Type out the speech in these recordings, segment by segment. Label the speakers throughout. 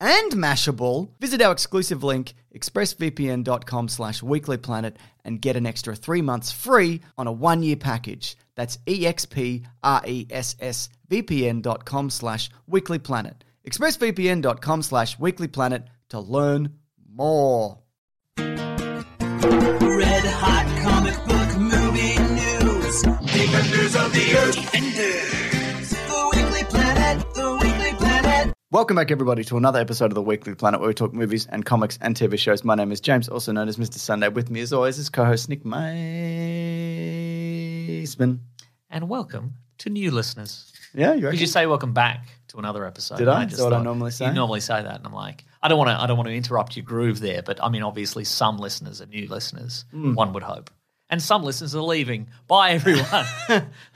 Speaker 1: and Mashable, visit our exclusive link, expressvpn.com slash weeklyplanet, and get an extra three months free on a one-year package. That's E expressvpn.com slash weeklyplanet. expressvpn.com slash weeklyplanet to learn more.
Speaker 2: Red hot comic book movie news. Defenders of the Earth. Defenders. The Weekly Planet. The Weekly Planet.
Speaker 1: Welcome back, everybody, to another episode of the Weekly Planet where we talk movies and comics and TV shows. My name is James, also known as Mr. Sunday. With me, as always, is co host Nick Maisman.
Speaker 3: and welcome to new listeners.
Speaker 1: Yeah, you
Speaker 3: Did you
Speaker 1: reckon?
Speaker 3: say welcome back to another episode?
Speaker 1: Did
Speaker 3: and
Speaker 1: I? Is that what I normally say?
Speaker 3: You normally say that, and I'm like, I don't want to. I don't want to interrupt your groove there, but I mean, obviously, some listeners are new listeners.
Speaker 1: Hmm.
Speaker 3: One would hope, and some listeners are leaving. Bye, everyone.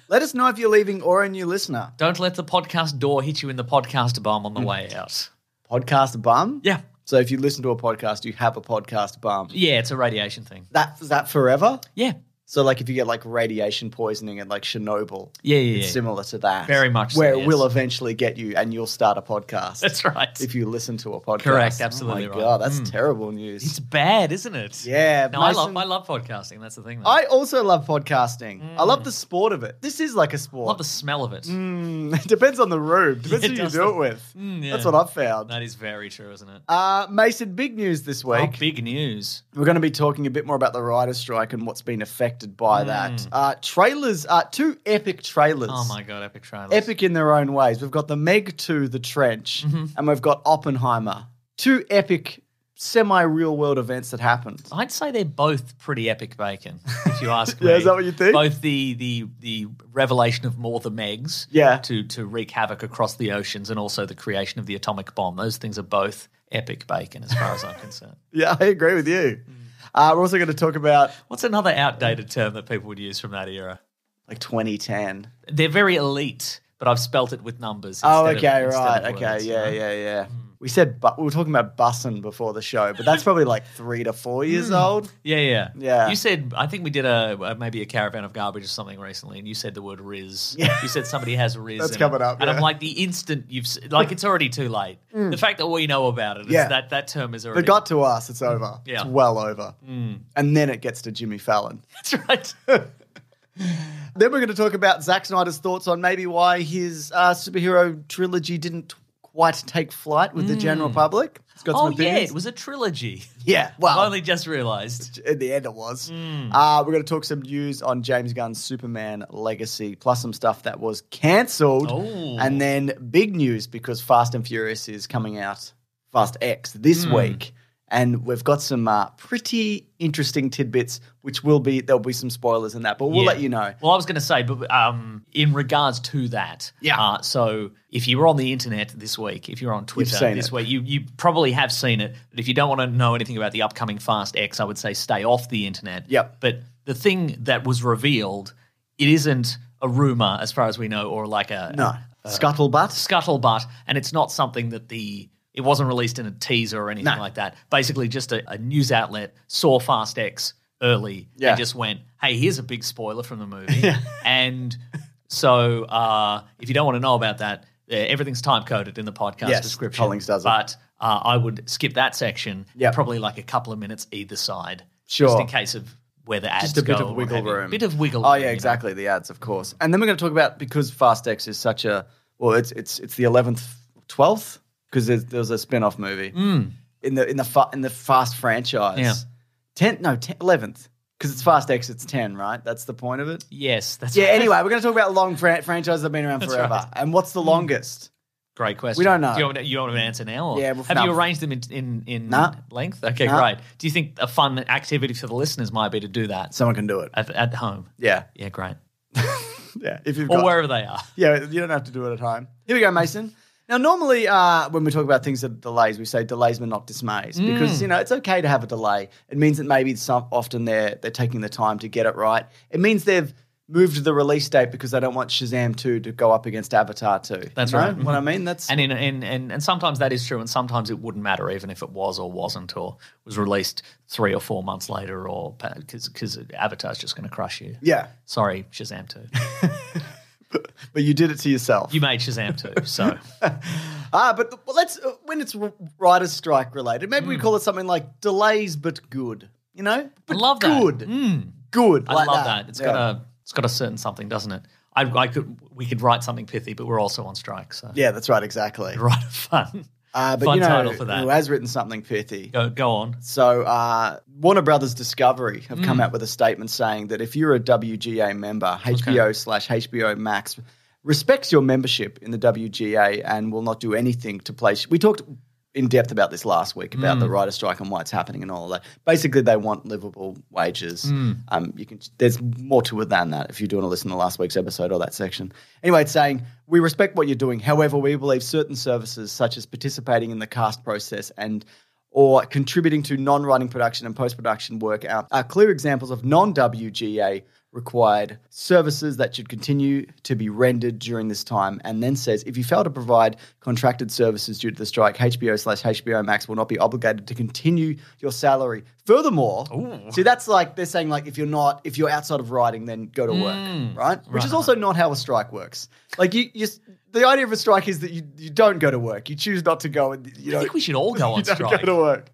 Speaker 1: Let us know if you're leaving or a new listener.
Speaker 3: don't let the podcast door hit you in the podcast bomb
Speaker 1: Hmm.
Speaker 3: on the way out.
Speaker 1: Podcast bum?
Speaker 3: Yeah,
Speaker 1: So if you listen to a podcast, you have a podcast bum.
Speaker 3: yeah, it's a radiation thing.
Speaker 1: That is that forever?
Speaker 3: Yeah,
Speaker 1: So like if you get like radiation poisoning at like Chernobyl,
Speaker 3: yeah, yeah.
Speaker 1: it's
Speaker 3: yeah.
Speaker 1: similar to that.
Speaker 3: Very much so,
Speaker 1: Where it
Speaker 3: yes.
Speaker 1: will eventually get you and you'll start a podcast.
Speaker 3: That's right.
Speaker 1: If you listen to a podcast.
Speaker 3: Correct, absolutely
Speaker 1: Oh my
Speaker 3: right.
Speaker 1: god, that's
Speaker 3: Mm.
Speaker 1: terrible news.
Speaker 3: It's bad, isn't it?
Speaker 1: yeah,
Speaker 3: No, I
Speaker 1: Mason-
Speaker 3: love. I love podcasting. That's the thing. Though.
Speaker 1: I also love podcasting. I love the sport of it. This is like a sport.
Speaker 3: Mm. love the smell of it.
Speaker 1: Mm, it depends on the room. Depends
Speaker 3: Yeah,
Speaker 1: who
Speaker 3: it
Speaker 1: you
Speaker 3: does
Speaker 1: do
Speaker 3: the-
Speaker 1: it with.
Speaker 3: Mm, yeah.
Speaker 1: That's what I've found.
Speaker 3: That is very true, isn't it?
Speaker 1: Uh, Mason, big news this week.
Speaker 3: Oh, big news.
Speaker 1: We're going to be talking a bit more about the writer's strike and what's been affected by that. Uh, trailers, uh, two epic trailers.
Speaker 3: Mm. Oh my god, epic trailers.
Speaker 1: Epic in their own ways. We've got the Meg 2, The Trench,
Speaker 3: Mm-hmm.
Speaker 1: and we've got Oppenheimer. Two epic, semi real world events that happened.
Speaker 3: I'd say they're both pretty epic bacon, if you ask me.
Speaker 1: Yeah, is that what you think?
Speaker 3: Both the the the revelation of more the Megs
Speaker 1: Yeah.
Speaker 3: to to wreak havoc across the oceans and also the creation of the atomic bomb. Those things are both epic bacon as far as I'm concerned.
Speaker 1: Yeah, I agree with
Speaker 3: Mm.
Speaker 1: you. Uh, we're also going to talk about
Speaker 3: What's another outdated term that people would use from that era?
Speaker 1: like 2010.
Speaker 3: They're very elite, but I've spelt it with numbers.
Speaker 1: Oh,
Speaker 3: instead of-
Speaker 1: okay,
Speaker 3: instead of
Speaker 1: right.
Speaker 3: words, Mm.
Speaker 1: Okay,
Speaker 3: you
Speaker 1: yeah,
Speaker 3: know?
Speaker 1: yeah, yeah. We said bu- we were talking about bussin' before the show, but that's probably like three to four years
Speaker 3: Mm.
Speaker 1: old.
Speaker 3: Yeah, yeah,
Speaker 1: Yeah.
Speaker 3: You said I think we did a uh, maybe a caravan of garbage or something recently, and you said the word riz.
Speaker 1: Yeah.
Speaker 3: You said somebody has riz.
Speaker 1: That's
Speaker 3: in it.
Speaker 1: coming up,
Speaker 3: and
Speaker 1: yeah. Mm.
Speaker 3: I'm like the instant you've s- like it's already too late. The fact that we know about it, is
Speaker 1: Yeah.
Speaker 3: that that term is
Speaker 1: If
Speaker 3: already
Speaker 1: it got to us, it's over.
Speaker 3: Mm. Yeah. Mm.
Speaker 1: It's well over. And then it gets to Jimmy Fallon.
Speaker 3: That's right.
Speaker 1: Then we're going to talk about Zack Snyder's thoughts on maybe why his uh, superhero trilogy didn't quite take flight with the general public. It's got
Speaker 3: Mm. oh
Speaker 1: some
Speaker 3: yeah,
Speaker 1: opinions.
Speaker 3: it was a trilogy.
Speaker 1: yeah,
Speaker 3: I've
Speaker 1: well,
Speaker 3: only just realised.
Speaker 1: in the end it was.
Speaker 3: Mm.
Speaker 1: Uh, we're going to talk some news on James Gunn's Superman Legacy, plus some stuff that was cancelled.
Speaker 3: Oh.
Speaker 1: And
Speaker 3: Mm.
Speaker 1: then big news because Fast and Furious is coming out, Fast X, this week. and we've got some uh, pretty interesting tidbits, which will be there'll be some spoilers in that, but we'll
Speaker 3: Yeah.
Speaker 1: let you know.
Speaker 3: Well, I was going to say, but um, in regards to that,
Speaker 1: Yeah.
Speaker 3: Uh, so if you were on the internet this week, if you're on Twitter
Speaker 1: seen
Speaker 3: this
Speaker 1: it.
Speaker 3: week, you you probably have seen it. But if you don't want to know anything about the upcoming Fast X, I would say stay off the internet.
Speaker 1: Yep.
Speaker 3: But the thing that was revealed, it isn't a rumor, as far as we know, or like a
Speaker 1: No, scuttlebutt.
Speaker 3: scuttlebutt, and it's not something that the it wasn't released in a teaser or anything
Speaker 1: No.
Speaker 3: like that. Basically, just a, a news outlet saw Fast X early
Speaker 1: Yeah.
Speaker 3: and just went, "Hey, here's a big spoiler from the movie." And so, uh, if you don't want to know about that, uh, everything's time coded in the podcast
Speaker 1: Yes,
Speaker 3: description.
Speaker 1: Collings does it.
Speaker 3: but uh, I would skip that section.
Speaker 1: Yep.
Speaker 3: probably like a couple of minutes either side,
Speaker 1: Sure.
Speaker 3: just in case of where the ads
Speaker 1: Just a bit of
Speaker 3: go or what
Speaker 1: wiggle
Speaker 3: have you.
Speaker 1: room.
Speaker 3: bit of wiggle.
Speaker 1: Oh
Speaker 3: room,
Speaker 1: yeah,
Speaker 3: you know?
Speaker 1: exactly. The ads, of course. And then we're going to talk about because FastX is such a well, it's it's it's the eleventh, twelfth because there's, there's a spin off movie in the in the fa- in the Fast franchise.
Speaker 3: Mm. Yeah.
Speaker 1: Ten no ten, eleventh because it's FastX. It's ten, right? That's the point of it.
Speaker 3: Yes, that's
Speaker 1: Yeah. Anyway, we're going to talk about long fran- franchises that've been around
Speaker 3: That's
Speaker 1: forever.
Speaker 3: right.
Speaker 1: And what's the longest?
Speaker 3: Great question.
Speaker 1: We don't know.
Speaker 3: Do you want, me to- you want me to answer now? Or
Speaker 1: Yeah, we'll-
Speaker 3: have
Speaker 1: no.
Speaker 3: you arranged them in in, in
Speaker 1: Nah.
Speaker 3: length? Okay,
Speaker 1: Nah.
Speaker 3: great. Do you think a fun activity for the listeners might be to do that
Speaker 1: Someone can do it.
Speaker 3: at, at home?
Speaker 1: Yeah.
Speaker 3: Yeah, great.
Speaker 1: Yeah. If you've
Speaker 3: Or
Speaker 1: got-
Speaker 3: wherever they are.
Speaker 1: Yeah, you don't have to do it at home. Here we go, Mason. Now, normally uh, when we talk about things that are delays, we say delays but not dismays
Speaker 3: Mm.
Speaker 1: because, you know, it's okay to have a delay. It means that maybe some, often they're, they're taking the time to get it right. It means they've moved the release date because they don't want Shazam 2 to go up against Avatar 2.
Speaker 3: That's
Speaker 1: You know
Speaker 3: right.
Speaker 1: What I mean? That's
Speaker 3: And in, in, and and sometimes that is true, and sometimes it wouldn't matter even if it was or wasn't or was released three or four months later, or because because Avatar's just going to crush you.
Speaker 1: Yeah,
Speaker 3: Sorry, Shazam two.
Speaker 1: but you did it to yourself.
Speaker 3: You made Shazam two, so
Speaker 1: ah, but well, let's uh, when it's w- writer's strike related, maybe
Speaker 3: Hmm.
Speaker 1: we call it something like delays but good. You know,
Speaker 3: I
Speaker 1: but
Speaker 3: love that. Hmm.
Speaker 1: good, good.
Speaker 3: I
Speaker 1: like
Speaker 3: love that. It's
Speaker 1: Yeah.
Speaker 3: got a it's got a certain something, doesn't it? I, I could we could write something pithy, but we're also on strike, so
Speaker 1: yeah, that's right, exactly.
Speaker 3: right of fun.
Speaker 1: Uh, but
Speaker 3: Fun
Speaker 1: you know,
Speaker 3: title for that.
Speaker 1: who has written something pithy?
Speaker 3: Go go on.
Speaker 1: So uh, Warner Brothers Discovery have come out with a statement saying that if you're a WGA member, HBO slash HBO Max respects your membership in the WGA and will not do anything to place. We talked in depth about this last week about the writer strike and why it's happening and all of that. Basically, they want livable wages. Um, you can. There's more to it than that. If you do want to listen to last week's episode or that section. Anyway, it's saying we respect what you're doing. However, we believe certain services such as participating in the cast process and or contributing to non writing production and post production work out are clear examples of non WGA required services that should continue to be rendered during this time. And then says if you fail to provide contracted services due to the strike, HBO slash HBO Max will not be obligated to continue your salary. Furthermore, see, that's like they're saying, like, if you're not, if you're outside of writing, then go to
Speaker 3: Hmm.
Speaker 1: work, right? Which is also not how a strike works. Like, you, you s- the idea of a strike is that you, you don't go to work, you choose not to go. And you
Speaker 3: I
Speaker 1: don't-
Speaker 3: think we should all go on
Speaker 1: you don't
Speaker 3: strike.
Speaker 1: go to work.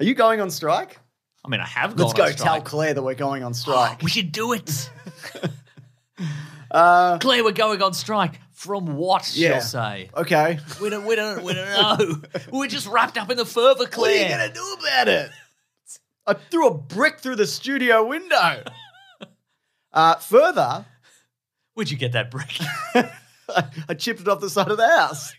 Speaker 1: Are you going on strike?
Speaker 3: I mean, I have gone
Speaker 1: Let's
Speaker 3: on
Speaker 1: go tell
Speaker 3: strike. Oh, Ah,
Speaker 1: Claire that we're going on strike.
Speaker 3: We should do it. Claire, we're going on strike. From what
Speaker 1: Uh, Yeah.
Speaker 3: she'll say.
Speaker 1: okay.
Speaker 3: We don't, we don't, we don't know. We're just wrapped up in the fervor, Claire.
Speaker 1: do about it? I threw a brick through the studio window. uh, further,
Speaker 3: Where'd you get that brick?
Speaker 1: I, I chipped it off the side of the house.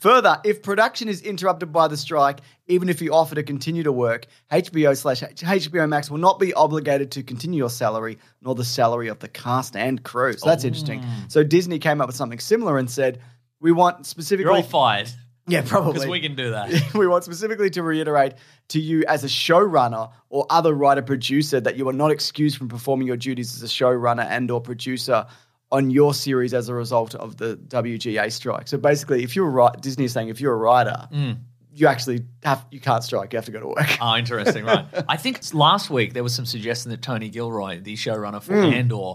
Speaker 1: Further, if production is interrupted by the strike, even if you offer to continue to work, HBO slash HBO Max will not be obligated to continue your salary nor the salary of the cast and crew. So that's interesting.
Speaker 3: Oh.
Speaker 1: So Disney came up with something similar and said, "We want specifically,
Speaker 3: You're all fired
Speaker 1: yeah,
Speaker 3: because
Speaker 1: probably,
Speaker 3: we can do that.
Speaker 1: we want specifically to reiterate to you as a showrunner or other writer producer that you are not excused from performing your duties as a showrunner and or producer on your series as a result of the WGA strike. So basically, if you're a writer, Disney is saying if you're a writer, you actually have you can't strike. You have to go to work.
Speaker 3: Oh, interesting. Right. I think it's last week there was some suggestion that Tony Gilroy, the showrunner for Andor,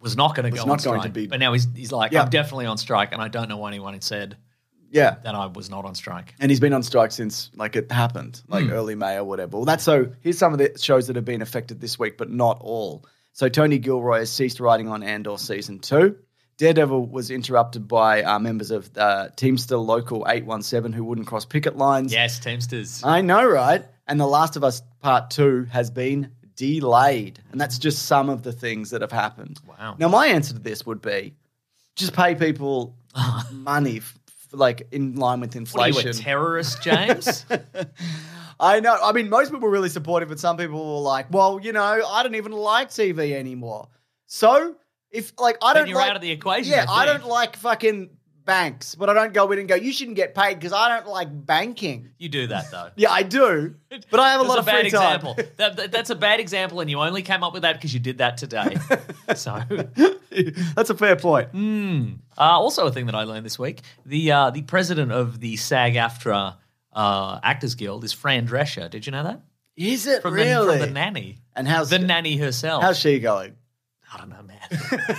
Speaker 3: was not going to go
Speaker 1: Hmm. not
Speaker 3: on
Speaker 1: going to
Speaker 3: strike.
Speaker 1: be-
Speaker 3: But now he's, he's like,
Speaker 1: Yeah.
Speaker 3: I'm definitely on strike, and I don't know why anyone had said
Speaker 1: yeah.
Speaker 3: that I was not on strike.
Speaker 1: And he's been on strike since like it happened, like
Speaker 3: Hmm.
Speaker 1: early May or whatever. Well, that's so. Here's some of the shows that have been affected this week, but not all. So Tony Gilroy has ceased writing on Andor season two. Daredevil was interrupted by uh, members of uh, Teamster Local 817 who wouldn't cross picket lines.
Speaker 3: Yes, Teamsters.
Speaker 1: I know, right? And The Last of Us Part 2 has been delayed. And that's just some of the things that have happened.
Speaker 3: Wow.
Speaker 1: Now, my answer to this would be just pay people money f- like in line with
Speaker 3: What are
Speaker 1: inflation.
Speaker 3: you, a terrorist, James?
Speaker 1: I know. I mean, most people were really supportive, but some people were like, "Well, you know, I don't even like TV anymore." So if like I
Speaker 3: Then
Speaker 1: don't
Speaker 3: you're
Speaker 1: like,
Speaker 3: out of the equation,
Speaker 1: Yeah,
Speaker 3: I
Speaker 1: I,
Speaker 3: think.
Speaker 1: don't like fucking banks, but I don't go in and go. You shouldn't get paid because I don't like banking.
Speaker 3: you do that, though.
Speaker 1: Yeah, I do, but I have a
Speaker 3: That's
Speaker 1: lot
Speaker 3: a
Speaker 1: of
Speaker 3: bad
Speaker 1: free
Speaker 3: example.
Speaker 1: time.
Speaker 3: That- that- that's a bad example, and you only came up with that because you did that today. so,
Speaker 1: That's a fair point.
Speaker 3: uh, also a thing that I learned this week: the uh, the president of the SAG-AFTRA uh, Actors Guild is Fran Drescher. Did you know that?
Speaker 1: Is it
Speaker 3: From
Speaker 1: really?
Speaker 3: the, from the nanny,
Speaker 1: and how's
Speaker 3: the nanny herself.
Speaker 1: how's she going?
Speaker 3: I don't know,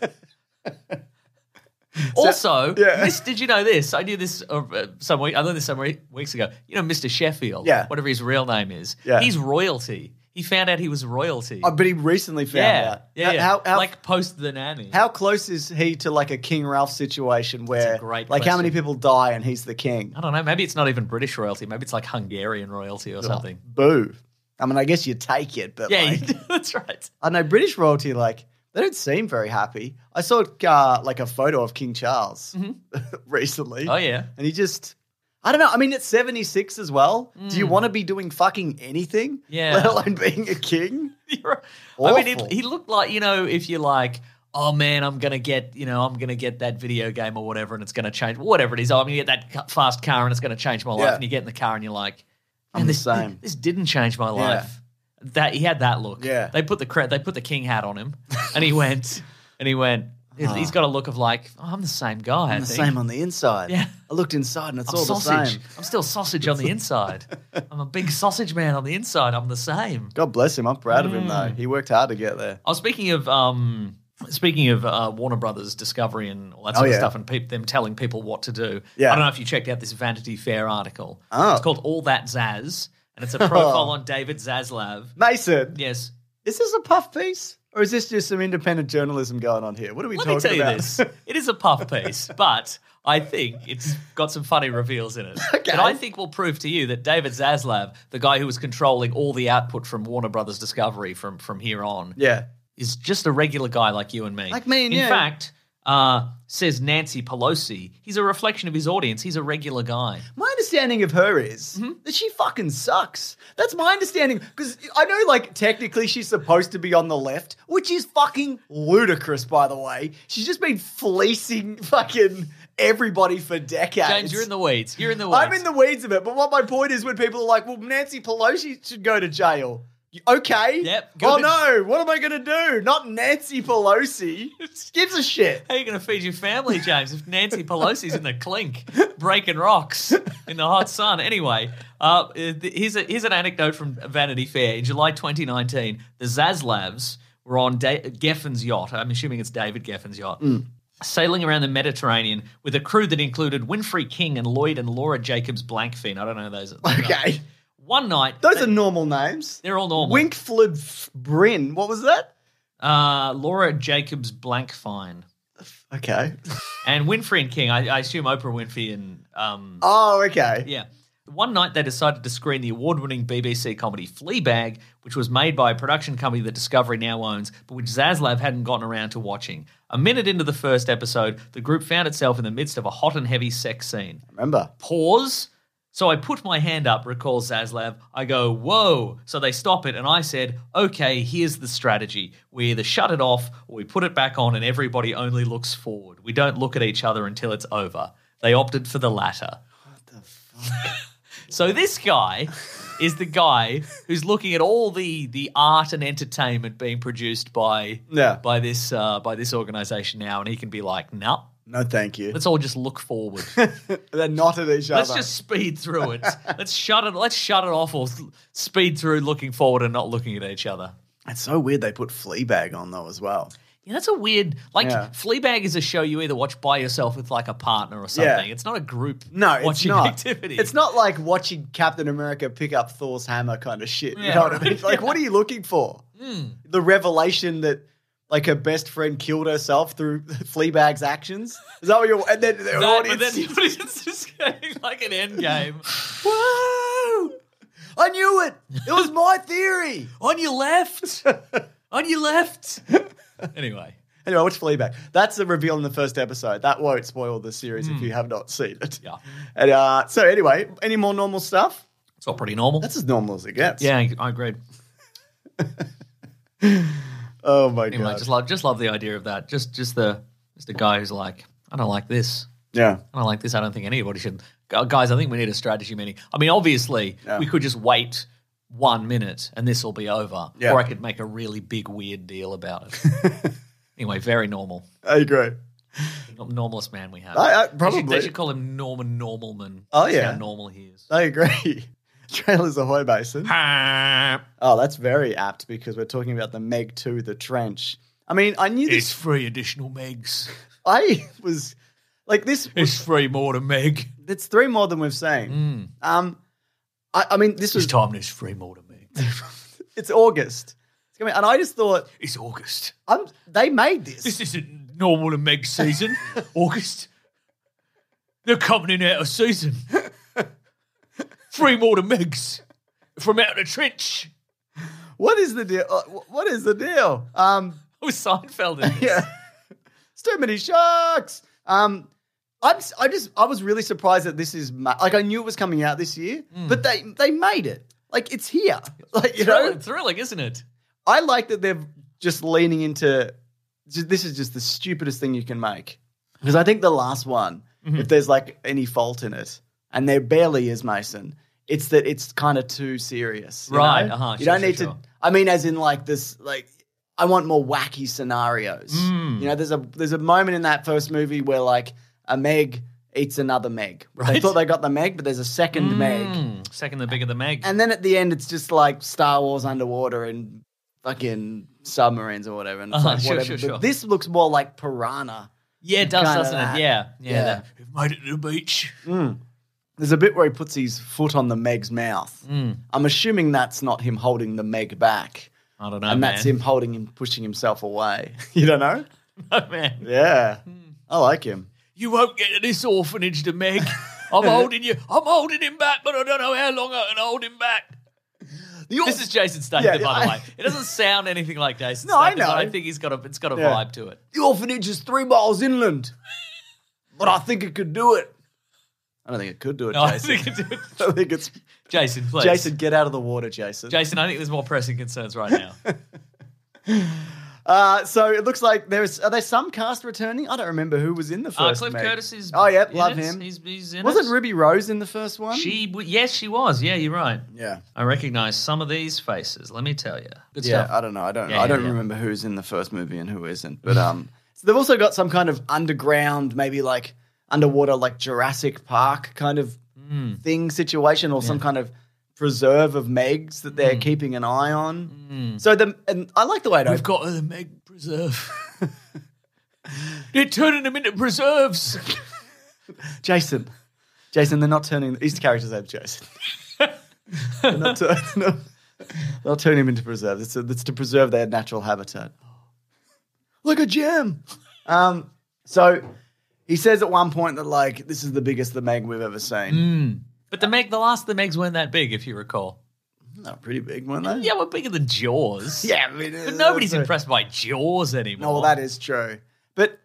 Speaker 3: man. also,
Speaker 1: yeah.
Speaker 3: Miss, did you know this? I knew this uh, uh, some week. I learned this some we- weeks ago. You know, Mr. Sheffield,
Speaker 1: Yeah.
Speaker 3: whatever his real name is,
Speaker 1: Yeah.
Speaker 3: he's royalty. He found out he was royalty.
Speaker 1: Oh, but he recently found
Speaker 3: yeah,
Speaker 1: out.
Speaker 3: yeah, yeah.
Speaker 1: How, how,
Speaker 3: like post the nanny.
Speaker 1: how close is he to like a King Ralph situation where
Speaker 3: great
Speaker 1: like how
Speaker 3: question.
Speaker 1: many people die and he's the king?
Speaker 3: I don't know. Maybe it's not even British royalty. Maybe it's like Hungarian royalty or something.
Speaker 1: Boo. I mean, Oh, I guess you take it, but
Speaker 3: Yeah,
Speaker 1: like,
Speaker 3: that's right.
Speaker 1: I know British royalty. Like they don't seem very happy. I saw uh, like a photo of King Charles recently.
Speaker 3: Mm-hmm. Oh yeah.
Speaker 1: and he just. I don't know. I mean, it's 76 as well. Do you want to be doing fucking anything?
Speaker 3: Mm. Yeah.
Speaker 1: Let alone being a king?
Speaker 3: You're- I mean,
Speaker 1: Awful.
Speaker 3: he, he looked like you know, if you're like, oh man, I'm gonna get you know, I'm gonna get that video game or whatever, and it's gonna change whatever it is. Oh, I'm gonna get that ca- fast car, and it's gonna change my life.
Speaker 1: Yeah.
Speaker 3: And you get in the car, and you're like,
Speaker 1: I'm
Speaker 3: "Man,
Speaker 1: the
Speaker 3: this,
Speaker 1: same."
Speaker 3: This didn't change my life. That he had that look.
Speaker 1: Yeah.
Speaker 3: They put the cre- they put the king hat on him, and he went and he went. He's got a look of like, oh, I'm the same guy. I
Speaker 1: Ah. I'm the
Speaker 3: think.
Speaker 1: same on the inside.
Speaker 3: Yeah.
Speaker 1: I looked inside and it's
Speaker 3: I'm
Speaker 1: all the
Speaker 3: sausage.
Speaker 1: same.
Speaker 3: I'm still sausage on the inside. I'm a big sausage man on the inside. I'm the same.
Speaker 1: God bless him. I'm proud of him though.
Speaker 3: Mm.
Speaker 1: He worked hard to get there.
Speaker 3: I was speaking of um, speaking of uh, Warner Brothers Discovery and all that
Speaker 1: Oh,
Speaker 3: sort of
Speaker 1: yeah.
Speaker 3: stuff, and peop them telling people what to do.
Speaker 1: Yeah.
Speaker 3: I don't know if you checked out this Vanity Fair article.
Speaker 1: Oh.
Speaker 3: It's called "All That Zaz," and it's a profile on David Zaslav.
Speaker 1: Mason,
Speaker 3: Yes.
Speaker 1: is this a puff piece or is this just some independent journalism going on here? What are we
Speaker 3: Let
Speaker 1: talking
Speaker 3: me tell
Speaker 1: about?
Speaker 3: you this. It is a puff piece, but I think it's got some funny reveals in it.
Speaker 1: Okay.
Speaker 3: And I think will prove to you that David Zaslav, the guy who was controlling all the output from Warner Brothers Discovery from, from here on,
Speaker 1: yeah.
Speaker 3: is just a regular guy like you and me.
Speaker 1: Like me and
Speaker 3: In
Speaker 1: you.
Speaker 3: fact, uh, says Nancy Pelosi, he's a reflection of his audience. He's a regular guy.
Speaker 1: My understanding of her is
Speaker 3: Mm-hmm.
Speaker 1: that she fucking sucks. That's my understanding because I know, like, technically she's supposed to be on the left, which is fucking ludicrous, by the way. She's just been fleecing fucking everybody for decades.
Speaker 3: James, you're in the weeds. You're in the weeds.
Speaker 1: Uh, I'm in the weeds of it, but what my point is when people are like, well, Nancy Pelosi should go to jail. You- Okay.
Speaker 3: Yep, go
Speaker 1: Oh
Speaker 3: to-
Speaker 1: no, what am I gonna do? Not Nancy Pelosi. Gives a shit.
Speaker 3: How are you going to feed your family, James, if Nancy Pelosi's in the clink breaking rocks in the hot sun? Anyway, uh, th- here's, a, here's an anecdote from Vanity Fair. In July 2019, the Zaslavs were on da- Geffen's yacht. I'm assuming it's David Geffen's yacht. Sailing around the Mediterranean with a crew that included Winfrey King and Lloyd and Laura Jacobs Blankfein. I don't know those.
Speaker 1: Okay.
Speaker 3: One night,
Speaker 1: Those are normal names.
Speaker 3: they're all normal.
Speaker 1: Wink Flib Brin. What was that?
Speaker 3: uh, Laura Jacobs Blankfein.
Speaker 1: Okay.
Speaker 3: And Winfrey and King, I, I assume Oprah Winfrey and um,
Speaker 1: Oh, okay.
Speaker 3: Yeah. One night they decided to screen the award winning BBC comedy Fleabag, which was made by a production company that Discovery now owns, but which Zaslav hadn't gotten around to watching. A minute into the first episode, the group found itself in the midst of a hot and heavy sex scene.
Speaker 1: Remember.
Speaker 3: Pause. So I put my hand up, recalls Zaslav. I go, whoa. So they stop it, and I said, okay, here's the strategy. We either shut it off or we put it back on, and everybody only looks forward. We don't look at each other until it's over. They opted for the latter. So this guy is the guy who's looking at all the the art and entertainment being produced by
Speaker 1: Yeah.
Speaker 3: by this uh, by this organization now, and he can be like, "No,
Speaker 1: No, thank you.
Speaker 3: let's all just look forward.
Speaker 1: They're not at each other.
Speaker 3: Let's just speed through it. Let's shut it. Let's shut it off, or s- speed through looking forward and not looking at each other."
Speaker 1: It's so weird they put Fleabag on though as well.
Speaker 3: Yeah, that's a weird. Like
Speaker 1: Yeah.
Speaker 3: Fleabag is a show you either watch by yourself with like a partner or something. It's not a group.
Speaker 1: No, it's
Speaker 3: watching
Speaker 1: not.
Speaker 3: activity.
Speaker 1: It's not like watching Captain America pick up Thor's hammer kind of shit. you
Speaker 3: Yeah, Hmm.
Speaker 1: know what
Speaker 3: right.
Speaker 1: I mean? Like, what are you looking for? The revelation that like her best friend killed herself through Fleabag's actions. Is that what you're? And then the
Speaker 3: That, but
Speaker 1: audience.
Speaker 3: then the audience is getting like an end game.
Speaker 1: Whoa! I knew it. It was my theory.
Speaker 3: On your left. On your left. Anyway,
Speaker 1: Anyway, watch Fleabag. That's the reveal in the first episode. That won't spoil the series if you have not seen it.
Speaker 3: Hmm. Yeah.
Speaker 1: And uh, so anyway, any more normal stuff?
Speaker 3: It's all pretty normal.
Speaker 1: That's as normal as it gets.
Speaker 3: yeah, I- I agreed.
Speaker 1: Oh my
Speaker 3: Anyway,
Speaker 1: god.
Speaker 3: just love just love the idea of that. Just just the just the guy who's like, I don't like this.
Speaker 1: yeah.
Speaker 3: I don't like this. I don't think anybody should. Gu- Guys, I think we need a strategy meeting. I mean, obviously,
Speaker 1: Yeah.
Speaker 3: we could just wait one minute and this will be over.
Speaker 1: Yeah.
Speaker 3: Or I could make a really big, weird deal about it. anyway, very normal.
Speaker 1: I agree.
Speaker 3: Nor- Normalest man we have.
Speaker 1: I- I-
Speaker 3: They should- They should,
Speaker 1: probably.
Speaker 3: call him Norman Normalman.
Speaker 1: Oh,
Speaker 3: That's
Speaker 1: yeah.
Speaker 3: how normal he is.
Speaker 1: I agree. Trailers Ahoy Basin. Oh, that's very apt because we're talking about the Meg 2, the trench. I mean, I knew
Speaker 3: It's
Speaker 1: this.
Speaker 3: free additional megs.
Speaker 1: I was like, this.
Speaker 3: It's free more to meg.
Speaker 1: It's three more than we've seen.
Speaker 3: Mm.
Speaker 1: Um, I, I mean, this
Speaker 3: This
Speaker 1: was.
Speaker 3: time there's free more to meg.
Speaker 1: It's August. It's coming, and I just thought,
Speaker 3: It's August.
Speaker 1: I'm, they made this.
Speaker 3: This isn't normal to Meg season. August. They're coming in out of season. Three more to Megs from out of the trench.
Speaker 1: what is the deal? Uh, wh- What is the deal? Um,
Speaker 3: I was Seinfeld in this.
Speaker 1: yeah, it's too many sharks. Um, I'm, s- I just, I was really surprised that this is ma- like I knew it was coming out this year, but they they made it. Like it's here. Like you know,
Speaker 3: Thrilling, thrilling, isn't it?
Speaker 1: I like that they're just leaning into ju- this is just the stupidest thing you can make. Because I think the last one,
Speaker 3: Mm-hmm.
Speaker 1: if there's like any fault in it, and there barely is Mason, it's that it's kind of too serious. you
Speaker 3: Right,
Speaker 1: know?
Speaker 3: uh-huh,
Speaker 1: You
Speaker 3: sure,
Speaker 1: don't
Speaker 3: sure,
Speaker 1: need
Speaker 3: sure.
Speaker 1: to I mean as in like this like I want more wacky scenarios.
Speaker 3: Mm.
Speaker 1: You know, there's a there's a moment in that first movie where like a Meg eats another Meg. They
Speaker 3: Right.
Speaker 1: thought they got the Meg, but there's a second Meg.
Speaker 3: Mm, Second, the bigger the Meg.
Speaker 1: And then at the end, it's just like Star Wars underwater and fucking submarines or whatever. And it's
Speaker 3: Uh-huh,
Speaker 1: like
Speaker 3: sure,
Speaker 1: whatever.
Speaker 3: sure,
Speaker 1: but
Speaker 3: sure.
Speaker 1: this looks more like Piranha.
Speaker 3: yeah, it does,
Speaker 1: kinda
Speaker 3: doesn't
Speaker 1: that.
Speaker 3: it? Yeah. Yeah.
Speaker 1: Yeah.
Speaker 3: that- We've made it to the beach.
Speaker 1: There's a bit where he puts his foot on the Meg's
Speaker 3: Mm.
Speaker 1: mouth. I'm assuming that's not him holding the Meg back.
Speaker 3: I don't know.
Speaker 1: and
Speaker 3: man.
Speaker 1: that's him holding him, pushing himself away. you don't know?
Speaker 3: Oh, man.
Speaker 1: Yeah.
Speaker 3: Hmm.
Speaker 1: I like him.
Speaker 3: You won't get to this orphanage to Meg. I'm holding you. I'm holding him back, but I don't know how long I can hold him back. This is Jason Statham,
Speaker 1: Yeah,
Speaker 3: by the
Speaker 1: I-
Speaker 3: way. It doesn't sound anything like Jason
Speaker 1: No, I
Speaker 3: Statham, but
Speaker 1: know.
Speaker 3: I think he's got a it's got a
Speaker 1: Yeah.
Speaker 3: vibe to it.
Speaker 1: The orphanage is three miles inland, but I think it could do it. I don't think it could do it,
Speaker 3: No, I
Speaker 1: Jason.
Speaker 3: think it-
Speaker 1: I think it's
Speaker 3: Jason, please.
Speaker 1: Jason. Get out of the water, Jason.
Speaker 3: Jason, I think there's more pressing concerns right now.
Speaker 1: Uh, so it looks like there's are there some cast returning? I don't remember who was in the
Speaker 3: Uh,
Speaker 1: first.
Speaker 3: Cliff
Speaker 1: Meg.
Speaker 3: Curtis is
Speaker 1: Oh yep,
Speaker 3: in
Speaker 1: love
Speaker 3: it.
Speaker 1: him.
Speaker 3: He's, he's in
Speaker 1: Wasn't
Speaker 3: it.
Speaker 1: Ruby Rose in the first one?
Speaker 3: She w- yes, she was. Yeah, you're right.
Speaker 1: yeah,
Speaker 3: I recognize some of these faces. Let me tell you. Good
Speaker 1: yeah.
Speaker 3: stuff.
Speaker 1: I don't know. I don't.
Speaker 3: Yeah,
Speaker 1: I don't
Speaker 3: yeah, yeah.
Speaker 1: remember who's in the first movie and who isn't. But um, so they've also got some kind of underground, maybe like underwater, like Jurassic Park kind of
Speaker 3: Hmm.
Speaker 1: thing situation, or some kind of preserve of Megs that
Speaker 3: Hmm.
Speaker 1: they're keeping an eye on. So the and I like the way it
Speaker 3: We've
Speaker 1: opens.
Speaker 3: got the Meg preserve. They're turning them into preserves.
Speaker 1: Jason. Jason, they're not turning. These character's name's Jason. they're not turning. No, they'll turn him into preserves. It's, it's to preserve their natural habitat. Like a gem. Um, so he says at one point that like this is the biggest the Meg we've ever
Speaker 3: Mm.
Speaker 1: seen.
Speaker 3: Hmm. But the Meg, the last of the Megs weren't that big, if you recall.
Speaker 1: No, pretty big, weren't they?
Speaker 3: Yeah, we're bigger than Jaws.
Speaker 1: Yeah, I mean,
Speaker 3: But nobody's
Speaker 1: uh,
Speaker 3: impressed by Jaws anymore.
Speaker 1: No, well, that is true. But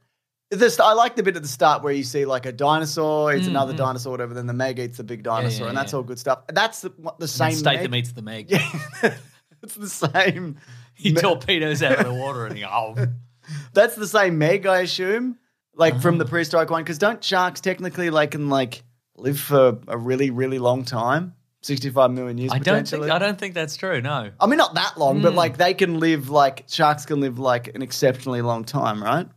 Speaker 1: this, I like the bit at the start where you see like a dinosaur eats another dinosaur, whatever. Then the Meg eats the big dinosaur, and that's
Speaker 3: Mm, yeah.
Speaker 1: all good stuff. That's the, what, the
Speaker 3: The
Speaker 1: same
Speaker 3: state
Speaker 1: Meg.
Speaker 3: that meets the Meg.
Speaker 1: Yeah, it's the same.
Speaker 3: He
Speaker 1: Me-
Speaker 3: torpedoes out of the water and he, oh,
Speaker 1: That's the same Meg, I assume, like from
Speaker 3: Ah.
Speaker 1: the prehistoric one. Because don't sharks technically like can like live for a really really long time, sixty five million years?
Speaker 3: I don't think
Speaker 1: potentially?
Speaker 3: I don't Hmm. think that's true. No,
Speaker 1: I mean, not that long, but like they can live like sharks can live like an exceptionally long time, right?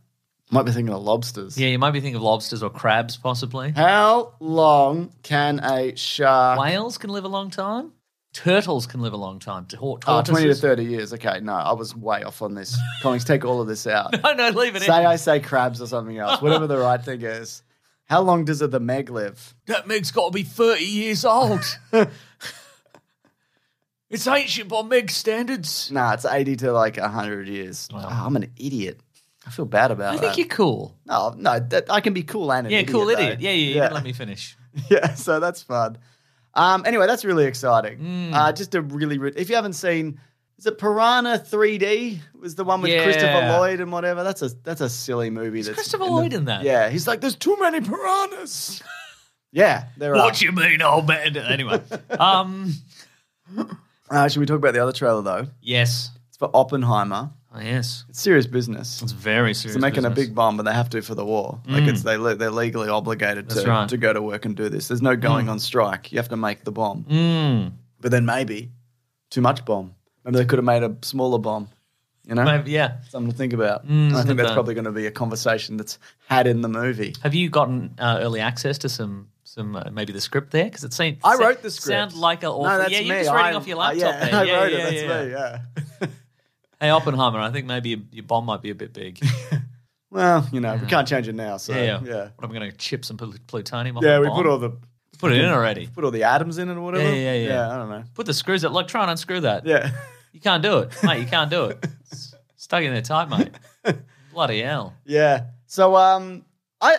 Speaker 1: Might be thinking of lobsters.
Speaker 3: yeah, you might be thinking of lobsters or crabs, possibly.
Speaker 1: How long can a shark?
Speaker 3: Whales can live a long time. Turtles can live a long time. Tor-
Speaker 1: Oh, 20 to
Speaker 3: tortoises-
Speaker 1: 30 years. Okay, no, I was way off on this. Collings, take all of this out.
Speaker 3: Oh no, leave it
Speaker 1: say
Speaker 3: in.
Speaker 1: I say crabs or something else, whatever the right thing is. How long does it the Meg live?
Speaker 3: That Meg's got to be thirty years old. it's ancient by Meg standards.
Speaker 1: Nah, it's eighty to like hundred years.
Speaker 3: Wow.
Speaker 1: Oh, I'm an idiot. I feel bad about
Speaker 3: I
Speaker 1: it.
Speaker 3: think you're cool.
Speaker 1: No, no, that, I can be cool and an
Speaker 3: Yeah,
Speaker 1: idiot.
Speaker 3: cool
Speaker 1: though.
Speaker 3: idiot. Yeah, yeah, yeah. you didn't Let me finish.
Speaker 1: yeah. So
Speaker 3: Mm.
Speaker 1: that's fun. Um, anyway, that's really exciting. Uh, just a really, re- if you haven't seen Is it Piranha 3D? Was the one with
Speaker 3: Yeah.
Speaker 1: Christopher Lloyd and whatever? That's a that's a silly movie. That's
Speaker 3: Christopher
Speaker 1: and the-
Speaker 3: Lloyd in that?
Speaker 1: Yeah, he's like, there's too many piranhas. yeah, there are.
Speaker 3: What you mean, old man? Anyway, um,
Speaker 1: Uh, should we talk about the other trailer though?
Speaker 3: yes,
Speaker 1: It's for Oppenheimer.
Speaker 3: oh, yes,
Speaker 1: It's serious business.
Speaker 3: it's very serious.
Speaker 1: They're making a
Speaker 3: business. Mm.
Speaker 1: big bomb, but they have to for the war. Like it's they le- they're legally obligated
Speaker 3: That's
Speaker 1: to,
Speaker 3: right.
Speaker 1: to go to work and do this. There's no going on strike. You have to make the bomb.
Speaker 3: Mm.
Speaker 1: But then maybe too much bomb. Maybe they could have made a smaller bomb. You know,
Speaker 3: Maybe- yeah.
Speaker 1: something to think about. I
Speaker 3: something
Speaker 1: think that's
Speaker 3: about-
Speaker 1: probably going to be a conversation that's had in the movie.
Speaker 3: Have you gotten uh, early access to some some uh, maybe the script there? Because it seems
Speaker 1: I wrote the script.
Speaker 3: Sound like a awful.
Speaker 1: No, that's
Speaker 3: yeah,
Speaker 1: me.
Speaker 3: you're just reading
Speaker 1: I-
Speaker 3: off your
Speaker 1: I-
Speaker 3: laptop.
Speaker 1: yeah,
Speaker 3: there.
Speaker 1: I
Speaker 3: yeah,
Speaker 1: wrote
Speaker 3: yeah,
Speaker 1: it. That's
Speaker 3: yeah.
Speaker 1: me. Yeah.
Speaker 3: Hey Oppenheimer, I think maybe your, your bomb might be a bit big.
Speaker 1: Well, you know, we can't change it now. So
Speaker 3: yeah, yeah.
Speaker 1: yeah, yeah.
Speaker 3: What, I'm going to chip some plut- plutonium off.
Speaker 1: Yeah,
Speaker 3: the
Speaker 1: we
Speaker 3: bomb?
Speaker 1: put all the
Speaker 3: put it in already.
Speaker 1: put all the atoms in it or whatever.
Speaker 3: Yeah, yeah, yeah.
Speaker 1: I don't know.
Speaker 3: Put the screws up. Look, try and unscrew that.
Speaker 1: Yeah.
Speaker 3: You can't do it, mate. You can't do it. It's stuck in there tight, mate. Bloody hell.
Speaker 1: Yeah. So um I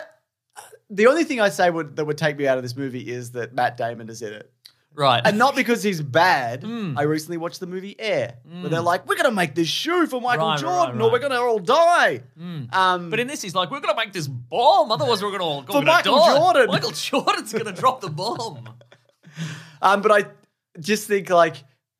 Speaker 1: the only thing I say would that would take me out of this movie is that Matt Damon is in it.
Speaker 3: Right.
Speaker 1: And not because he's bad.
Speaker 3: Mm.
Speaker 1: I recently watched the movie Air, where they're like, we're going to make this shoe for Michael
Speaker 3: Right, right,
Speaker 1: Jordan
Speaker 3: right,
Speaker 1: or we're
Speaker 3: right.
Speaker 1: going to all die. Um,
Speaker 3: But in this, he's like, we're going to make this bomb. Otherwise, we're going to all go
Speaker 1: For Michael Jordan.
Speaker 3: Michael Jordan's going to drop the bomb.
Speaker 1: um, but I just think like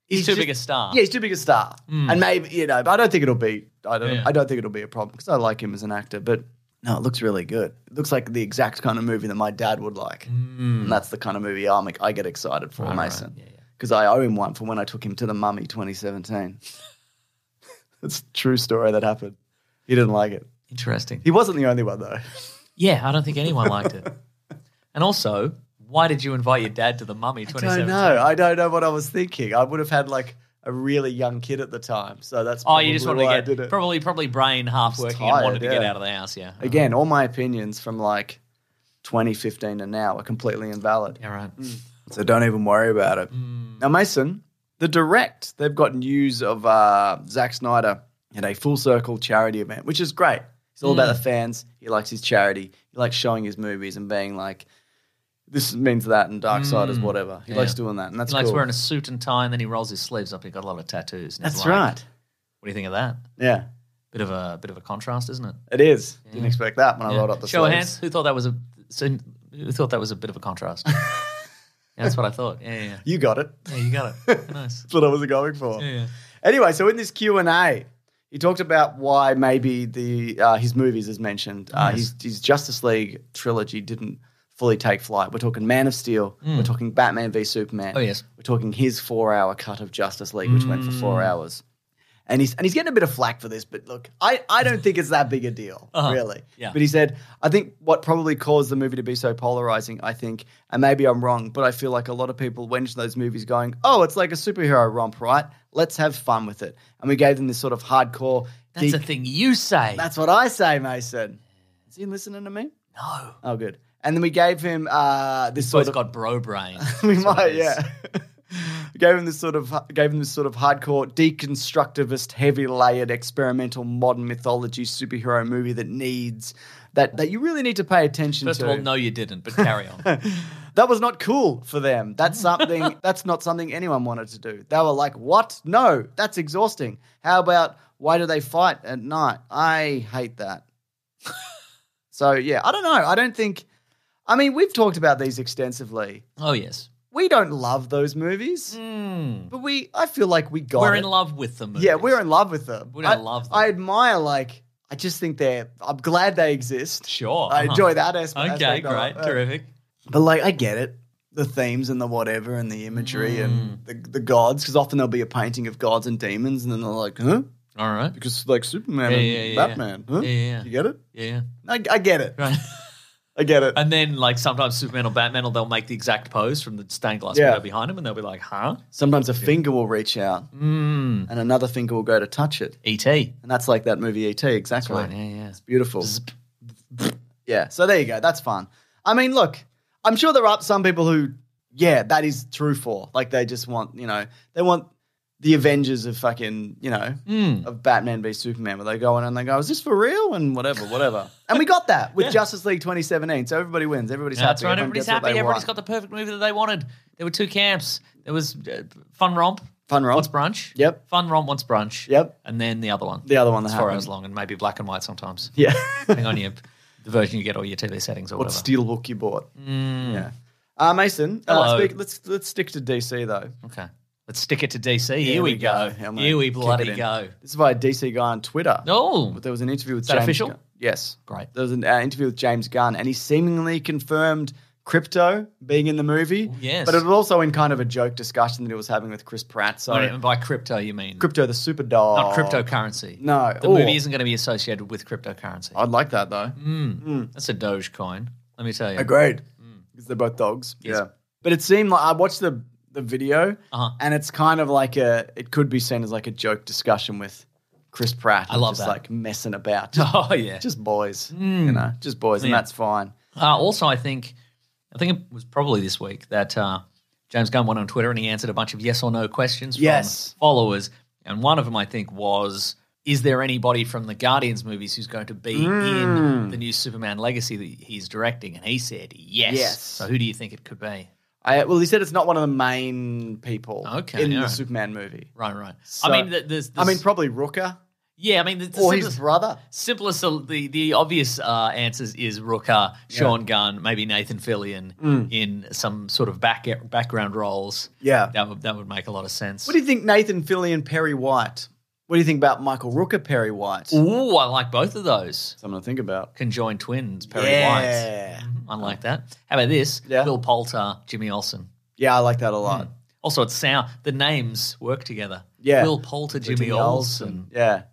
Speaker 3: He's, too
Speaker 1: just-
Speaker 3: big a star.
Speaker 1: Yeah, he's too big a star, and maybe you know. But I don't think it'll be. I don't.
Speaker 3: Hmm. Yeah.
Speaker 1: I don't think it'll be a problem because I like him as an actor. But no, it looks really good. It looks like the exact kind of movie that my dad would like, and that's the kind of movie I'm, I get excited for,
Speaker 3: Right, right.
Speaker 1: Mason.
Speaker 3: Hmm. Yeah, yeah.
Speaker 1: Because I owe him one for when I took him to the Mummy 2017. It's a true story that happened. He didn't like it.
Speaker 3: Interesting.
Speaker 1: He wasn't the only one though.
Speaker 3: Yeah, I don't think anyone liked it. And also, why did you invite your dad to the Mummy
Speaker 1: I don't
Speaker 3: 2017?
Speaker 1: know. I don't know what I was thinking. I would have had like a really young kid at the time, so that's
Speaker 3: Oh,
Speaker 1: probably
Speaker 3: you just wanted
Speaker 1: why
Speaker 3: to
Speaker 1: I
Speaker 3: get
Speaker 1: did it.
Speaker 3: probably probably brain half working and
Speaker 1: tired,
Speaker 3: wanted to get
Speaker 1: yeah.
Speaker 3: out of the house. Yeah.
Speaker 1: Again, all my opinions from like 2015 and now are completely invalid.
Speaker 3: Yeah. Right.
Speaker 1: So don't even worry about it.
Speaker 3: Mm.
Speaker 1: Now, Mason, the direct, they've got news of uh, Zack Snyder at a full circle charity event, which is great. It's all
Speaker 3: Mm.
Speaker 1: about the fans. He likes his charity. He likes showing his movies and being like, this means that and Dark Side is whatever. He
Speaker 3: Mm. Yeah.
Speaker 1: likes doing that. And that's
Speaker 3: he likes
Speaker 1: cool.
Speaker 3: wearing a suit and tie, and then he rolls his sleeves up. He's got a lot of tattoos. and he's
Speaker 1: that's
Speaker 3: like,
Speaker 1: right.
Speaker 3: What do you think of that?
Speaker 1: Yeah,
Speaker 3: Bit of a bit of a contrast, isn't it?
Speaker 1: it is. Didn't expect that when I
Speaker 3: Yeah.
Speaker 1: rolled up the
Speaker 3: Show of
Speaker 1: sleeves.
Speaker 3: hands. Who thought that was a so- who thought that was a bit of a contrast? yeah, that's what I thought. Yeah, yeah,
Speaker 1: You got it.
Speaker 3: yeah. Yeah, you got it. Nice.
Speaker 1: That's what I was going for.
Speaker 3: Yeah, yeah.
Speaker 1: Anyway, so in this Q and A, he talked about why maybe the uh, his movies, as mentioned, uh,
Speaker 3: Yes.
Speaker 1: his, his Justice League trilogy didn't fully take flight. We're talking Man of Steel. We're talking Batman v Superman.
Speaker 3: Mm. Oh, yes. Mm.
Speaker 1: We're talking his four-hour cut of Justice League, which went for four hours. And he's, and he's getting a bit of flack for this, but look, I, I don't think it's that big a deal,
Speaker 3: Uh-huh.
Speaker 1: really.
Speaker 3: Yeah.
Speaker 1: But he said, I think what probably caused the movie to be so polarizing, I think, and maybe I'm wrong, but I feel like a lot of people went into those movies going, oh, it's like a superhero romp, right? Let's have fun with it. And we gave them this sort of hardcore.
Speaker 3: That's
Speaker 1: deep-
Speaker 3: a thing you say.
Speaker 1: That's what I say, Mason. Is he listening to me?
Speaker 3: no.
Speaker 1: Oh, good. And then we gave him uh, this sort
Speaker 3: So it's
Speaker 1: of.
Speaker 3: got bro brain.
Speaker 1: we
Speaker 3: That's what
Speaker 1: might,
Speaker 3: it is.
Speaker 1: yeah. gave him this sort of gave him this sort of hardcore deconstructivist, heavy layered, experimental modern mythology superhero movie that needs that that you really need to pay attention
Speaker 3: First
Speaker 1: to.
Speaker 3: of all, no, you didn't. But carry on.
Speaker 1: That was not cool for them. That's something that's not something anyone wanted to do. They were like, "What? No, that's exhausting. How about why do they fight at night? I hate that." so, yeah, I don't know. I don't think I mean, we've talked about these extensively.
Speaker 3: oh yes.
Speaker 1: We don't love those movies,
Speaker 3: Mm.
Speaker 1: but we I feel like we got
Speaker 3: We're
Speaker 1: it.
Speaker 3: in love with the movie.
Speaker 1: Yeah, we're in love with them.
Speaker 3: We don't
Speaker 1: I,
Speaker 3: love them.
Speaker 1: I admire like I just think they're I'm glad they exist.
Speaker 3: Sure.
Speaker 1: I
Speaker 3: Uh-huh.
Speaker 1: enjoy that as- aspect.
Speaker 3: Okay,
Speaker 1: of it.
Speaker 3: great,
Speaker 1: Uh,
Speaker 3: terrific.
Speaker 1: but like, I get it. The themes and the whatever and the imagery and
Speaker 3: Mm.
Speaker 1: the, the gods, because often there'll be a painting of gods and demons, and then they're like, huh?
Speaker 3: All right.
Speaker 1: Because like Superman
Speaker 3: Yeah,
Speaker 1: and
Speaker 3: yeah, yeah,
Speaker 1: Batman,
Speaker 3: yeah.
Speaker 1: huh?
Speaker 3: Yeah, yeah, yeah.
Speaker 1: You get it?
Speaker 3: Yeah.
Speaker 1: I, I get it.
Speaker 3: Right.
Speaker 1: I get it.
Speaker 3: And then, like sometimes Superman or Batman, will they'll make the exact pose from the stained glass
Speaker 1: Yeah.
Speaker 3: window behind him, and they'll be like, "Huh."
Speaker 1: Sometimes a finger will reach out,
Speaker 3: Mm.
Speaker 1: and another finger will go to touch it,
Speaker 3: E.T.
Speaker 1: and that's like that movie ET, exactly.
Speaker 3: Right. Yeah. Yeah.
Speaker 1: It's beautiful.
Speaker 3: Zip.
Speaker 1: Yeah. So there you go. That's fun. I mean, look, I'm sure there are some people who, yeah, that is true for. Like they just want, you know, they want the Avengers of fucking, you know,
Speaker 3: Hmm.
Speaker 1: of Batman v Superman, where they go in and they go, is this for real? And whatever, whatever. and we got that with Justice League 2017. So everybody wins. Everybody's
Speaker 3: That's
Speaker 1: happy.
Speaker 3: right.
Speaker 1: Everyone
Speaker 3: Everybody's
Speaker 1: gets what
Speaker 3: happy.
Speaker 1: they
Speaker 3: Everybody's
Speaker 1: want.
Speaker 3: got the perfect movie that they wanted. There were two camps. There was uh, Fun Romp.
Speaker 1: Fun Romp.
Speaker 3: Wants brunch.
Speaker 1: Yep.
Speaker 3: Fun Romp wants brunch.
Speaker 1: Yep.
Speaker 3: And then the other one.
Speaker 1: The other one that
Speaker 3: It's four
Speaker 1: happened.
Speaker 3: hours long and maybe black and white sometimes.
Speaker 1: Yeah.
Speaker 3: Depending on your, the version you get or your TV settings or
Speaker 1: what
Speaker 3: whatever. Hmm.
Speaker 1: steelbook you bought. Yeah. Uh, Mason, uh,
Speaker 3: Hello.
Speaker 1: speak, let's let's stick to DC though.
Speaker 3: okay. Let's stick it to DC. Here,
Speaker 1: Here
Speaker 3: we,
Speaker 1: we
Speaker 3: go.
Speaker 1: go. Yeah, mate.
Speaker 3: Here we
Speaker 1: Keep it
Speaker 3: bloody
Speaker 1: in.
Speaker 3: go.
Speaker 1: This is by a DC guy on Twitter.
Speaker 3: Oh,
Speaker 1: But there was an interview with
Speaker 3: that
Speaker 1: James
Speaker 3: official?
Speaker 1: Gunn. Yes.
Speaker 3: Great.
Speaker 1: There was an uh, interview with James Gunn, and he seemingly confirmed crypto being in the movie.
Speaker 3: yes.
Speaker 1: But it was also in kind of a joke discussion that he was having with Chris Pratt. So
Speaker 3: Wait, and by crypto you mean
Speaker 1: crypto, the super doll.
Speaker 3: not cryptocurrency.
Speaker 1: No.
Speaker 3: The
Speaker 1: Ooh.
Speaker 3: movie Mm. isn't going to be associated with cryptocurrency.
Speaker 1: I'd like that though.
Speaker 3: Hmm.
Speaker 1: Hmm.
Speaker 3: That's a Dogecoin. Let me tell you.
Speaker 1: Agreed. Because they're both dogs.
Speaker 3: Mm. Yes.
Speaker 1: Yeah. But it seemed like I watched the the video,
Speaker 3: Uh-huh.
Speaker 1: and it's kind of like a. It could be seen as like a joke discussion with Chris Pratt.
Speaker 3: I love
Speaker 1: just
Speaker 3: that.
Speaker 1: Like messing about.
Speaker 3: Oh yeah.
Speaker 1: just boys, you know, just boys, and
Speaker 3: Yeah.
Speaker 1: that's fine.
Speaker 3: Uh, also, I think I think it was probably this week that uh, James Gunn went on Twitter and he answered a bunch of yes or no questions
Speaker 1: Yes.
Speaker 3: from followers, and one of them I think was. Is there anybody from the Guardians movies who's going to be
Speaker 1: Hmm.
Speaker 3: in the new Superman legacy that he's directing? And he said yes.
Speaker 1: Yes.
Speaker 3: So who do you think it could be?
Speaker 1: I, well, he said it's not one of the main people
Speaker 3: Um, Okay,
Speaker 1: in the
Speaker 3: alright.
Speaker 1: Superman movie.
Speaker 3: Right, right.
Speaker 1: So-
Speaker 3: I mean, the, there's,
Speaker 1: I mean,
Speaker 3: there's-
Speaker 1: probably Rooker
Speaker 3: yeah, I mean, the, the
Speaker 1: or
Speaker 3: simplest-
Speaker 1: his brother.
Speaker 3: simplest the the obvious uh, answers is Rooker, Sean Gunn, maybe Nathan Fillion
Speaker 1: Mm.
Speaker 3: in some sort of back background roles.
Speaker 1: Yeah.
Speaker 3: That would that would make a lot of sense.
Speaker 1: What do you think, Nathan Fillion, Perry White? What do you think about Michael Rooker, Perry White?
Speaker 3: Ooh, I like both of those.
Speaker 1: Something to think about.
Speaker 3: Conjoined twins, Perry White.
Speaker 1: yeah. Mm-hmm.
Speaker 3: I like that. How about this?
Speaker 1: Yeah.
Speaker 3: Bill Poulter, Jimmy Olsen.
Speaker 1: Yeah, I like
Speaker 3: Hmm.
Speaker 1: that a lot.
Speaker 3: Also, it's sound. The names work together.
Speaker 1: Yeah.
Speaker 3: Will Poulter, Jimmy, Olsen.
Speaker 1: Yeah.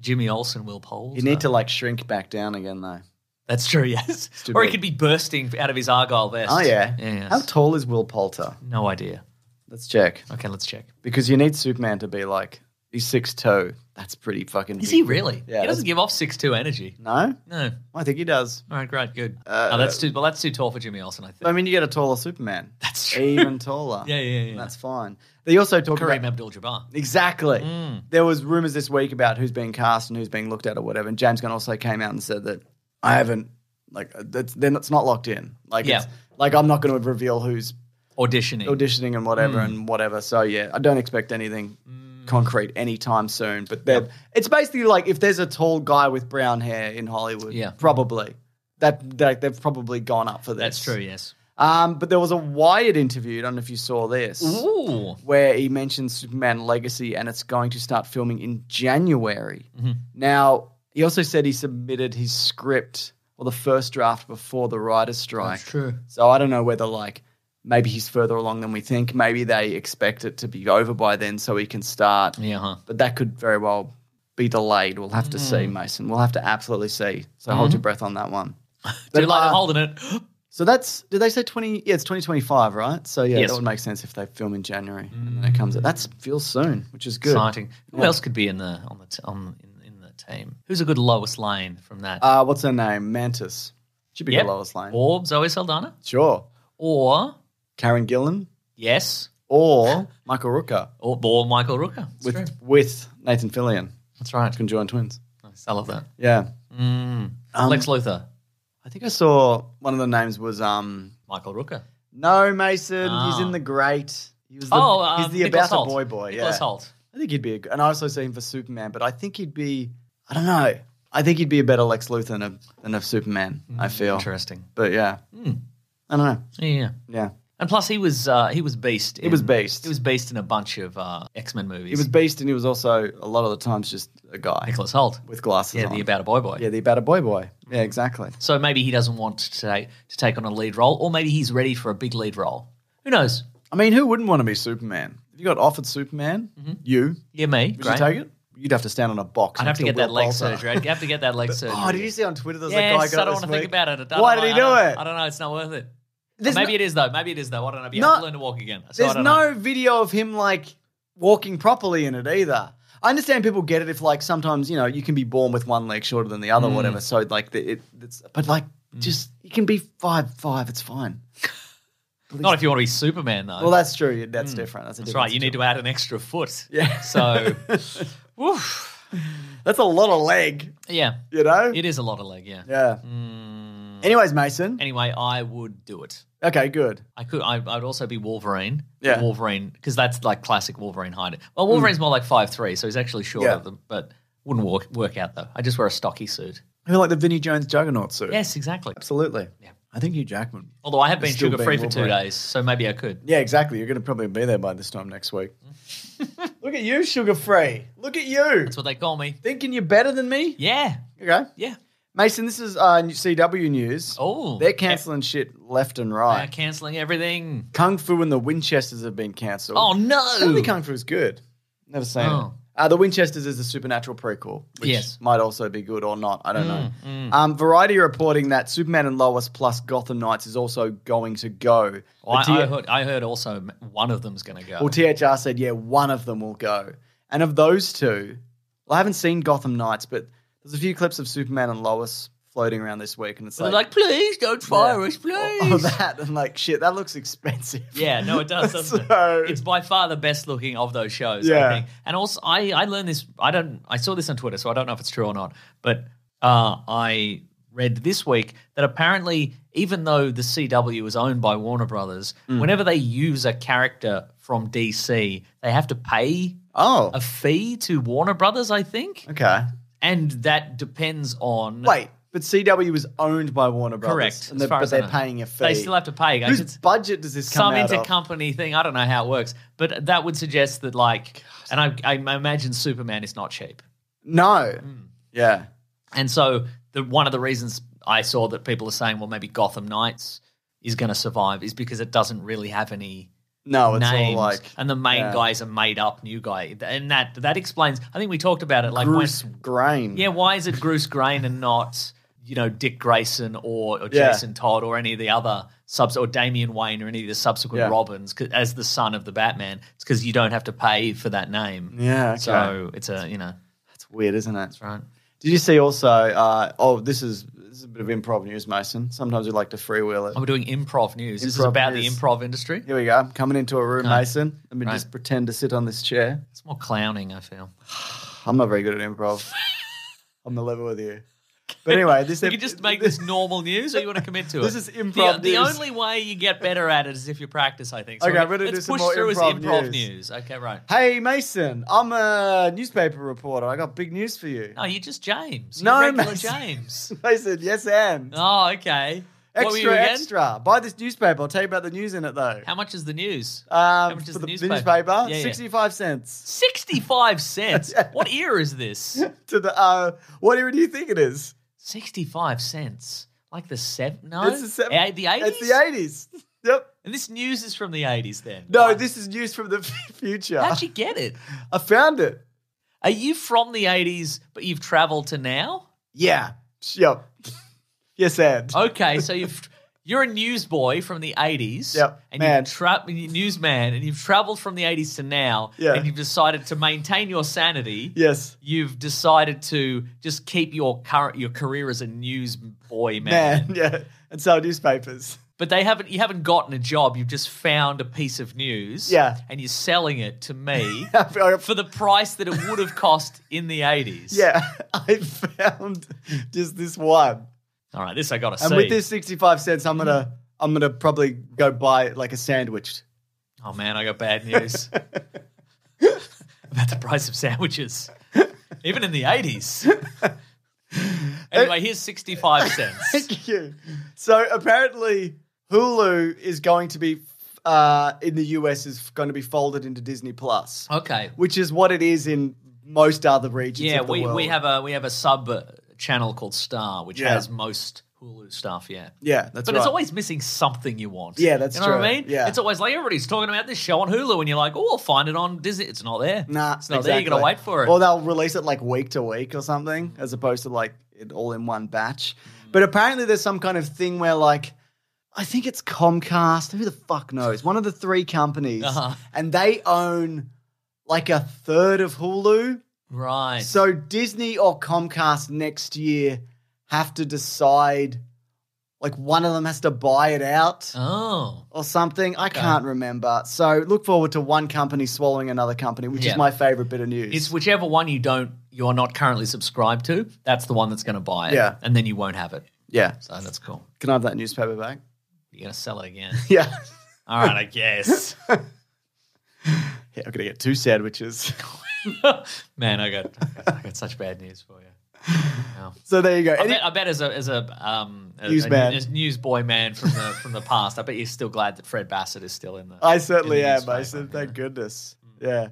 Speaker 3: Jimmy Olsen, Will Poulter.
Speaker 1: You need to like shrink back down again, though.
Speaker 3: That's true. Yes.
Speaker 1: too
Speaker 3: Or he
Speaker 1: big.
Speaker 3: could be bursting out of his argyle vest.
Speaker 1: Oh, yeah.
Speaker 3: Yes.
Speaker 1: How tall is Will Poulter?
Speaker 3: no idea.
Speaker 1: Let's check.
Speaker 3: Okay, let's check.
Speaker 1: Because you need Superman to be like, he's 6'2. That's pretty fucking
Speaker 3: Is
Speaker 1: big.
Speaker 3: he really?
Speaker 1: Yeah,
Speaker 3: he
Speaker 1: that's-
Speaker 3: doesn't give off six two energy.
Speaker 1: No?
Speaker 3: No.
Speaker 1: I think he does.
Speaker 3: All right, great, good.
Speaker 1: Uh,
Speaker 3: no, that's too. Well, that's too tall for Jimmy Olsen, I think.
Speaker 1: I mean, you get a taller Superman.
Speaker 3: that's true.
Speaker 1: even taller.
Speaker 3: Yeah, yeah, yeah.
Speaker 1: That's fine. They also talk
Speaker 3: Kareem
Speaker 1: about
Speaker 3: Abdul-Jabbar.
Speaker 1: exactly.
Speaker 3: Mm.
Speaker 1: There was rumors this week about who's being cast and who's being looked at or whatever. And James Gunn also came out and said that I haven't like uh, that's then it's not locked in. Like
Speaker 3: Yeah.
Speaker 1: it's, like I'm not going to reveal who's
Speaker 3: Auditioning.
Speaker 1: auditioning and whatever
Speaker 3: Mm.
Speaker 1: and whatever. So yeah, I don't expect anything concrete anytime soon. But they're it's basically like if there's a tall guy with brown hair in Hollywood,
Speaker 3: Yeah.
Speaker 1: probably. That, that they've probably gone up for this.
Speaker 3: that's true. Yes.
Speaker 1: Um, but there was a Wired interview. I don't know if you saw this
Speaker 3: Ooh.
Speaker 1: where he mentions Superman Legacy and it's going to start filming in January.
Speaker 3: Mm-hmm.
Speaker 1: Now, he also said he submitted his script or the first draft before the writer's strike.
Speaker 3: true.
Speaker 1: So I don't know whether, like, maybe he's further along than we think. Maybe they expect it to be over by then so he can start.
Speaker 3: Yeah. Huh.
Speaker 1: But that could very well be delayed. We'll have to see,
Speaker 3: Mm.
Speaker 1: Mason. We'll have to absolutely see. So hold your breath on that one.
Speaker 3: Dude, Mm-hmm. like
Speaker 1: uh,
Speaker 3: holding it.
Speaker 1: So that's did they say twenty? Yeah, it's twenty twenty five, right? So yeah,
Speaker 3: Yes.
Speaker 1: that would make sense if they film in January and
Speaker 3: Mm.
Speaker 1: then it comes. out. That's feels soon, which is good.
Speaker 3: Exciting. Who else could be in the on the t- on in, in the team? Who's a good Lois Lane from that?
Speaker 1: Uh, what's her name? Mantis. Should be
Speaker 3: Yep.
Speaker 1: the lowest lane.
Speaker 3: Or Zoe Saldana?
Speaker 1: sure,
Speaker 3: Or
Speaker 1: Karen Gillan
Speaker 3: yes?
Speaker 1: or Michael Rooker
Speaker 3: Or, or Michael Rooker? That's
Speaker 1: with
Speaker 3: true.
Speaker 1: with Nathan Fillion,
Speaker 3: That's right.
Speaker 1: conjoined twins.
Speaker 3: Nice. I love that. Mm.
Speaker 1: Yeah, Um,
Speaker 3: Lex Luthor.
Speaker 1: I think I saw one of the names was um
Speaker 3: Michael Rooker.
Speaker 1: no Mason. He's
Speaker 3: Ah.
Speaker 1: in the great. He was the,
Speaker 3: oh, um,
Speaker 1: he's the
Speaker 3: Nicholas
Speaker 1: about
Speaker 3: Holt.
Speaker 1: a boy boy.
Speaker 3: Nicholas
Speaker 1: yeah,
Speaker 3: Holt.
Speaker 1: I think he'd be a good, and I also see him for Superman, but I think he'd be, I don't know, I think he'd be a better Lex Luthor than a, than a Superman, I feel.
Speaker 3: Mm, Interesting. Hmm.
Speaker 1: But yeah, I don't know.
Speaker 3: Yeah, Yeah.
Speaker 1: Yeah.
Speaker 3: And plus, he was uh, he was Beast. It
Speaker 1: was Beast.
Speaker 3: He was Beast in a bunch of uh, X Men movies.
Speaker 1: He was Beast and he was also, a lot of the times, just a guy
Speaker 3: Nicholas Holt.
Speaker 1: with glasses
Speaker 3: Yeah,
Speaker 1: on.
Speaker 3: the About a Boy Boy.
Speaker 1: yeah, the about a boy boy. Yeah, exactly.
Speaker 3: So maybe he doesn't want to take, to take on a lead role, or maybe he's ready for a big lead role. Who knows?
Speaker 1: I mean, who wouldn't want to be Superman? If you got offered Superman, you,
Speaker 3: Yeah, me.
Speaker 1: would
Speaker 3: Mm-hmm. Great.
Speaker 1: you take it? You'd have to stand on a box.
Speaker 3: I'd have to
Speaker 1: until
Speaker 3: get that
Speaker 1: Will
Speaker 3: leg
Speaker 1: Poulter-
Speaker 3: surgery. I'd have to get that leg surgery.
Speaker 1: Oh, did you see on Twitter there's
Speaker 3: Yes,
Speaker 1: a guy got
Speaker 3: I
Speaker 1: this
Speaker 3: don't want to think
Speaker 1: week?
Speaker 3: about it. I don't
Speaker 1: Why
Speaker 3: know.
Speaker 1: did he
Speaker 3: I
Speaker 1: do
Speaker 3: don't-
Speaker 1: it?
Speaker 3: I don't know. It's not worth it.
Speaker 1: There's
Speaker 3: maybe
Speaker 1: no-
Speaker 3: it is though. Maybe it is though. I don't know. But you
Speaker 1: No.
Speaker 3: have to learn to walk again. So I
Speaker 1: There's
Speaker 3: don't know.
Speaker 1: no video of him like walking properly in it either. I understand people get it if like sometimes you know you can be born with one leg shorter than the other,
Speaker 3: Mm.
Speaker 1: or whatever. So like the, it, it's but like just you can be five five, it's fine.
Speaker 3: Not if you want to be Superman, though.
Speaker 1: Well, that's true. yeah, That's different. That's, a
Speaker 3: Mm. That's right. You need to add an extra foot. Yeah. So, woof.
Speaker 1: That's a lot of leg.
Speaker 3: yeah,
Speaker 1: You know.
Speaker 3: it is a lot of leg. Yeah.
Speaker 1: yeah.
Speaker 3: Mm.
Speaker 1: Anyways, Mason.
Speaker 3: Anyway, I would do it.
Speaker 1: Okay, good.
Speaker 3: I could. I, I'd also be Wolverine.
Speaker 1: Yeah. Mm.
Speaker 3: Wolverine, because that's like classic Wolverine height. Well, Wolverine's more like five three, so he's actually shorter.
Speaker 1: Yeah.
Speaker 3: Than, but wouldn't work work out though. I just wear a stocky suit.
Speaker 1: I feel like the Vinnie Jones Juggernaut suit.
Speaker 3: Yes, exactly.
Speaker 1: absolutely. Yeah. I think you, Jackman.
Speaker 3: Although I have been
Speaker 1: It's still
Speaker 3: sugar free for
Speaker 1: being
Speaker 3: two
Speaker 1: Wolverine.
Speaker 3: days, so maybe I could.
Speaker 1: Yeah, exactly. You're going to probably be there by this time next week. Look at you, sugar free. Look at you.
Speaker 3: That's what they call me.
Speaker 1: Thinking you're better than me.
Speaker 3: Yeah.
Speaker 1: Okay,
Speaker 3: Yeah.
Speaker 1: Mason. This is uh, CW news.
Speaker 3: Oh.
Speaker 1: they're canceling shit left and
Speaker 3: They're
Speaker 1: right.
Speaker 3: canceling everything.
Speaker 1: Kung Fu and the Winchesters have been cancelled.
Speaker 3: Oh
Speaker 1: I don't
Speaker 3: no.
Speaker 1: think Kung Fu is good. Never seen
Speaker 3: Oh.
Speaker 1: it. Uh, the Winchesters is a supernatural prequel, which
Speaker 3: Yes. Mm,
Speaker 1: might also be good or not. I don't know. Um, Variety reporting that Superman and Lois plus Gotham Knights is also going to go.
Speaker 3: Well, I,
Speaker 1: The T-
Speaker 3: I heard. I heard also m- one of them's going to go.
Speaker 1: well, THR said, yeah, one of them will go. And of those two, well, I haven't seen Gotham Knights, but there's a few clips of Superman and Lois floating around this week, and it's
Speaker 3: They're
Speaker 1: like,
Speaker 3: like, please don't fire us,
Speaker 1: oh,
Speaker 3: please.
Speaker 1: oh, that, and like, shit, that looks expensive.
Speaker 3: Yeah, no, it does. Doesn't
Speaker 1: So-
Speaker 3: it? It's by far the best looking of those shows.
Speaker 1: Yeah.
Speaker 3: I think. And also, I, I learned this. I don't. I saw this on Twitter, so I don't know if it's true or not. But uh, I read this week that apparently, even though the CW is owned by Warner Brothers,
Speaker 1: Mm.
Speaker 3: whenever they use a character from DC, they have to pay
Speaker 1: Oh,
Speaker 3: a fee to Warner Brothers. I think,
Speaker 1: okay.
Speaker 3: and that depends on
Speaker 1: Wait, but CW was owned by Warner Brothers.
Speaker 3: Correct.
Speaker 1: and
Speaker 3: as
Speaker 1: they-
Speaker 3: far
Speaker 1: but
Speaker 3: as I
Speaker 1: they're
Speaker 3: know.
Speaker 1: paying a fee.
Speaker 3: They still have to pay. guys.
Speaker 1: Whose
Speaker 3: It's-
Speaker 1: budget does this come
Speaker 3: some
Speaker 1: out of?
Speaker 3: intercompany thing. I don't know how it works, but that would suggest that, like, and I, I imagine Superman is not cheap,
Speaker 1: No.
Speaker 3: Hmm.
Speaker 1: Yeah.
Speaker 3: and so the one of the reasons I saw that people are saying, well, maybe Gotham Knights is going to survive is because it doesn't really have any
Speaker 1: No, it's
Speaker 3: names,
Speaker 1: all like
Speaker 3: and the main
Speaker 1: yeah.
Speaker 3: guy's a made up new guy, and that that explains. I think we talked about it, like
Speaker 1: Bruce
Speaker 3: when,
Speaker 1: Grain.
Speaker 3: yeah, why is it Bruce Grain and not you know Dick Grayson or, or
Speaker 1: Yeah.
Speaker 3: Jason Todd or any of the other subs or Damian Wayne or any of the subsequent
Speaker 1: Yeah.
Speaker 3: Robins 'cause- as the son of the Batman? It's because you don't have to pay for that name.
Speaker 1: Yeah, okay.
Speaker 3: So it's a you know
Speaker 1: That's weird, isn't it?
Speaker 3: right.
Speaker 1: Did you see also? Uh, oh, this is this is a bit of improv news, Mason. Sometimes we like to freewheel it.
Speaker 3: I'm doing improv news. this is
Speaker 1: Improv
Speaker 3: about
Speaker 1: news.
Speaker 3: the improv industry.
Speaker 1: Here we go. I'm coming into a room, Mason. Let me
Speaker 3: Right.
Speaker 1: just pretend to sit on this chair.
Speaker 3: It's more clowning. I feel
Speaker 1: I'm not very good at improv. I'm the level with you. But anyway, this
Speaker 3: you can just make this normal news, or you want to commit to it?
Speaker 1: This is improv
Speaker 3: The, the
Speaker 1: news.
Speaker 3: only way you get better at it is if you practice. I think. So
Speaker 1: Okay,
Speaker 3: we're
Speaker 1: I'm gonna
Speaker 3: let's
Speaker 1: do some
Speaker 3: push
Speaker 1: more
Speaker 3: through
Speaker 1: improv
Speaker 3: as improv
Speaker 1: news.
Speaker 3: news. Okay, right.
Speaker 1: Hey Mason, I'm a newspaper reporter. I got big news for you.
Speaker 3: No, you're just James. You're
Speaker 1: No,
Speaker 3: regular
Speaker 1: mate.
Speaker 3: James.
Speaker 1: Mason, yes, and
Speaker 3: Oh, okay. What were you
Speaker 1: extra,
Speaker 3: again?
Speaker 1: extra. Buy this newspaper. I'll tell you about the news in it though.
Speaker 3: How much is the news?
Speaker 1: Um,
Speaker 3: much is
Speaker 1: for the
Speaker 3: the
Speaker 1: newspaper,
Speaker 3: newspaper? Yeah, yeah.
Speaker 1: sixty-five cents.
Speaker 3: 65 cents. What era is this?
Speaker 1: To the uh, what era do you think it is?
Speaker 3: 65 cents. Like the seven? No,
Speaker 1: It's the seven-
Speaker 3: Eh, the 80s?
Speaker 1: It's the eighties. Yep.
Speaker 3: And this news is from the 80s then?
Speaker 1: No,
Speaker 3: Right.
Speaker 1: this is news from the f- future.
Speaker 3: How'd you get it?
Speaker 1: I found it.
Speaker 3: Are you from the 80s, but you've traveled to now?
Speaker 1: Yeah. Oh. Yep. yes, and
Speaker 3: Okay, so you've. You're a newsboy from the 80s,
Speaker 1: Yep,
Speaker 3: and
Speaker 1: man.
Speaker 3: you've tra- newsman, and you've traveled from the 80s to now,
Speaker 1: Yeah.
Speaker 3: and you've decided to maintain your sanity,
Speaker 1: yes,
Speaker 3: you've decided to just keep your current your career as a newsboy man.
Speaker 1: man. Yeah, and sell newspapers.
Speaker 3: But they haven't you haven't gotten a job, you've just found a piece of news.
Speaker 1: Yeah.
Speaker 3: And you're selling it to me
Speaker 1: I found-
Speaker 3: for the price that it would have cost in the eighties.
Speaker 1: yeah, I found just this one.
Speaker 3: All right, this I gotta
Speaker 1: And
Speaker 3: see.
Speaker 1: with this 65 cents, I'm gonna I'm gonna probably go buy like a sandwich.
Speaker 3: oh man, I got bad news. About the price of sandwiches. Even in the eighties. Anyway, here's sixty five cents.
Speaker 1: Thank you. So apparently Hulu is going to be uh, in the US is going to be folded into Disney Plus,
Speaker 3: Okay.
Speaker 1: which is what it is in most other regions.
Speaker 3: Yeah,
Speaker 1: of the
Speaker 3: we,
Speaker 1: world.
Speaker 3: we have a we have a sub uh, channel called Star, which
Speaker 1: Yeah.
Speaker 3: has most Hulu stuff. Yeah,
Speaker 1: Yeah, that's
Speaker 3: but
Speaker 1: right.
Speaker 3: it's always missing something you want.
Speaker 1: Yeah, that's
Speaker 3: you know What I
Speaker 1: true.
Speaker 3: mean,
Speaker 1: Yeah.
Speaker 3: it's always like everybody's talking about this show on Hulu, and you're like, oh, I'll find it on Disney. It's not there.
Speaker 1: Nah,
Speaker 3: it's not there. You gotta
Speaker 1: exactly.
Speaker 3: wait for it.
Speaker 1: Or they'll release it like week to week or something, as opposed to like it all in one batch.
Speaker 3: Mm.
Speaker 1: But apparently, there's some kind of thing where like. I think it's Comcast. Who the fuck knows? One of the three companies,
Speaker 3: Uh-huh.
Speaker 1: and they own like a third of Hulu.
Speaker 3: right.
Speaker 1: So Disney or Comcast next year have to decide like one of them has to buy it out
Speaker 3: Oh.
Speaker 1: or something. I can't remember. So look forward to one company swallowing another company, which
Speaker 3: Yeah.
Speaker 1: is my favorite bit of news.
Speaker 3: It's whichever one you don't, you're not currently subscribed to, that's the one that's going to buy it.
Speaker 1: Yeah.
Speaker 3: And then you won't have it.
Speaker 1: yeah.
Speaker 3: So that's cool.
Speaker 1: Can I have that newspaper back?
Speaker 3: You're going to sell it again.
Speaker 1: Yeah.
Speaker 3: All right, I guess.
Speaker 1: yeah I'm going to get two sandwiches.
Speaker 3: Man, I got, I got such bad news for you. Wow.
Speaker 1: so there you go.
Speaker 3: I
Speaker 1: Any-
Speaker 3: bet, I bet as a as a um a-
Speaker 1: Newsman.
Speaker 3: a, as newsboy man from the from the past, I bet you're still glad that Fred Bassett is still in the.
Speaker 1: I certainly
Speaker 3: in the
Speaker 1: am,
Speaker 3: newspaper,
Speaker 1: Mason.
Speaker 3: yeah. Mm.
Speaker 1: Thank goodness. Yeah.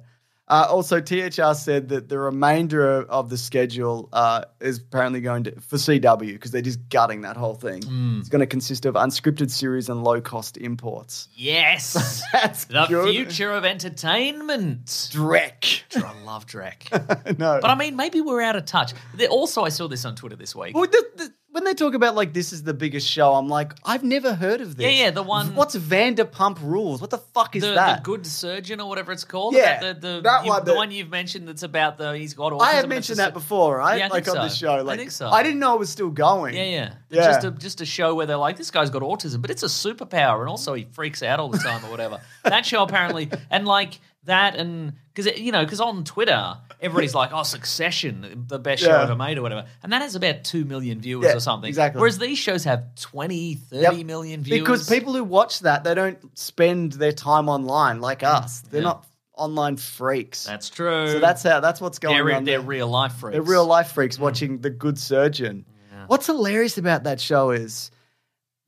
Speaker 1: Uh, also, THR said that the remainder of the schedule uh, is apparently going to for CW because they're just gutting that whole thing.
Speaker 3: Mm.
Speaker 1: It's going to consist of unscripted series and low cost imports.
Speaker 3: Yes,
Speaker 1: That's
Speaker 3: the
Speaker 1: good.
Speaker 3: future of entertainment.
Speaker 1: Dreck.
Speaker 3: I love Drek,
Speaker 1: no.
Speaker 3: but I mean, maybe we're out of touch. There- also, I saw this on Twitter this week.
Speaker 1: Well, the, the, when they talk about like this is the biggest show, I'm like, I've never heard of this.
Speaker 3: Yeah, yeah, the one-
Speaker 1: What's Vanderpump Rules? What the fuck is
Speaker 3: The, the
Speaker 1: that?
Speaker 3: good surgeon or whatever it's called.
Speaker 1: Yeah,
Speaker 3: the, the, the-
Speaker 1: that
Speaker 3: you-
Speaker 1: one
Speaker 3: the
Speaker 1: that-
Speaker 3: one you've mentioned that's about the he's got. Autism
Speaker 1: I had
Speaker 3: and it's
Speaker 1: mentioned
Speaker 3: a-
Speaker 1: that before, right?
Speaker 3: Yeah, I
Speaker 1: like
Speaker 3: think
Speaker 1: on the
Speaker 3: so.
Speaker 1: show.
Speaker 3: I
Speaker 1: Like,
Speaker 3: think so.
Speaker 1: I didn't know it was still going.
Speaker 3: Yeah, yeah.
Speaker 1: Yeah.
Speaker 3: Just a just a show where they're like, this guy's got autism, but it's a superpower, and also he freaks out all the time or whatever. that show apparently, and like that, and because you know, because on Twitter everybody's like, oh, Succession, the best show
Speaker 1: Yeah.
Speaker 3: ever made or whatever, and that has about two million viewers
Speaker 1: Yeah,
Speaker 3: or something.
Speaker 1: exactly.
Speaker 3: Whereas these shows have 20, 30 million
Speaker 1: Yep.
Speaker 3: viewers
Speaker 1: Because people who watch that, they don't spend their time online like us. They're
Speaker 3: Mm, Yeah.
Speaker 1: not online freaks.
Speaker 3: That's true.
Speaker 1: so that's how that's what's going
Speaker 3: they're, re-
Speaker 1: on.
Speaker 3: they're
Speaker 1: there.
Speaker 3: real life freaks.
Speaker 1: They're real life freaks watching The Good Surgeon. What's hilarious about that show is,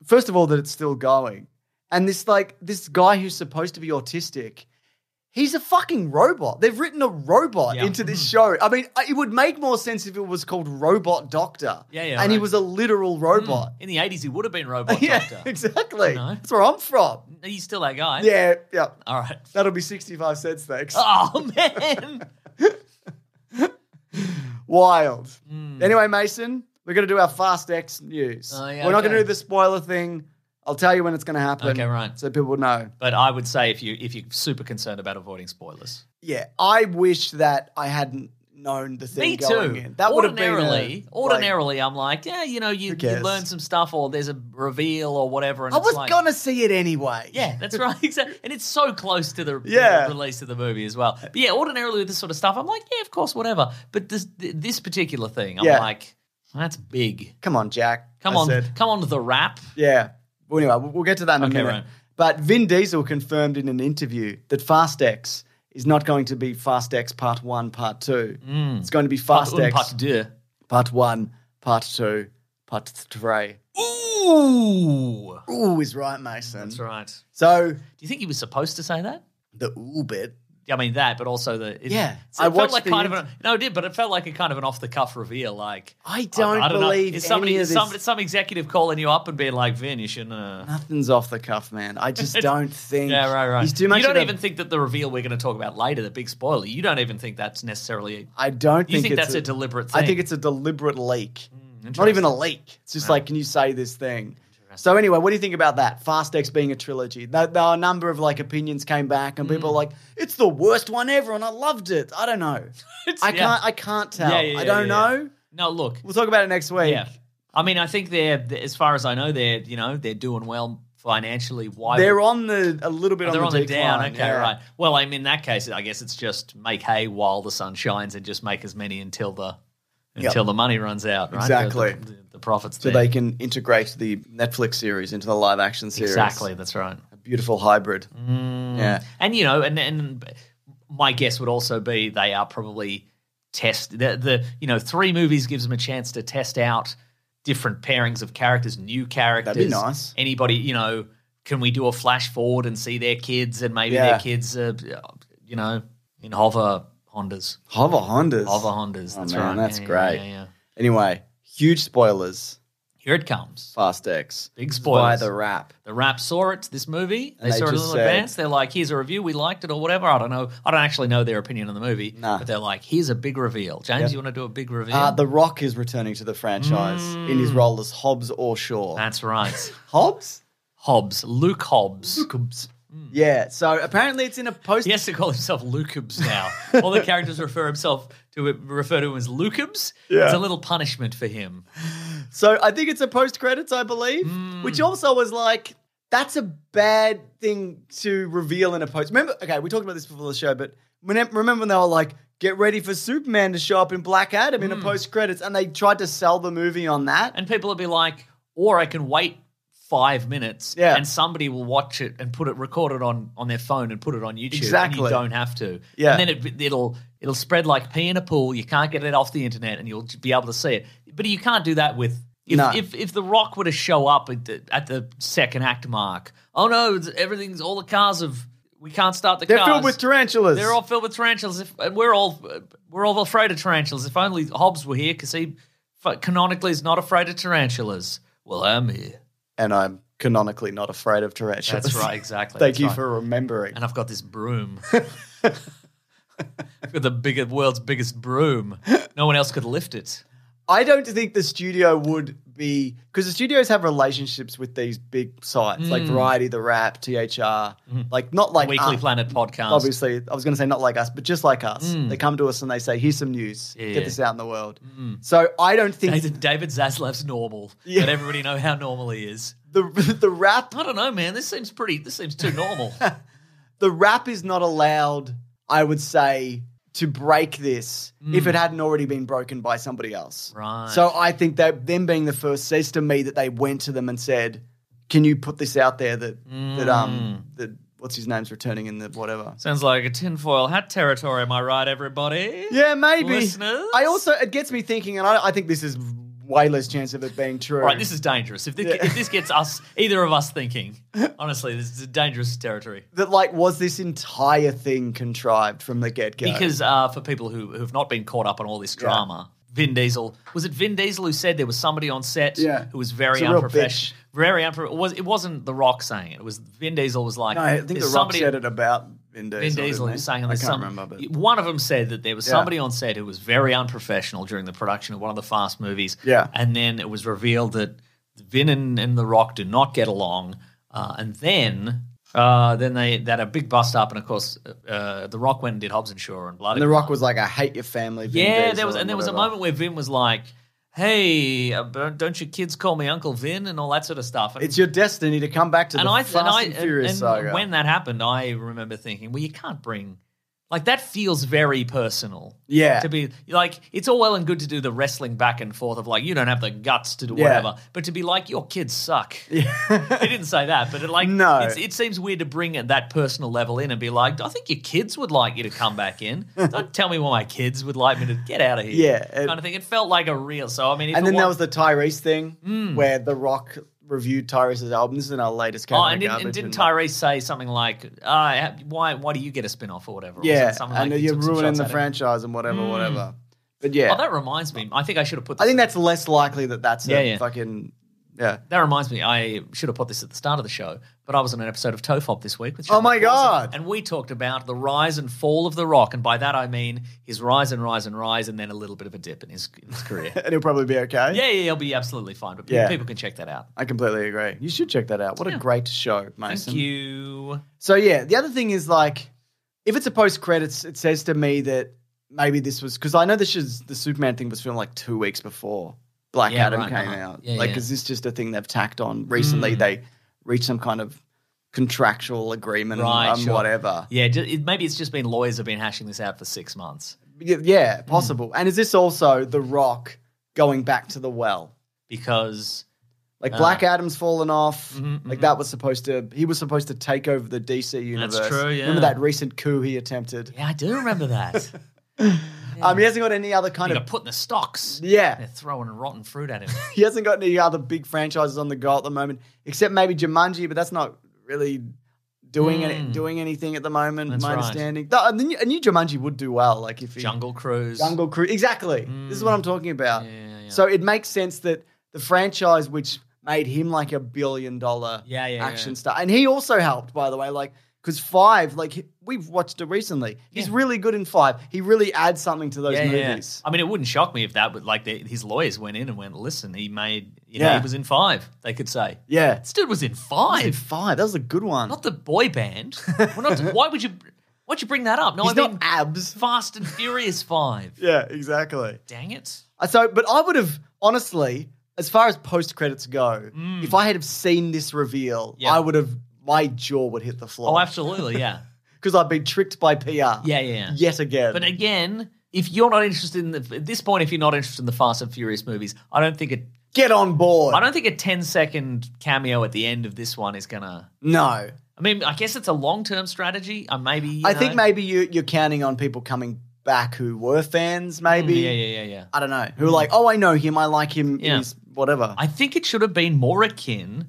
Speaker 1: first of all, that it's still going, and this like this guy who's supposed to be autistic. He's a fucking robot. They've written a robot
Speaker 3: Yeah. Hmm.
Speaker 1: into this show. I mean, it would make more sense if it was called Robot Doctor.
Speaker 3: Yeah, yeah,
Speaker 1: And
Speaker 3: right.
Speaker 1: he was a literal
Speaker 3: Mm.
Speaker 1: robot.
Speaker 3: In the eighties, he would have been Robot
Speaker 1: yeah,
Speaker 3: Doctor.
Speaker 1: exactly.
Speaker 3: You know?
Speaker 1: That's where I'm from.
Speaker 3: He's still that guy.
Speaker 1: Yeah, yeah.
Speaker 3: All right.
Speaker 1: That'll be 65 cents, thanks.
Speaker 3: Oh man.
Speaker 1: Wild. Anyway, Mason, we're going to do our Fast X news.
Speaker 3: Hmm. Oh, yeah,
Speaker 1: we're not
Speaker 3: okay.
Speaker 1: going to do the spoiler thing. I'll tell you when it's going to happen.
Speaker 3: Okay, right.
Speaker 1: So people know.
Speaker 3: But I would say if you if you're super concerned about avoiding spoilers.
Speaker 1: Yeah, I wish that I hadn't known the thing
Speaker 3: Me
Speaker 1: going
Speaker 3: too.
Speaker 1: in. That would have been a,
Speaker 3: ordinarily,
Speaker 1: like-
Speaker 3: ordinarily, I'm like, yeah, you know, you, you
Speaker 1: cares?
Speaker 3: learn some stuff, or there's a reveal or whatever. And
Speaker 1: I
Speaker 3: it's
Speaker 1: was
Speaker 3: like,
Speaker 1: going to see it anyway.
Speaker 3: yeah, that's right, exactly. And it's so close to the
Speaker 1: Yeah.
Speaker 3: the release of the movie as well. But yeah, ordinarily with this sort of stuff, I'm like, yeah, of course, whatever. But this this particular thing, I'm
Speaker 1: Yeah.
Speaker 3: like, that's big.
Speaker 1: Come on, Jack.
Speaker 3: Come
Speaker 1: I
Speaker 3: on,
Speaker 1: said.
Speaker 3: come on to the rap.
Speaker 1: Yeah. Well, anyway, we'll- we'll get to that in a
Speaker 3: Okay,
Speaker 1: minute.
Speaker 3: right.
Speaker 1: But Vin Diesel confirmed in an interview that Fast X is not going to be Fast X Part One, Part Two.
Speaker 3: Hmm.
Speaker 1: It's going to be Fast
Speaker 3: Un,
Speaker 1: X
Speaker 3: pas
Speaker 1: part,
Speaker 3: deux.
Speaker 1: One, Part Two, Part Three.
Speaker 3: Ooh,
Speaker 1: Ooh is right, Mason.
Speaker 3: that's right. Do
Speaker 1: So
Speaker 3: you think he was supposed to say that?
Speaker 1: the ooh bit.
Speaker 3: I mean that, but also the it,
Speaker 1: Yeah,
Speaker 3: It
Speaker 1: I
Speaker 3: felt
Speaker 1: watched
Speaker 3: like
Speaker 1: the
Speaker 3: kind of a, no, it did, but it felt like a kind of an off the cuff reveal. Like
Speaker 1: I don't, believe
Speaker 3: Is somebody
Speaker 1: any of
Speaker 3: is
Speaker 1: this.
Speaker 3: some some executive calling you up and being like, "Vin, you shouldn't." Uh...
Speaker 1: Nothing's off the cuff, man. I just don't think.
Speaker 3: Yeah, right, right.
Speaker 1: He's too much.
Speaker 3: you don't
Speaker 1: of a-
Speaker 3: even think that the reveal we're going to talk about later, the big spoiler, you don't even think that's necessarily.
Speaker 1: I don't
Speaker 3: You
Speaker 1: think,
Speaker 3: think,
Speaker 1: it's
Speaker 3: that's a, deliberate thing? Hmm,
Speaker 1: I think it's a deliberate leak. Not even a leak. It's just like, can you say this thing? So anyway, what do you think about that? Fast X being a trilogy. There, there are a number of like opinions came back, and
Speaker 3: Hmm.
Speaker 1: people are like, "It's the worst one ever," and I loved it. I don't know. I
Speaker 3: yeah.
Speaker 1: can't. I can't tell.
Speaker 3: Yeah, yeah,
Speaker 1: I
Speaker 3: yeah,
Speaker 1: don't
Speaker 3: yeah, yeah.
Speaker 1: know.
Speaker 3: No, look.
Speaker 1: We'll talk about it next week.
Speaker 3: Yeah, I mean, I think they're th- as far as I know, they're you know they're doing well financially. Why
Speaker 1: They're
Speaker 3: would-
Speaker 1: on the a little bit
Speaker 3: Oh, they're
Speaker 1: on
Speaker 3: on
Speaker 1: the,
Speaker 3: the down.
Speaker 1: decline,
Speaker 3: Okay,
Speaker 1: yeah.
Speaker 3: right. Well, I mean, in that case, I guess it's just make hay while the sun shines and just make as many until the until the money runs out. Right? The-
Speaker 1: Exactly.
Speaker 3: The, the, the profits.
Speaker 1: So
Speaker 3: there.
Speaker 1: they can integrate the Netflix series into the live action series.
Speaker 3: exactly. That's right. Mm.
Speaker 1: A beautiful hybrid. Yeah.
Speaker 3: And you know, and and my guess would also be they are probably test the the you know three movies gives them a chance to test out different pairings of characters, new characters.
Speaker 1: nice.
Speaker 3: Anybody, you know, can we do a flash forward and see their kids and maybe
Speaker 1: Yeah.
Speaker 3: their kids, uh, you know, in hover Hondas,
Speaker 1: Hover Hondas. Oh,
Speaker 3: hover Hondas. that's
Speaker 1: man,
Speaker 3: right.
Speaker 1: that's
Speaker 3: Yeah, yeah,
Speaker 1: great.
Speaker 3: yeah, yeah.
Speaker 1: Anyway, huge spoilers.
Speaker 3: Here it comes.
Speaker 1: Fast X.
Speaker 3: Big
Speaker 1: By
Speaker 3: spoilers.
Speaker 1: the rap.
Speaker 3: The rap saw it, this movie. They,
Speaker 1: they
Speaker 3: saw it
Speaker 1: just
Speaker 3: a little
Speaker 1: said-
Speaker 3: advance. They're like, here's a review, we liked it or whatever. I don't know. I don't actually know their opinion on the movie.
Speaker 1: Nah.
Speaker 3: But they're like, here's a big reveal. James, you want to do a big reveal?
Speaker 1: Uh, the Rock is returning to the franchise in
Speaker 3: Mm.
Speaker 1: his role as Hobbs Shaw.
Speaker 3: That's right.
Speaker 1: Hobbs?
Speaker 3: Hobbs. Luke Hobbs.
Speaker 1: Hobbs.
Speaker 3: Hmm.
Speaker 1: Yeah. So apparently it's in a post.
Speaker 3: He has to call himself Lucubs now. All the characters refer himself to refer to him as Lucubs.
Speaker 1: Yeah.
Speaker 3: It's a little punishment for him.
Speaker 1: So I think it's a post credits, I believe,
Speaker 3: Hmm.
Speaker 1: which also was like that's a bad thing to reveal in a post. Remember? Okay, we talked about this before the show, but when, remember when they were like, "Get ready for Superman to show up in Black Adam" in a post credits, and they tried to sell the movie on that.
Speaker 3: Hmm. And people will be like, or I can wait five minutes
Speaker 1: Yeah.
Speaker 3: and somebody will watch it and put it record it on on their phone and put it on YouTube. And
Speaker 1: Exactly.
Speaker 3: you don't have to.
Speaker 1: Yeah.
Speaker 3: And then it, it'll it'll spread like pea in a pool. You can't get it off the internet and you'll be able to see it. But you can't do that with if
Speaker 1: No.
Speaker 3: if, if the Rock were to show up at the, at the second act mark. Oh no, it's- everything's all the cars have we can't start the
Speaker 1: They're
Speaker 3: cars.
Speaker 1: filled with tarantulas.
Speaker 3: They're all filled with tarantulas. If and we're all uh, we're all afraid of tarantulas. If only Hobbs were here, because he f- canonically is not afraid of tarantulas. Well, I'm here.
Speaker 1: and I'm canonically not afraid of tarantulas.
Speaker 3: That's right, exactly.
Speaker 1: Thank
Speaker 3: That's
Speaker 1: you
Speaker 3: right.
Speaker 1: for remembering.
Speaker 3: And I've got this broom. I've got the bigger world's biggest broom. No one else could lift it.
Speaker 1: I don't think the studio would be because the studios have relationships with these big sites like Variety, The Rap, THR, like not like
Speaker 3: Hmm. Weekly
Speaker 1: us,
Speaker 3: Planet podcast.
Speaker 1: Obviously, I was going to say not like us, but just like us. They come to us and they say, "Here's some news.
Speaker 3: Mm. Yeah. Mm.
Speaker 1: Get this out in the world." So I don't think
Speaker 3: David, David Zaslav's normal.
Speaker 1: Yeah.
Speaker 3: Let everybody know how normal he is.
Speaker 1: the the rap
Speaker 3: I don't know, man. This seems pretty. This seems too normal.
Speaker 1: the rap is not allowed. I would say to break this if it hadn't already been broken by somebody else.
Speaker 3: Mm. Right.
Speaker 1: So I think that them being the first says to me that they went to them and said, "Can you put this out there that that um
Speaker 3: Mm.
Speaker 1: that what's his name's returning in the whatever."
Speaker 3: Sounds like a tinfoil hat territory. Am I right, everybody?
Speaker 1: Yeah, maybe.
Speaker 3: Listeners?
Speaker 1: I also it gets me thinking, and I, I think this is way less chance of it being true.
Speaker 3: All right, this is dangerous. If this,
Speaker 1: Yeah.
Speaker 3: if this gets us, either of us thinking, honestly, this is dangerous territory.
Speaker 1: that like was this entire thing contrived from the get go?
Speaker 3: Because uh, for people who who've not been caught up on all this drama, Vin Diesel was it Vin Diesel who said there was somebody on set
Speaker 1: Yeah.
Speaker 3: who was
Speaker 1: It's
Speaker 3: very
Speaker 1: a real bitch.
Speaker 3: unprofessional, very unprofessional. Was it wasn't The Rock saying it? It was Vin Diesel was like,
Speaker 1: no, I think
Speaker 3: "There's
Speaker 1: the Rock
Speaker 3: somebody
Speaker 1: said it about Vin Diesel.
Speaker 3: Vin
Speaker 1: didn't
Speaker 3: Diesel
Speaker 1: he?
Speaker 3: who sang, and
Speaker 1: I
Speaker 3: there's
Speaker 1: can't
Speaker 3: some,
Speaker 1: remember, but
Speaker 3: one of them said that there was
Speaker 1: Yeah.
Speaker 3: somebody on set who was very unprofessional during the production of one of the Fast movies.
Speaker 1: Yeah.
Speaker 3: and then it was revealed that Vin and, and The Rock do not get along, uh, and then uh, then they that a big bust up, and of course uh, The Rock went and did Hobbs and Shaw and blah.
Speaker 1: and the Rock was like, "I hate your family." Vin
Speaker 3: yeah,
Speaker 1: Diesel,"
Speaker 3: there was and there was a
Speaker 1: whatever.
Speaker 3: moment where Vin was like. Hey, uh, don't don't your kids call me Uncle Vin and all that sort of stuff? And
Speaker 1: It's your destiny to come back to the Fast and, Furious
Speaker 3: and
Speaker 1: saga.
Speaker 3: when that happened, I remember thinking, well, you can't bring like that feels very personal.
Speaker 1: Yeah.
Speaker 3: to be like it's all well and good to do the wrestling back and forth of like you don't have the guts to do
Speaker 1: Yeah.
Speaker 3: whatever, but to be like your kids suck. he didn't say that, but it, like
Speaker 1: No.
Speaker 3: it's, it seems weird to bring it that personal level in and be like, I think your kids would like you to come back in. don't tell me why my kids would like me to get out of here.
Speaker 1: Yeah, it-
Speaker 3: kind of thing. It felt like a real. So I mean, if
Speaker 1: and
Speaker 3: it
Speaker 1: then there
Speaker 3: wa-
Speaker 1: was the Tyrese thing
Speaker 3: Hmm.
Speaker 1: where The Rock reviewed Tyrese's album. This is in our latest.
Speaker 3: Oh,
Speaker 1: Came Out
Speaker 3: and
Speaker 1: of
Speaker 3: didn't, and
Speaker 1: Garbage
Speaker 3: didn't Tyrese say something like, uh, why, why do you get a spin off or whatever? Or was
Speaker 1: Yeah,
Speaker 3: it something
Speaker 1: and
Speaker 3: like he
Speaker 1: you're
Speaker 3: took some
Speaker 1: ruining
Speaker 3: shots
Speaker 1: the
Speaker 3: at it? Hmm.
Speaker 1: franchise and whatever, whatever. But yeah,
Speaker 3: Oh, that reminds me. I think I should have put this.
Speaker 1: I think that's less likely that that's
Speaker 3: Yeah,
Speaker 1: a
Speaker 3: yeah.
Speaker 1: fucking yeah.
Speaker 3: that reminds me. I should have put this at the start of the show, but I was on an episode of Tofop this week. With
Speaker 1: Oh,
Speaker 3: Sean
Speaker 1: my
Speaker 3: McCollum,
Speaker 1: God.
Speaker 3: And we talked about the rise and fall of The Rock. And by that, I mean his rise and rise and rise, and then a little bit of a dip in his, in his career.
Speaker 1: And it'll probably be okay.
Speaker 3: yeah, yeah, he'll be absolutely fine. But pe-
Speaker 1: Yeah.
Speaker 3: people can check that out.
Speaker 1: I completely agree. You should check that out. What a great show, Mason.
Speaker 3: Thank you.
Speaker 1: So yeah, the other thing is like, if it's a post credits, it says to me that maybe this was because I know this is the Superman thing was filmed like two weeks before Black
Speaker 3: Yeah,
Speaker 1: Adam
Speaker 3: right,
Speaker 1: came
Speaker 3: uh-huh.
Speaker 1: out.
Speaker 3: Yeah, Mm.
Speaker 1: like,
Speaker 3: yeah.
Speaker 1: is this just a thing they've tacked on recently? They reached some kind of contractual agreement
Speaker 3: Right,
Speaker 1: on
Speaker 3: sure.
Speaker 1: whatever.
Speaker 3: Yeah, ju- it, maybe it's just been lawyers have been hashing this out for six months
Speaker 1: Y- Yeah, possible.
Speaker 3: Mm.
Speaker 1: And is this also The Rock going back to the well?
Speaker 3: because
Speaker 1: Like
Speaker 3: Ah.
Speaker 1: Black Adam's fallen off.
Speaker 3: Mm-hmm,
Speaker 1: Like that was supposed to. He was supposed to take over the DC universe.
Speaker 3: true, yeah.
Speaker 1: Remember that recent coup he attempted.
Speaker 3: yeah, I do remember that.
Speaker 1: Um, he hasn't got any other
Speaker 3: He
Speaker 1: kind
Speaker 3: got
Speaker 1: of.
Speaker 3: put in the stocks.
Speaker 1: Yeah,
Speaker 3: They're throwing rotten fruit at him.
Speaker 1: he hasn't got any other big franchises on the go at the moment, except maybe Jumanji, but that's not really doing any, doing anything at the moment.
Speaker 3: Hmm. That's
Speaker 1: my
Speaker 3: right.
Speaker 1: understanding. Though, and the new, a new Jumanji would do well, like if he,
Speaker 3: Jungle Cruise.
Speaker 1: Jungle Cruise. Exactly. This is what I'm talking about.
Speaker 3: Mm. yeah, yeah.
Speaker 1: So it makes sense that the franchise which made him like a billion dollar
Speaker 3: Yeah, yeah,
Speaker 1: action
Speaker 3: yeah.
Speaker 1: star. And he also helped, by the way, like Because five, like he- we've watched it recently, he's really good in five. He really adds something to those
Speaker 3: Yeah, yeah.
Speaker 1: movies.
Speaker 3: I mean, it wouldn't shock me if that, but like the, his lawyers went in and went, "Listen, he made, you know,
Speaker 1: Yeah.
Speaker 3: he was in five. They could say,
Speaker 1: Yeah,
Speaker 3: this dude was in
Speaker 1: He was in
Speaker 3: five,
Speaker 1: five. That was a good one.
Speaker 3: not the boy band. We're not- why would you? Why'd you bring that up? No,
Speaker 1: he's
Speaker 3: I mean
Speaker 1: not abs.
Speaker 3: Fast and Furious Five.
Speaker 1: Yeah, exactly.
Speaker 3: Dang it!
Speaker 1: Uh, So, but I would have honestly, as far as post credits go, if I had have seen this reveal,
Speaker 3: Mm. Yeah.
Speaker 1: I would have my jaw would hit the
Speaker 3: Oh,
Speaker 1: floor
Speaker 3: absolutely, yeah,
Speaker 1: because I've been tricked by PR. Yeah,
Speaker 3: yeah, yeah.
Speaker 1: yet again.
Speaker 3: But again, if you're not interested in the, at this point, if you're not interested in the Fast and Furious movies, I don't think it.
Speaker 1: Get on board.
Speaker 3: I don't think a 10 second cameo at the end of this one is gonna.
Speaker 1: no,
Speaker 3: I mean, I guess it's a long term strategy. Uh, maybe you
Speaker 1: I think
Speaker 3: know.
Speaker 1: maybe you, you're counting on people coming back who were fans. Maybe
Speaker 3: Mm, Yeah, yeah, yeah, yeah.
Speaker 1: I don't know who are like, oh, I know him. I like him.
Speaker 3: Yeah.
Speaker 1: He's whatever.
Speaker 3: I think it should have been more akin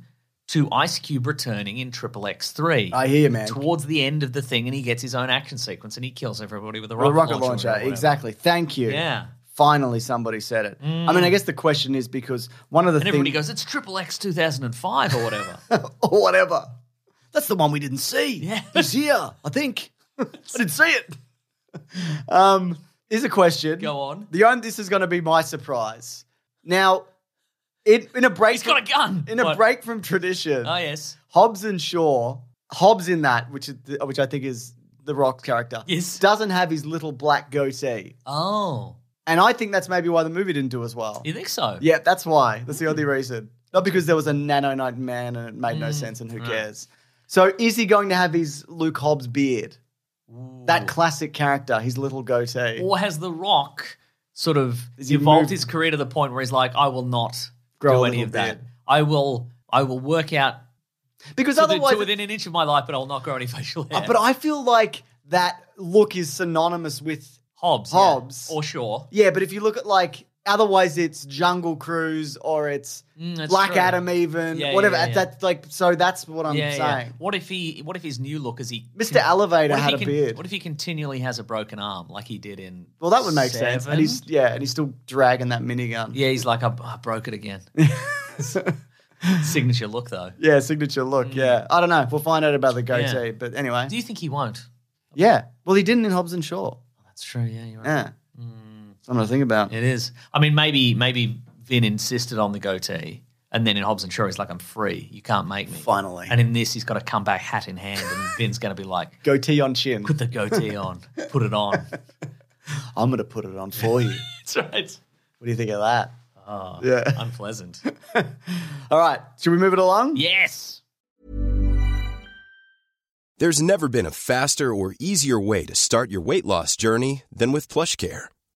Speaker 3: to Ice Cube returning in Triple X Three.
Speaker 1: I hear you, man.
Speaker 3: Towards the end of the thing, and he gets his own action sequence, and he kills everybody with a
Speaker 1: Well,
Speaker 3: rocket,
Speaker 1: the rocket
Speaker 3: launcher.
Speaker 1: launcher,
Speaker 3: or whatever.
Speaker 1: exactly. Thank you.
Speaker 3: Yeah. Mm.
Speaker 1: Finally, somebody said it. I mean, I guess the question is because one of the
Speaker 3: And
Speaker 1: things
Speaker 3: everybody goes, "It's Triple X 2005 or whatever."
Speaker 1: or whatever. That's the one we didn't see.
Speaker 3: Yeah.
Speaker 1: It's here, I think. didn't see it. Um, is a question.
Speaker 3: Go on.
Speaker 1: The only this is going to be my surprise. Now, it, in a break,
Speaker 3: He's got a gun.
Speaker 1: In a
Speaker 3: What?
Speaker 1: break from tradition,
Speaker 3: Oh yes.
Speaker 1: Hobbs and Shaw, Hobbs in that, which is the, which I think is the Rock's character,
Speaker 3: Yes.
Speaker 1: doesn't have his little black goatee,
Speaker 3: Oh,
Speaker 1: and I think that's maybe why the movie didn't do as well.
Speaker 3: you think so?
Speaker 1: Yeah, that's why. That's the only reason. Not because there was a nano night man and it made
Speaker 3: Mm,
Speaker 1: no sense and who cares. So is he going to have his Luke Hobbs beard? That classic character, his little goatee.
Speaker 3: Or has The Rock sort of
Speaker 1: Has he
Speaker 3: evolved
Speaker 1: moved-
Speaker 3: his career to the point where he's like, "I will not
Speaker 1: Grow
Speaker 3: do
Speaker 1: a
Speaker 3: any
Speaker 1: little
Speaker 3: of that.
Speaker 1: beard."
Speaker 3: I will, I will work out
Speaker 1: Because
Speaker 3: to, the-
Speaker 1: otherwise, Uh,
Speaker 3: to within an inch of my life, but I'll not grow any facial hair."
Speaker 1: but I feel like that look is synonymous with
Speaker 3: Hobbs, yeah.
Speaker 1: Hobbs.
Speaker 3: or Shaw.
Speaker 1: yeah. But if you look at like otherwise, it's Jungle Cruise or it's
Speaker 3: Mm, that's
Speaker 1: Black
Speaker 3: true.
Speaker 1: Adam, even
Speaker 3: Yeah,
Speaker 1: whatever.
Speaker 3: yeah, yeah.
Speaker 1: That's like so. That's what I'm
Speaker 3: yeah, yeah.
Speaker 1: saying.
Speaker 3: What if he? What if his new look is he?
Speaker 1: Mr. Elevator
Speaker 3: what if
Speaker 1: had
Speaker 3: he
Speaker 1: a
Speaker 3: con-
Speaker 1: beard.
Speaker 3: What if he continually has a broken arm like he did in?
Speaker 1: well, that would make sense.
Speaker 3: Seven?
Speaker 1: And he's yeah, and he's still dragging that minigun.
Speaker 3: yeah, he's like, I, I broke it again. Signature look though.
Speaker 1: Yeah, signature look. Yeah, I don't know. We'll find out about the goatee.
Speaker 3: Mm. Yeah.
Speaker 1: But anyway,
Speaker 3: Do you think he won't?
Speaker 1: yeah. Well, he didn't in Hobbs and Shaw.
Speaker 3: That's true. Yeah, you're right. Mm.
Speaker 1: Yeah, something to think about.
Speaker 3: It is. I mean, maybe maybe Vin insisted on the goatee, and then in Hobbs and Shaw, he's like, "I'm free. You can't make me."
Speaker 1: Finally.
Speaker 3: And in this, he's got to come back hat in hand, and Vin's going to be like,
Speaker 1: Goatee on chin.
Speaker 3: "Put the goatee on. Put it on."
Speaker 1: I'm gonna put it on for you.
Speaker 3: That's right.
Speaker 1: what do you think of that?
Speaker 3: Oh,
Speaker 1: yeah.
Speaker 3: Unpleasant.
Speaker 1: All right. Should we move it along?
Speaker 3: Yes.
Speaker 4: There's never been a faster or easier way to start your weight loss journey than with PlushCare.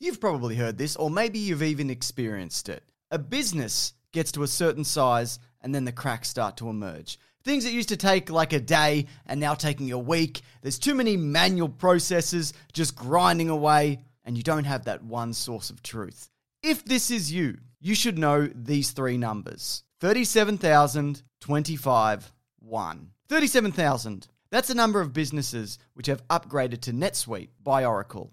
Speaker 1: You've probably heard this, or maybe you've even experienced it. A business gets to a certain size, and then the cracks start to emerge. Things that used to take like a day and now taking a week. There's too many manual processes just grinding away, and you don't have that one source of truth. If this is you, you should know these three numbers 37,025, 1. 37,000. That's the number of businesses which have upgraded to NetSuite by Oracle.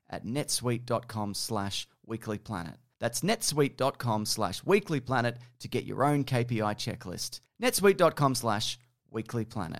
Speaker 1: at netsuite.com slash weeklyplanet. That's netsuite.com slash weeklyplanet to get your own KPI checklist. netsuite.com slash weeklyplanet.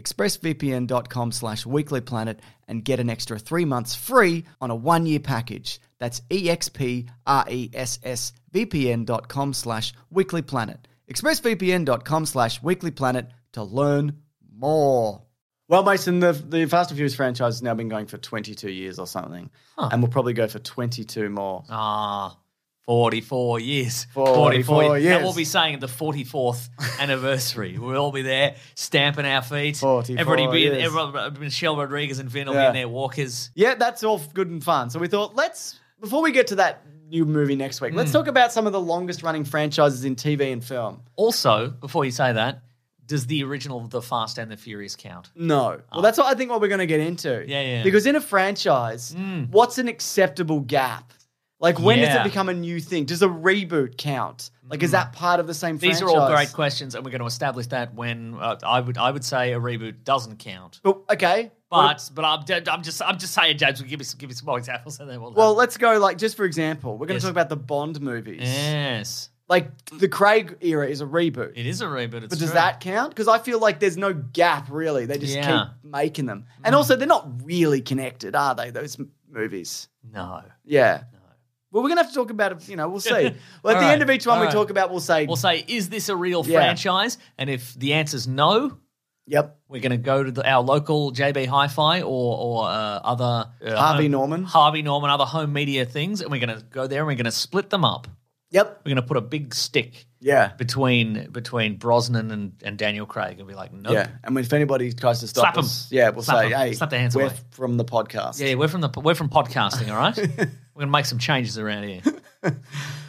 Speaker 1: expressvpn.com slash weeklyplanet, and get an extra three months free on a one-year package. That's E expressvpn.com slash weeklyplanet. expressvpn.com slash weeklyplanet to learn more.
Speaker 5: Well, Mason, the, the Fast and Furious franchise has now been going for 22 years or something, and will probably go for 22 more.
Speaker 3: Ah, 44 years.
Speaker 5: 44
Speaker 3: And we'll
Speaker 5: years.
Speaker 3: be saying at the 44th anniversary. We'll all be there stamping our feet.
Speaker 5: 44
Speaker 3: Everybody be in,
Speaker 5: years.
Speaker 3: everyone, Michelle Rodriguez and Vin will be
Speaker 5: Yeah.
Speaker 3: in their walkers.
Speaker 5: Yeah, that's all good and fun. So we thought, let's before we get to that new movie next week,
Speaker 3: Hmm.
Speaker 5: let's talk about some of the longest running franchises in TV and film.
Speaker 3: Also, before you say that, does the original The Fast and the Furious count?
Speaker 5: No. Well, that's what I think what we're going to get into.
Speaker 3: Yeah, yeah.
Speaker 5: Because in a franchise, what's an acceptable gap? Like, when does
Speaker 3: Yeah. Hmm.
Speaker 5: it become a new thing? Does a reboot count? Like, is that part of the same
Speaker 3: These
Speaker 5: franchise?
Speaker 3: are all great questions, and we're going to establish that when uh, I would I would say a reboot doesn't count.
Speaker 5: But, okay.
Speaker 3: But but I'm, I'm just I'm just saying, James, give me some, give me some more examples, and then we'll
Speaker 5: Well, let's go, like, just for example, we're going
Speaker 3: Yes.
Speaker 5: to talk about the Bond movies.
Speaker 3: yes,
Speaker 1: Like the Craig era is a reboot.
Speaker 3: It is a reboot. It's
Speaker 1: But does
Speaker 3: true.
Speaker 1: that count? Because I feel like there's no gap really. They just
Speaker 3: Yeah. Mm.
Speaker 1: keep making them, and also they're not really connected, are they? Those m- movies.
Speaker 3: No.
Speaker 1: Yeah. Well, we're gonna have to talk about it. You know, we'll see. well, at the
Speaker 3: All right.
Speaker 1: end of each one,
Speaker 3: All
Speaker 1: we
Speaker 3: right.
Speaker 1: talk about. We'll say,
Speaker 3: We'll say, is this a real
Speaker 1: Yeah.
Speaker 3: franchise? And if the answer's no,
Speaker 1: "Yep,
Speaker 3: we're going to go to the, our local JB Hi-Fi or or uh, other uh,
Speaker 1: Harvey
Speaker 3: home-
Speaker 1: Norman.
Speaker 3: Harvey Norman, other home media things, and we're going to go there and we're going to split them up.
Speaker 1: Yep,
Speaker 3: We're going to put a big stick
Speaker 1: yeah,
Speaker 3: between between Brosnan and, and Daniel Craig and be like, nope.
Speaker 1: yeah." And if anybody tries to stop
Speaker 3: Slap 'em.
Speaker 1: us, yeah, we'll
Speaker 3: Slap
Speaker 1: say,
Speaker 3: 'em.
Speaker 1: "Hey,
Speaker 3: Slap their hands
Speaker 1: we're
Speaker 3: away.
Speaker 1: from the podcast."
Speaker 3: Yeah, we're from the we're from podcasting, all right? we're gonna make some changes around here.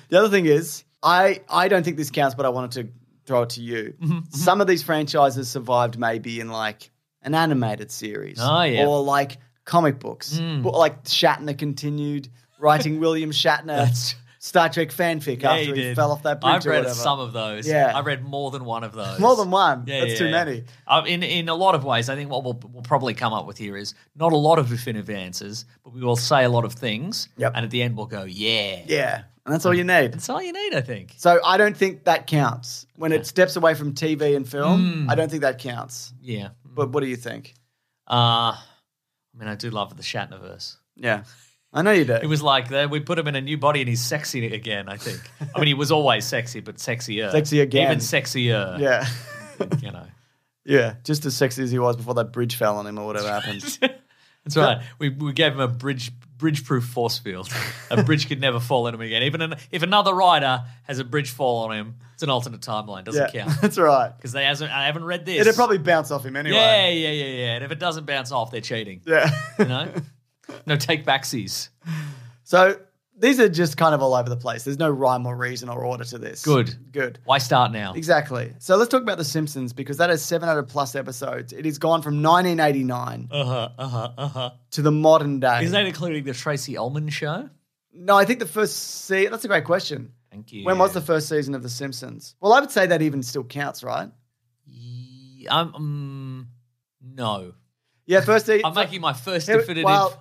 Speaker 1: The other thing is, I I don't think this counts, but I wanted to throw it to you.
Speaker 3: Mm-hmm.
Speaker 1: Some of these franchises survived maybe in like an animated series,
Speaker 3: Oh, yeah. Mm.
Speaker 1: or like comic books, Or like Shatner continued writing William Shatner
Speaker 3: That's-
Speaker 1: Star Trek fanfic
Speaker 3: Yeah,
Speaker 1: after
Speaker 3: you
Speaker 1: he
Speaker 3: did.
Speaker 1: fell off that bridge.
Speaker 3: I've
Speaker 1: or
Speaker 3: read
Speaker 1: whatever.
Speaker 3: some of those.
Speaker 1: Yeah.
Speaker 3: I've read more than one of those.
Speaker 1: More than one? That's too
Speaker 3: yeah.
Speaker 1: many.
Speaker 3: Uh, in in a lot of ways, I think what we'll, we'll probably come up with here is not a lot of definitive answers, but we will say a lot of things,
Speaker 1: Yep.
Speaker 3: and at the end we'll go, yeah.
Speaker 1: Yeah, and that's all you need.
Speaker 3: That's all you need, I think.
Speaker 1: So I don't think that counts when it steps away from TV and
Speaker 3: Mm.
Speaker 1: film. I don't think that counts.
Speaker 3: Yeah.
Speaker 1: But what do you think?
Speaker 3: Uh, I mean, I do love the Shatnerverse.
Speaker 1: Yeah, I know you do.
Speaker 3: It was like that. We put him in a new body, and he's sexy again. I think. I mean, he was always sexy, but sexier.
Speaker 1: Sexy again.
Speaker 3: Even sexier.
Speaker 1: yeah.
Speaker 3: You know.
Speaker 1: Yeah, just as sexy as he was before that bridge fell on him or whatever happened.
Speaker 3: That's right. We, we gave him a bridge bridge proof force field. A bridge could never fall on him again. Even an, if another rider has a bridge fall on him, it's an alternate timeline. Doesn't
Speaker 1: yeah,
Speaker 3: count
Speaker 1: that's right.
Speaker 3: because they hasn't. I haven't read this.
Speaker 1: It'd probably bounce off him
Speaker 3: Yeah,
Speaker 1: anyway.
Speaker 3: yeah, yeah, yeah. And if it doesn't bounce off, they're cheating.
Speaker 1: Yeah.
Speaker 3: You know. No take backsies.
Speaker 1: so these are just kind of all over the place. There's no rhyme or reason or order to this.
Speaker 3: Good.
Speaker 1: Good.
Speaker 3: Why start now?
Speaker 1: Exactly. So let's talk about The Simpsons because that has 700 plus episodes. It has gone from 1989
Speaker 3: Uh huh. Uh huh. Uh huh.
Speaker 1: to the modern day.
Speaker 3: Is that including the Tracy Ullman show?
Speaker 1: no, I think the first season. That's a great question.
Speaker 3: Thank you.
Speaker 1: When was the first season of The Simpsons? Well, I would say that even still counts, right?
Speaker 3: Ye- Um, um, no.
Speaker 1: Yeah, first season.
Speaker 3: I'm making my first
Speaker 1: Here-
Speaker 3: definitive.
Speaker 1: Well,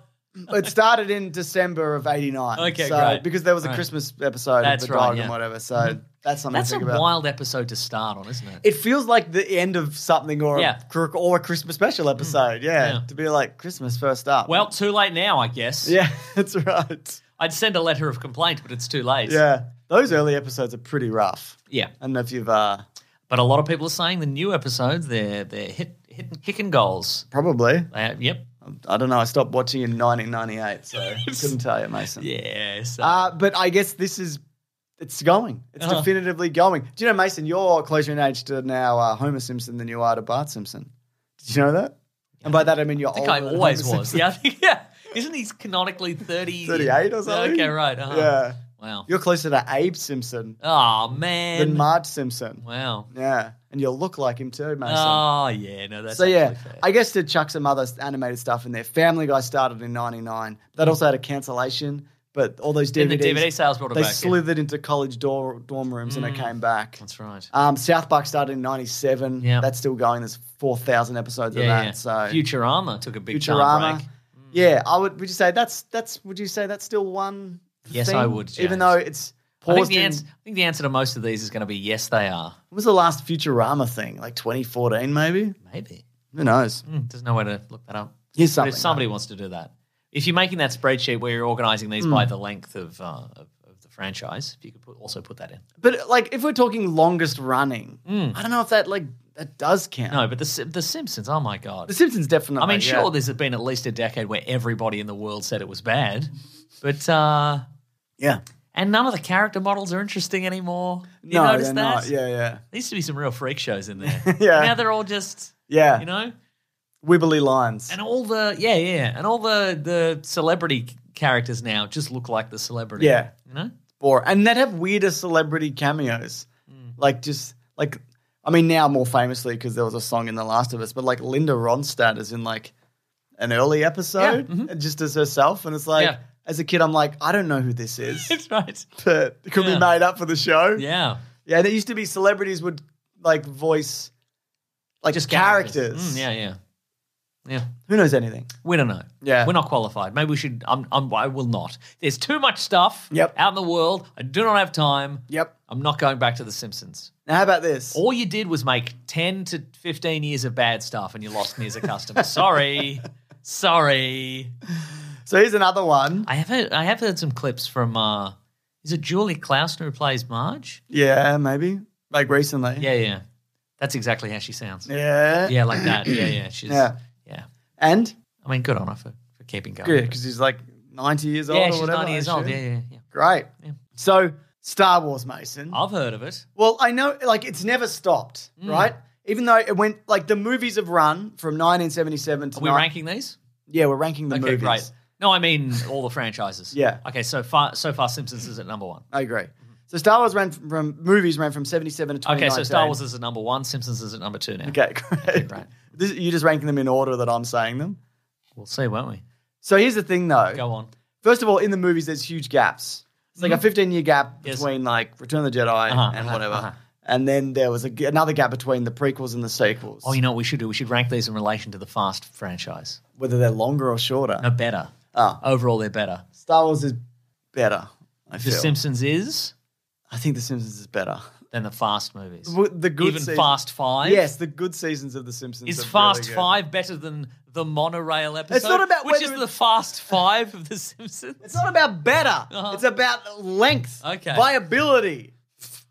Speaker 1: it started in December of '89.
Speaker 3: Okay,
Speaker 1: so,
Speaker 3: great.
Speaker 1: Because there was a
Speaker 3: Right.
Speaker 1: Christmas episode
Speaker 3: That's
Speaker 1: of the
Speaker 3: right,
Speaker 1: dog
Speaker 3: yeah. Mm-hmm.
Speaker 1: and whatever, so that's something
Speaker 3: That's
Speaker 1: to
Speaker 3: a
Speaker 1: think about.
Speaker 3: wild episode to start on, isn't it?
Speaker 1: It feels like the end of something or
Speaker 3: Yeah. Mm.
Speaker 1: a, cr- or a Christmas special episode. Yeah,
Speaker 3: yeah.
Speaker 1: to be like Christmas first up.
Speaker 3: Well, too late now, I guess.
Speaker 1: yeah, that's right.
Speaker 3: I'd send a letter of complaint, but it's too late.
Speaker 1: Yeah, those early episodes are pretty rough.
Speaker 3: Yeah.
Speaker 1: I don't know if you've uh,
Speaker 3: But a lot of people are saying the new episodes, they're they're hit hitting kicking goals.
Speaker 1: probably.
Speaker 3: They have- yep.
Speaker 1: I don't know. I stopped watching in 1998, so I couldn't tell you, Mason.
Speaker 3: Yes.
Speaker 1: Uh, but I guess this is it's going. It's
Speaker 3: Uh-huh.
Speaker 1: definitively going. Do you know, Mason, you're closer in age to now uh, Homer Simpson than you are to Bart Simpson. Did you know that? And by that I mean you're
Speaker 3: I think
Speaker 1: older.
Speaker 3: I
Speaker 1: than
Speaker 3: always
Speaker 1: Homer
Speaker 3: was.
Speaker 1: Simpson.
Speaker 3: Yeah, I think, yeah. Isn't he canonically 30,
Speaker 1: 38 or something.
Speaker 3: Okay, right. Uh-huh.
Speaker 1: Yeah,
Speaker 3: Wow.
Speaker 1: you're closer to Abe Simpson
Speaker 3: Oh, man.
Speaker 1: than Marge Simpson.
Speaker 3: wow.
Speaker 1: Yeah, and you look like him too, Mason.
Speaker 3: Oh, yeah. No, that's
Speaker 1: so yeah,
Speaker 3: actually fair.
Speaker 1: I guess to chuck some other animated stuff in there. Family Guy started in '99. That also had a cancellation, but all those DVDs,
Speaker 3: Then the DVD sales brought it
Speaker 1: they
Speaker 3: back. Mm. yeah.
Speaker 1: slithered into college door, dorm rooms and it came back.
Speaker 3: That's right.
Speaker 1: Um, South Park started in '97.
Speaker 3: Yeah.
Speaker 1: that's still going. There's four thousand episodes of
Speaker 3: Yeah,
Speaker 1: that.
Speaker 3: yeah.
Speaker 1: So
Speaker 3: Futurama took a big time
Speaker 1: Futurama.
Speaker 3: break.
Speaker 1: Yeah, I would. Would you say that's that's? Would you say that's still one?
Speaker 3: Yes,
Speaker 1: thing?
Speaker 3: I would,
Speaker 1: Even
Speaker 3: James.
Speaker 1: though it's
Speaker 3: I think,
Speaker 1: paused.
Speaker 3: the
Speaker 1: in-
Speaker 3: answer, I think the answer to most of these is going to be yes, they are.
Speaker 1: when was the last Futurama thing? Like 2014, maybe.
Speaker 3: Maybe.
Speaker 1: Who knows?
Speaker 3: Mm, there's no way to look that up.
Speaker 1: Hmm. Here's
Speaker 3: But
Speaker 1: something.
Speaker 3: if somebody wants to do that, if you're making that spreadsheet where you're organizing these
Speaker 1: Hmm.
Speaker 3: by the length of, uh, of, of the franchise, if you could put, also put that in.
Speaker 1: But like, if we're talking longest running, I don't know if that like that does count.
Speaker 3: Mm. No, but the Sim- the Simpsons. Oh my god.
Speaker 1: The Simpsons definitely.
Speaker 3: I mean,
Speaker 1: yeah.
Speaker 3: sure, there's been at least a decade where everybody in the world said it was bad, but uh,
Speaker 1: Yeah.
Speaker 3: and none of the character models are interesting anymore. You
Speaker 1: no,
Speaker 3: notice
Speaker 1: they're
Speaker 3: that?
Speaker 1: not. Yeah, yeah,
Speaker 3: There used to be some real freak shows in there.
Speaker 1: Yeah.
Speaker 3: Now they're all just,
Speaker 1: yeah.
Speaker 3: you know,
Speaker 1: Wibbly lines.
Speaker 3: and all the yeah, yeah, and all the the celebrity characters now just look like the celebrity.
Speaker 1: Yeah.
Speaker 3: You know.
Speaker 1: Or and that have weirder celebrity cameos, like just like I mean now more famously because there was a song in The Last of Us, but like Linda Ronstadt is in like an early episode and just as herself, and it's like
Speaker 3: Yeah.
Speaker 1: as a kid I'm like I don't know who this is,
Speaker 3: That's right.
Speaker 1: but it could be
Speaker 3: Yeah.
Speaker 1: made up for the show.
Speaker 3: Yeah.
Speaker 1: yeah. There used to be celebrities would like voice like just characters.
Speaker 3: Mm, yeah, yeah. Yeah.
Speaker 1: Who knows anything?
Speaker 3: We don't know.
Speaker 1: Yeah.
Speaker 3: We're not qualified. Maybe we should. I'm, I'm, I will not. There's too much stuff
Speaker 1: Yep.
Speaker 3: out in the world. I do not have time.
Speaker 1: Yep.
Speaker 3: I'm not going back to The Simpsons.
Speaker 1: Now, how about this?
Speaker 3: All you did was make 10 to 15 years of bad stuff and you lost me as a customer. Sorry. Sorry.
Speaker 1: So here's another one.
Speaker 3: I have heard, I have heard some clips from, uh, is it Julie Klausner who plays Marge?
Speaker 1: Yeah, maybe. Like recently.
Speaker 3: Yeah, yeah. That's exactly how she sounds. Yeah,
Speaker 1: Yeah.
Speaker 3: like that. Yeah, yeah. She's, yeah.
Speaker 1: Yeah. And?
Speaker 3: I mean, good on her for, for keeping going.
Speaker 1: Good, because he's like 90 years old
Speaker 3: Yeah,
Speaker 1: or
Speaker 3: she's
Speaker 1: whatever.
Speaker 3: 90 years
Speaker 1: I
Speaker 3: old. Yeah,
Speaker 1: assume.
Speaker 3: yeah, yeah. Oh.
Speaker 1: Great. So Star Wars, Mason.
Speaker 3: I've heard of it.
Speaker 1: Well, I know, like, it's never stopped,
Speaker 3: Mm.
Speaker 1: right? Even though it went, like, the movies have run from 1977 to.
Speaker 3: Are we
Speaker 1: ni-
Speaker 3: ranking these?
Speaker 1: Yeah, we're ranking the
Speaker 3: okay,
Speaker 1: movies.
Speaker 3: great. No, I mean all the franchises.
Speaker 1: Yeah.
Speaker 3: Okay, so far, so far, Simpsons is at number one.
Speaker 1: I agree. So Star Wars ran from, from movies ran from 77 to
Speaker 3: Mm-hmm. Okay,
Speaker 1: 2019.
Speaker 3: so Star Wars is at number one. Simpsons is at number two now.
Speaker 1: Okay, great.
Speaker 3: great.
Speaker 1: This, you're just ranking them in order that I'm saying them.
Speaker 3: We'll see, won't we?
Speaker 1: So here's the thing, though.
Speaker 3: Go on.
Speaker 1: First of all, in the movies, there's huge gaps. It's like a 15 year gap
Speaker 3: Mm-hmm. Yes.
Speaker 1: between like Return of the Jedi
Speaker 3: Uh-huh,
Speaker 1: and
Speaker 3: uh-huh,
Speaker 1: whatever.
Speaker 3: uh-huh.
Speaker 1: And then there was a g another gap between the prequels and the sequels.
Speaker 3: Oh, you know what we should do? We should rank these in relation to the Fast franchise.
Speaker 1: Whether they're longer or shorter.
Speaker 3: No, better.
Speaker 1: Ah.
Speaker 3: Overall, they're better.
Speaker 1: Star Wars is better. I
Speaker 3: The
Speaker 1: feel.
Speaker 3: Simpsons is
Speaker 1: I think The Simpsons is better.
Speaker 3: than the Fast movies.
Speaker 1: W- The good
Speaker 3: Even
Speaker 1: season-
Speaker 3: Fast Five.
Speaker 1: Yes, the good seasons of The Simpsons.
Speaker 3: Is
Speaker 1: are really
Speaker 3: Fast
Speaker 1: good.
Speaker 3: Five better than the monorail episode?
Speaker 1: not about
Speaker 3: which
Speaker 1: whether
Speaker 3: is
Speaker 1: it-
Speaker 3: the Fast Five of the Simpsons.
Speaker 1: It's not about better. It's about length,
Speaker 3: Uh-huh. Okay.
Speaker 1: viability,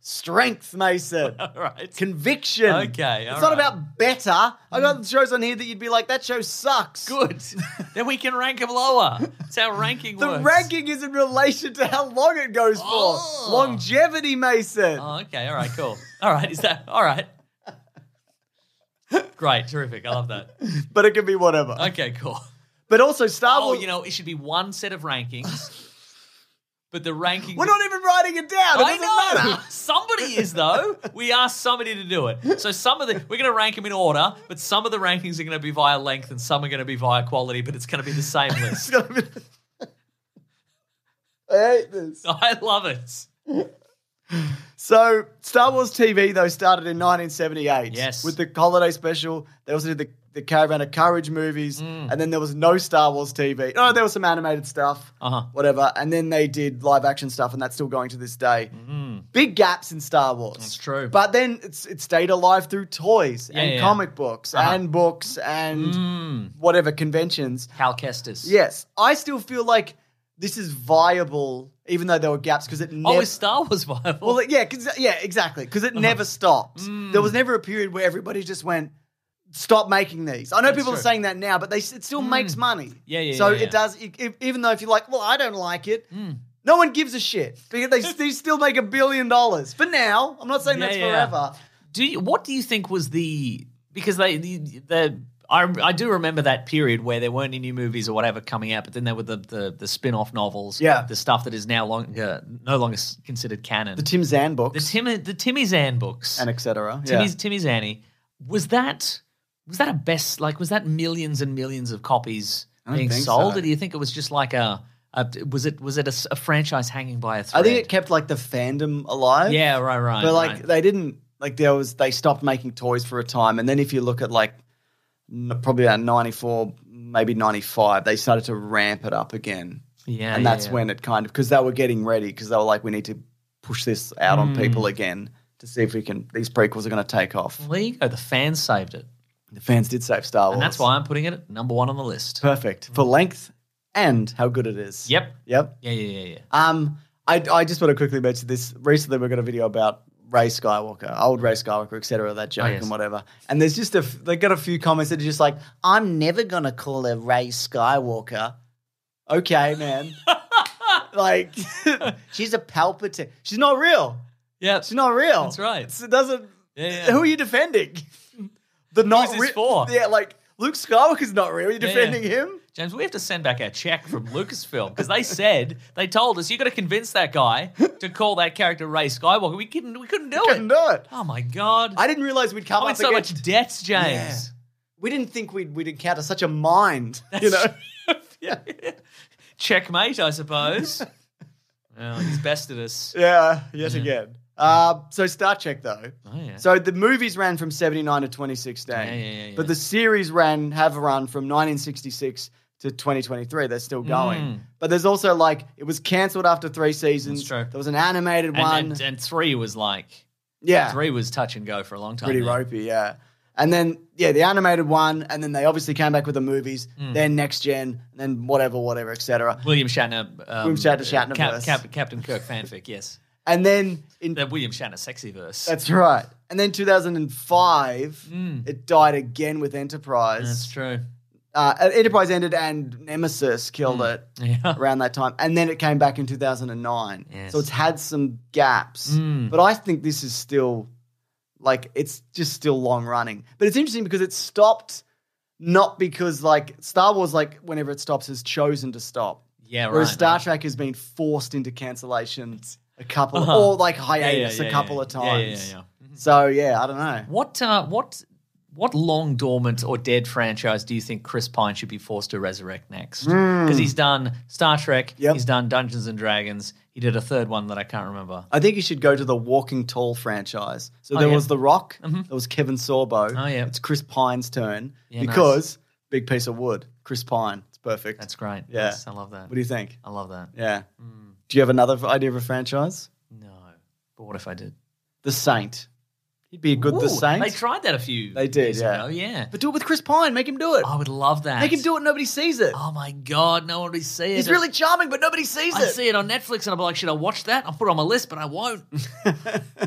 Speaker 1: strength, Mason.
Speaker 3: right.
Speaker 1: Conviction.
Speaker 3: Okay, Mm. all
Speaker 1: it's not
Speaker 3: right.
Speaker 1: about better. I got shows on here that you'd be like, that show sucks.
Speaker 3: Good. then we can rank them lower. That's how ranking
Speaker 1: The
Speaker 3: works.
Speaker 1: ranking is in relation to how long it goes for.
Speaker 3: Oh.
Speaker 1: Longevity, Mason.
Speaker 3: Oh, okay. All right. Cool. All right. Is that all right? Great. Terrific. I love that.
Speaker 1: But it could be whatever.
Speaker 3: Okay. Cool.
Speaker 1: But also, Star
Speaker 3: Oh,
Speaker 1: Wars.
Speaker 3: you know, it should be one set of rankings, but the ranking.
Speaker 1: we're not even writing it down. It
Speaker 3: I
Speaker 1: doesn't
Speaker 3: know.
Speaker 1: matter.
Speaker 3: Somebody is though. We asked somebody to do it. So some of the we're going to rank them in order, but some of the rankings are going to be via length and some are going to be via quality, but it's going to be the same
Speaker 1: It's
Speaker 3: list.
Speaker 1: gonna be- I hate this.
Speaker 3: I love it.
Speaker 1: So, Star Wars TV, though, started in 1978.
Speaker 3: Yes.
Speaker 1: With the holiday special. They also did the, the Caravan of Courage movies.
Speaker 3: Mm.
Speaker 1: And then there was no Star Wars TV. No, there was some animated stuff,
Speaker 3: Uh-huh.
Speaker 1: whatever. And then they did live action stuff, and that's still going to this day. Big gaps in Star Wars. That's
Speaker 3: Mm-hmm. true.
Speaker 1: But then it's, it stayed alive through toys
Speaker 3: Yeah, Uh-huh. Mm.
Speaker 1: and
Speaker 3: yeah,
Speaker 1: comic books and books and whatever conventions.
Speaker 3: Hmm. Hal Kestis.
Speaker 1: Yes. I still feel like this is viable, even though there were gaps, because it never.
Speaker 3: Oh, is Star Wars viable?
Speaker 1: Well, yeah, 'cause- yeah, exactly. Because it
Speaker 3: Uh-huh.
Speaker 1: never stopped. There
Speaker 3: Mm.
Speaker 1: was never a period where everybody just went, "Stop making these." I know people are
Speaker 3: true. Mm.
Speaker 1: saying that now, but they it still makes money.
Speaker 3: Yeah, yeah,
Speaker 1: So
Speaker 3: yeah, Mm. yeah.
Speaker 1: it does. It, if- even though if you're like, "Well, I don't like it," no one gives a shit because they, they still make a billion dollars for now. I'm not saying
Speaker 3: Yeah,
Speaker 1: that's
Speaker 3: yeah.
Speaker 1: forever.
Speaker 3: Do you, what do you think was the because they the, the I, I do remember that period where there weren't any movies or whatever coming out, but then there were the the, the spin off novels,
Speaker 1: Yeah.
Speaker 3: the stuff that is now long, uh, no longer s- considered canon.
Speaker 1: The Tim Zan
Speaker 3: the
Speaker 1: books
Speaker 3: Tim the Timmy Zan books
Speaker 1: and etc.
Speaker 3: Timmy's Timmy's Annie was that was that a best like was that millions and millions of copies
Speaker 1: don't
Speaker 3: being
Speaker 1: think
Speaker 3: sold
Speaker 1: so.
Speaker 3: or do you think it was just like a, a was it was it a, s- a franchise hanging by a thread?
Speaker 1: I think it kept like the fandom alive.
Speaker 3: yeah right right
Speaker 1: but like
Speaker 3: right.
Speaker 1: they didn't like there was they stopped making toys for a time and then if you look at like n- probably about 94 maybe 95 they started to ramp it up again
Speaker 3: yeah
Speaker 1: and
Speaker 3: yeah,
Speaker 1: that's
Speaker 3: yeah.
Speaker 1: when it kind of because they were getting ready because they were like we need to push this out
Speaker 3: Mm.
Speaker 1: on people again to see if we can these prequels are going to take off
Speaker 3: well, there you go the fans saved it
Speaker 1: the fans did save star wars
Speaker 3: and that's why I'm putting it at number one on the list
Speaker 1: perfect for length and how good it is
Speaker 3: yep
Speaker 1: yep
Speaker 3: yeah yeah yeah yeah
Speaker 1: Um, I, I just want to quickly mention this. Recently, we got a video about Ray Skywalker, old Ray Skywalker, etc. That joke
Speaker 3: Oh, yes.
Speaker 1: and whatever. And there's just a f- they got a few comments that are just like, "I'm never gonna call her Ray Skywalker." Okay, man. like she's a Palpatine. She's not real.
Speaker 3: yeah
Speaker 1: She's not real.
Speaker 3: That's right.
Speaker 1: It's- it doesn't.
Speaker 3: Yeah, yeah.
Speaker 1: Who are you defending? the not
Speaker 3: this
Speaker 1: real.
Speaker 3: for?
Speaker 1: Yeah, like Luke Skywalker's not real. You're
Speaker 3: Yeah, yeah.
Speaker 1: defending him.
Speaker 3: James, we have to send back our check from Lucasfilm because they said they told us you got to convince that guy to call that character Ray Skywalker. We couldn't, we couldn't do
Speaker 1: Couldn't
Speaker 3: it.
Speaker 1: do it.
Speaker 3: Oh my god!
Speaker 1: I didn't realize we'd come
Speaker 3: I'm in
Speaker 1: up
Speaker 3: so
Speaker 1: against
Speaker 3: much debt, James.
Speaker 1: we didn't think we'd, we'd encounter such a mind, you know? yeah.
Speaker 3: Checkmate, I suppose. well, he's bested us.
Speaker 1: Yeah, yet again. Uh, so Star Trek though.
Speaker 3: Oh, yeah.
Speaker 1: So the movies ran from 79 to 2016.
Speaker 3: Yeah, yeah, yeah,
Speaker 1: But the series ran have run from 1966 to 2023. They're still going. But there's also like it was cancelled after 3 seasons.
Speaker 3: Mm. That's true.
Speaker 1: There was an animated one.
Speaker 3: And, and, and three was like
Speaker 1: yeah.
Speaker 3: three was touch and go for a long time.
Speaker 1: pretty
Speaker 3: there.
Speaker 1: ropey, yeah. And then yeah, the animated one, and then they obviously came back with the movies,
Speaker 3: Mm.
Speaker 1: then next gen, and then whatever, whatever, etc.
Speaker 3: William Shatner. Um,
Speaker 1: William Shatner-
Speaker 3: uh,
Speaker 1: Shatnerverse.
Speaker 3: Captain Kirk fanfic. Yes,
Speaker 1: And then in
Speaker 3: the William Shatner sexy verse.
Speaker 1: that's right. And then 2005, it died again with Enterprise.
Speaker 3: Hmm. That's true.
Speaker 1: Uh, Enterprise ended, and Nemesis killed
Speaker 3: Hmm.
Speaker 1: it
Speaker 3: Yeah.
Speaker 1: around that time. And then it came back in 2009.
Speaker 3: Yes.
Speaker 1: So it's had some gaps,
Speaker 3: Mm.
Speaker 1: but I think this is still like it's just still long running. But it's interesting because it stopped not because like Star Wars, like whenever it stops, has chosen to stop.
Speaker 3: Yeah, right.
Speaker 1: Whereas Star Trek has been forced into cancellation a couple
Speaker 3: Uh-huh.
Speaker 1: or like
Speaker 3: Yeah, yeah,
Speaker 1: hiatus
Speaker 3: yeah,
Speaker 1: a couple
Speaker 3: yeah.
Speaker 1: of
Speaker 3: Yeah, yeah,
Speaker 1: times.
Speaker 3: yeah, yeah.
Speaker 1: So yeah, I don't know.
Speaker 3: What uh, what what long dormant or dead franchise do you think Chris Pine should be forced to resurrect next? Because he's done Star Trek,
Speaker 1: Hmm. Yep.
Speaker 3: he's done Dungeons and Dragons. He did a third one that I can't remember.
Speaker 1: I think you should go to the Walking Tall franchise. So
Speaker 3: Oh,
Speaker 1: there
Speaker 3: yeah.
Speaker 1: was The Rock, there was Kevin Sorbo.
Speaker 3: Oh, yeah.
Speaker 1: It's Chris Pine's turn
Speaker 3: Yeah, nice.
Speaker 1: because big piece of wood. Chris Pine. It's perfect.
Speaker 3: That's great. Mm.
Speaker 1: Yeah.
Speaker 3: Yes, I love that.
Speaker 1: What do you think?
Speaker 3: I love that.
Speaker 1: Yeah. Do you have another idea of a franchise?
Speaker 3: No, but what if I did?
Speaker 1: The Saint. He'd be a good The
Speaker 3: Ooh,
Speaker 1: Saint.
Speaker 3: They tried that a few.
Speaker 1: They did,
Speaker 3: years
Speaker 1: yeah.
Speaker 3: ago, yeah.
Speaker 1: but do it with Chris Pine. Make him do it.
Speaker 3: I would love that.
Speaker 1: Make him do it. Nobody sees it.
Speaker 3: Oh my god, no one would see it.
Speaker 1: He's really charming, but nobody sees
Speaker 3: I
Speaker 1: it.
Speaker 3: see it on Netflix and I'll be like, should I watch that? I'll put it on my list, but I won't.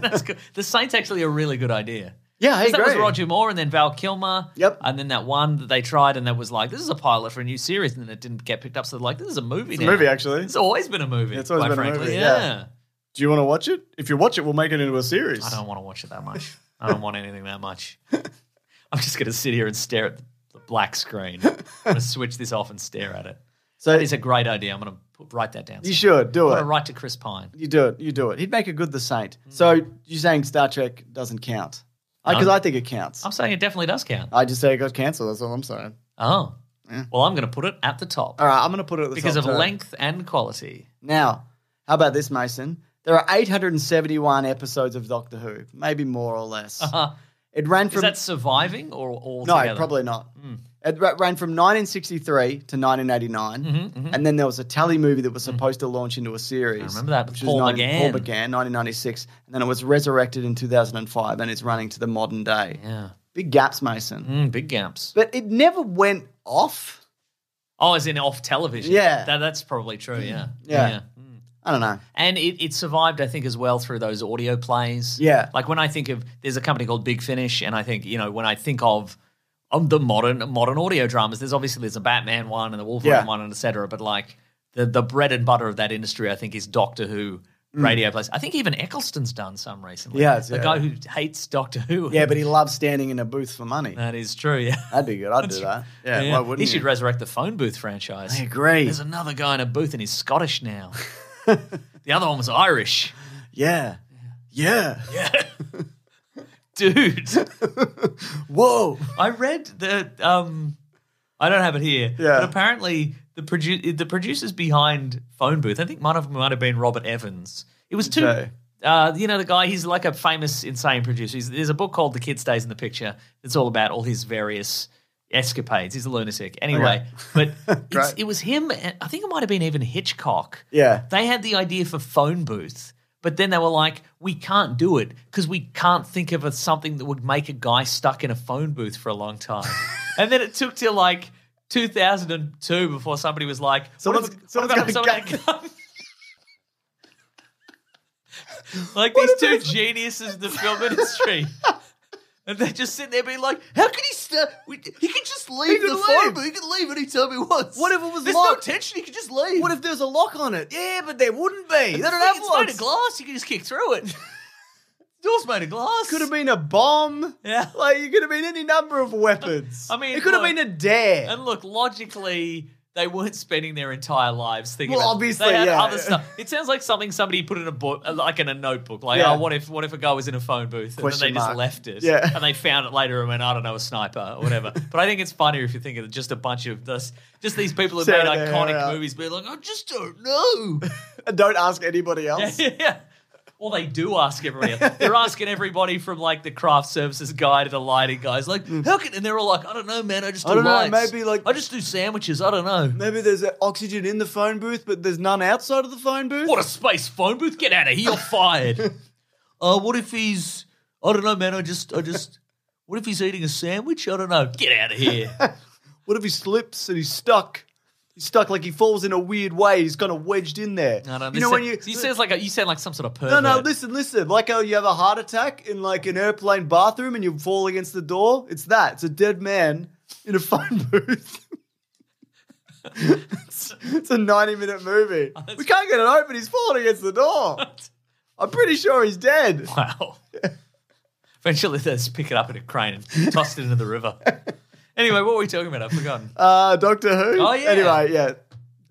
Speaker 3: That's good. The Saints actually a really good idea.
Speaker 1: Yeah, I
Speaker 3: 'Cause that was
Speaker 1: agree.
Speaker 3: Roger Moore and then Val Kilmer.
Speaker 1: Yep.
Speaker 3: And then that one that they tried and that was like, this is a pilot for a new series, and then it didn't get picked up. So they're like, this is a movie
Speaker 1: It's a
Speaker 3: now.
Speaker 1: movie, actually.
Speaker 3: It's always been a movie.
Speaker 1: Yeah, it's always
Speaker 3: quite
Speaker 1: been a
Speaker 3: frankly.
Speaker 1: movie,
Speaker 3: Yeah.
Speaker 1: yeah. Do you want to watch it? If you watch it, we'll make it into a series.
Speaker 3: I don't want to watch it that much. I don't want anything that much. I'm just gonna sit here and stare at the black screen. I'm gonna switch this off and stare at it.
Speaker 1: So
Speaker 3: That is a great idea. I'm gonna put, write that down.
Speaker 1: you should do
Speaker 3: I'm
Speaker 1: it.
Speaker 3: gonna write to Chris Pine.
Speaker 1: You do it. You do it. He'd make a good The Saint.
Speaker 3: Hmm.
Speaker 1: So you're saying Star Trek doesn't count? Because
Speaker 3: No.
Speaker 1: I think it counts.
Speaker 3: I'm saying it definitely does count.
Speaker 1: I just say it got cancelled. That's all I'm saying.
Speaker 3: Oh. Well, I'm going to put it at the top
Speaker 1: All right, I'm going to put it at the
Speaker 3: because
Speaker 1: top
Speaker 3: of
Speaker 1: too.
Speaker 3: length and quality.
Speaker 1: Now, how about this, Mason? There are 871 episodes of Doctor Who, maybe more or less.
Speaker 3: Uh,
Speaker 1: It ran
Speaker 3: is
Speaker 1: from
Speaker 3: that surviving or all
Speaker 1: no,
Speaker 3: together?
Speaker 1: probably not. It ra- ran from 1963 to 1989, and then there was a tally movie that was supposed to launch into a series. Mm-hmm, Hmm. I
Speaker 3: remember that, Paul McGann.
Speaker 1: Paul McGann, 1996, and then it was resurrected in 2005, and it's running to the modern day.
Speaker 3: Yeah.
Speaker 1: Big gaps, Mason.
Speaker 3: Mm, big gaps.
Speaker 1: But it never went off.
Speaker 3: Oh, as in off television.
Speaker 1: Yeah.
Speaker 3: That, that's probably true. Yeah.
Speaker 1: Yeah. I don't know.
Speaker 3: And it, it survived, I think, as well through those audio plays.
Speaker 1: Yeah.
Speaker 3: Like when I think of, there's a company called Big Finish, and I think, you know, when I think of um, the modern modern audio dramas, there's obviously there's a Batman one and the Wolverine
Speaker 1: Yeah.
Speaker 3: one and et cetera, but like the, the bread and butter of that industry, I think, is Doctor Who radio plays. I think even Eccleston's done some recently.
Speaker 1: Yes, Mm.
Speaker 3: The
Speaker 1: yeah.
Speaker 3: guy who hates Doctor Who.
Speaker 1: Yeah, but he loves standing in a booth for money.
Speaker 3: That is true, yeah.
Speaker 1: That'd be good. I'd do that. Yeah, why wouldn't
Speaker 3: He
Speaker 1: you?
Speaker 3: should resurrect the phone booth franchise.
Speaker 1: I agree.
Speaker 3: There's another guy in a booth and he's Scottish now. the other one was Irish.
Speaker 1: Yeah. Yeah.
Speaker 3: Dude,
Speaker 1: Whoa.
Speaker 3: I read that um I don't have it here,
Speaker 1: Yeah.
Speaker 3: but apparently the produ- the producers behind Phone Booth, I think one of them might have been Robert Evans. It was two
Speaker 1: Okay.
Speaker 3: Uh, you know the guy. He's like a famous insane producer. He's, there's a book called "The Kid Stays in the Picture." That's all about all his various escapades. He's a lunatic, anyway. But it's, it was him. and I think it might have been even Hitchcock.
Speaker 1: Yeah.
Speaker 3: They had the idea for phone booth, but then they were like, we can't do it because we can't think of a, something that would make a guy stuck in a phone booth for a long time. and then it took till like 2002 before somebody was like,
Speaker 1: Someone's-
Speaker 3: what, if-
Speaker 1: someone's
Speaker 3: what about if
Speaker 1: got
Speaker 3: someone
Speaker 1: a
Speaker 3: had come? like these two geniuses of the film industry. And they just sit there being like, how can he st- we, He can just leave
Speaker 1: can
Speaker 3: the phone
Speaker 1: leave.
Speaker 3: booth. He can leave anytime he wants.
Speaker 1: What if it was
Speaker 3: There's
Speaker 1: locked?
Speaker 3: no tension. He can just leave.
Speaker 1: What if there's a lock on it? Yeah, but there wouldn't be. They don't
Speaker 3: It's
Speaker 1: have
Speaker 3: made of
Speaker 1: locks.
Speaker 3: glass. You can just kick through it. Door's made of glass.
Speaker 1: Could have been a bomb.
Speaker 3: Yeah.
Speaker 1: Like, it could have been any number of weapons.
Speaker 3: I mean,
Speaker 1: it could have
Speaker 3: look-
Speaker 1: been a dare.
Speaker 3: And look, logically, they weren't spending their entire lives thinking.
Speaker 1: Well,
Speaker 3: about-
Speaker 1: obviously,
Speaker 3: they had
Speaker 1: yeah.
Speaker 3: other stuff. It sounds like something somebody put in a book, uh, like in a notebook. Like,
Speaker 1: Yeah.
Speaker 3: oh, what if, what if a guy was in a phone booth and
Speaker 1: Question
Speaker 3: then they just
Speaker 1: mark.
Speaker 3: left it,
Speaker 1: Yeah.
Speaker 3: and they found it later and went, I don't know, a sniper or whatever. but I think it's funnier if you think of it, just a bunch of this, just these people who made
Speaker 1: Sat there,
Speaker 3: iconic
Speaker 1: yeah.
Speaker 3: movies, being like, I just don't know.
Speaker 1: And don't ask anybody else.
Speaker 3: yeah. Well, they do ask everybody. Else. They're asking everybody from like the craft services guy to the lighting guys, like how can? And they're all like, I don't know, man. I just do
Speaker 1: Mm. I don't know,
Speaker 3: lights.
Speaker 1: maybe, like-
Speaker 3: I just do sandwiches. I don't know.
Speaker 1: Maybe there's uh, oxygen in the phone booth, but there's none outside of the phone booth.
Speaker 3: What a space phone booth! Get out of here! You're fired. uh, what if he's? I don't know, man. I just, I just. What if he's eating a sandwich? I don't know. Get out of here.
Speaker 1: What if he slips and he's stuck? He's stuck like he falls in a weird way. He's kind of wedged in there.
Speaker 3: I don't
Speaker 1: you
Speaker 3: this
Speaker 1: know
Speaker 3: sa-
Speaker 1: when you
Speaker 3: he says like a, you sound like some sort of
Speaker 1: no
Speaker 3: pervert.
Speaker 1: no listen listen like how you have a heart attack in like an airplane bathroom and you fall against the door. It's that. It's a dead man in a phone booth. it's, it's a ninety-minute movie.
Speaker 3: Oh,
Speaker 1: We can't get it open. He's falling against the door. I'm pretty sure he's dead.
Speaker 3: Wow. Eventually, they just pick it up in a crane and toss it into the river. Anyway, what were we talking about? I've forgotten.
Speaker 1: Uh, Doctor Who.
Speaker 3: Oh, yeah.
Speaker 1: Anyway, yeah,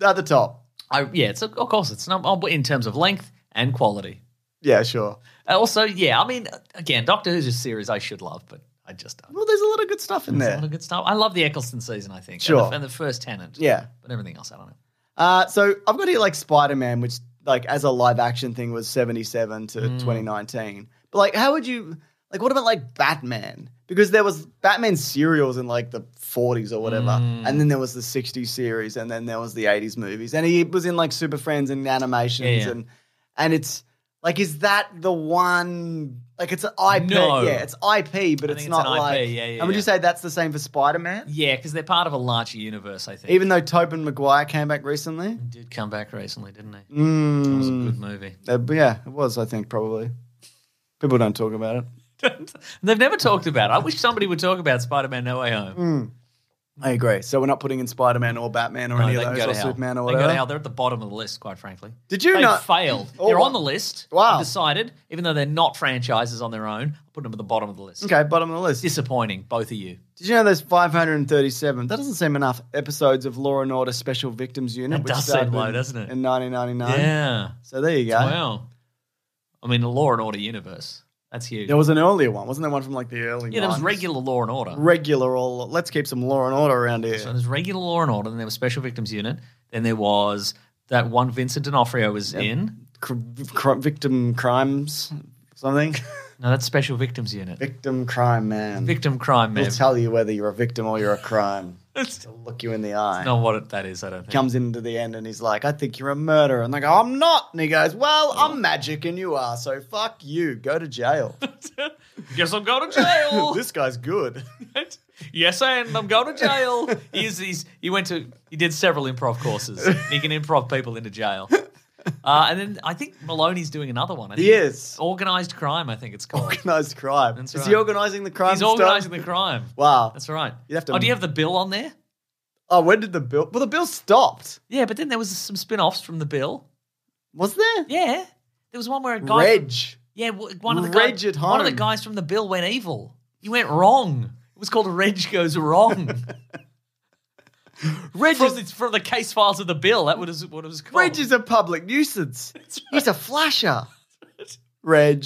Speaker 1: at the top.
Speaker 3: I, yeah, it's of course it's num- oh, but in terms of length and quality.
Speaker 1: Yeah, sure.
Speaker 3: Uh, Also, yeah, I mean, again, Doctor Who's a series I should love, but I just don't.
Speaker 1: Well, there's a lot of good stuff in
Speaker 3: It's a
Speaker 1: there.
Speaker 3: lot of good stuff. I love the Eccleston season, I think, and,
Speaker 1: Sure.
Speaker 3: the, and the first Tenant,
Speaker 1: Yeah.
Speaker 3: but everything else, I don't know.
Speaker 1: Uh, so I've got here like Spider Man, which like as a live action thing was seventy seven to
Speaker 3: Mm.
Speaker 1: twenty nineteen. But like, how would you like? What about like Batman? Because there was Batman serials in like the forties or whatever,
Speaker 3: Mm.
Speaker 1: and then there was the sixties series, and then there was the eighties movies, and he was in like Super Friends and animations,
Speaker 3: Yeah, yeah.
Speaker 1: and and it's like, is that the one? Like it's an IP,
Speaker 3: No.
Speaker 1: yeah, it's IP, but
Speaker 3: I think
Speaker 1: it's
Speaker 3: it's
Speaker 1: not
Speaker 3: an IP,
Speaker 1: like.
Speaker 3: yeah, yeah,
Speaker 1: and would
Speaker 3: yeah.
Speaker 1: you say that's the same for Spider Man?
Speaker 3: Yeah, because they're part of a larger universe, I think.
Speaker 1: Even though Tobin Maguire came back recently.
Speaker 3: He did come back recently, didn't he?
Speaker 1: Mm.
Speaker 3: It was a good movie.
Speaker 1: Uh, but yeah, it was, I think, probably. People don't talk about it.
Speaker 3: And They've never talked about it. I wish somebody would talk about Spider-Man: No Way Home.
Speaker 1: Hmm. I agree. So we're not putting in Spider Man or Batman or
Speaker 3: No,
Speaker 1: any
Speaker 3: they
Speaker 1: of
Speaker 3: can
Speaker 1: those,
Speaker 3: go
Speaker 1: or
Speaker 3: to hell.
Speaker 1: Superman or
Speaker 3: They can go
Speaker 1: whatever.
Speaker 3: to hell. They're at the bottom of the list, quite frankly.
Speaker 1: Did you
Speaker 3: they
Speaker 1: not-
Speaker 3: failed.
Speaker 1: Oh,
Speaker 3: they're
Speaker 1: wow.
Speaker 3: on the list.
Speaker 1: Wow.
Speaker 3: I've decided, even though they're not franchises on their own, I'll put them at the bottom of the list.
Speaker 1: Okay, bottom of the list.
Speaker 3: Disappointing, both of you.
Speaker 1: Did you know there's 537? That doesn't seem enough episodes of Law and Order Special Victims Unit.
Speaker 3: That
Speaker 1: which
Speaker 3: does seem
Speaker 1: started
Speaker 3: low,
Speaker 1: in-
Speaker 3: doesn't it?
Speaker 1: In 1999.
Speaker 3: Yeah.
Speaker 1: So there you go.
Speaker 3: Wow. I mean, the Law and Order universe. That's huge.
Speaker 1: There was an earlier one, wasn't there? One from like the early.
Speaker 3: yeah, there was
Speaker 1: 90s?
Speaker 3: regular Law and Order.
Speaker 1: Regular. All let's keep some Law and Order around here.
Speaker 3: So there's regular Law and Order, then there was Special Victims Unit, then there was that one Vincent D'Onofrio was in.
Speaker 1: Cr- cr- victim crimes, something.
Speaker 3: No, that's Special Victims Unit.
Speaker 1: victim crime man.
Speaker 3: Victim Crime
Speaker 1: We'll
Speaker 3: Man.
Speaker 1: tell you whether you're a victim or you're a crime.
Speaker 3: That's
Speaker 1: They'll look you in the eye.
Speaker 3: not what it, that is, I don't think.
Speaker 1: Comes into the end and he's like, I think you're a murderer. And I go, I'm not. And he goes, Well,
Speaker 3: Oh.
Speaker 1: I'm magic and you are. So fuck you. Go to jail.
Speaker 3: Guess I'm going to jail.
Speaker 1: this guy's good.
Speaker 3: yes, and I'm going to jail. He's, he's, he went to he did several improv courses. He can improv people into jail. Uh, and then I think Maloney's doing another one. I think
Speaker 1: He is.
Speaker 3: organized crime. I think it's called.
Speaker 1: Organized crime.
Speaker 3: That's
Speaker 1: is
Speaker 3: right.
Speaker 1: he organizing the crime?
Speaker 3: He's organizing
Speaker 1: stuff?
Speaker 3: the crime.
Speaker 1: Wow.
Speaker 3: That's right.
Speaker 1: You'd have to-
Speaker 3: oh, do you have the bill on there?
Speaker 1: Oh, when did the bill? Well, the bill stopped.
Speaker 3: Yeah, but then there was some spin-offs from the bill.
Speaker 1: Was there?
Speaker 3: Yeah, there was one where a guy.
Speaker 1: Reg.
Speaker 3: Yeah, w- one of the
Speaker 1: Reg
Speaker 3: guy-
Speaker 1: at
Speaker 3: One of the
Speaker 1: home.
Speaker 3: guys from the bill went evil. He went wrong. It was called Reg goes wrong.
Speaker 1: Reg,
Speaker 3: from,
Speaker 1: is,
Speaker 3: the, from the case files of the bill. That was what it was called.
Speaker 1: Reg is a public nuisance. He's a flasher. Reg.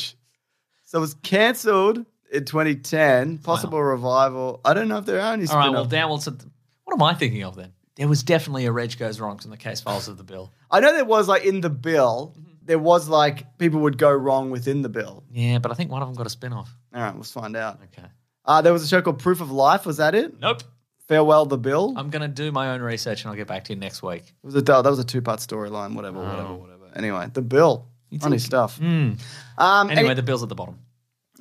Speaker 1: So it was cancelled in 2010. Possible revival. I don't know if there are any
Speaker 3: All right,
Speaker 1: spin-offs.
Speaker 3: well, downwards. At the, what am I thinking of then? There was definitely a Reg goes wrong from the case files of the bill.
Speaker 1: I know there was like in the bill,
Speaker 3: Mm-hmm.
Speaker 1: there was like people would go wrong within the bill.
Speaker 3: Yeah, but I think one of them got a spin off.
Speaker 1: All right, let's find out.
Speaker 3: Okay.
Speaker 1: Uh, there was a show called Proof of Life. Was that it?
Speaker 3: Nope.
Speaker 1: Farewell the Bill.
Speaker 3: I'm going to do my own research and I'll get back to you next week.
Speaker 1: It was a that was a two part storyline. Whatever,
Speaker 3: Oh.
Speaker 1: whatever, whatever. Anyway, the bill. Funny stuff. Um,
Speaker 3: mm. Anyway,
Speaker 1: any-
Speaker 3: the bill's at the bottom.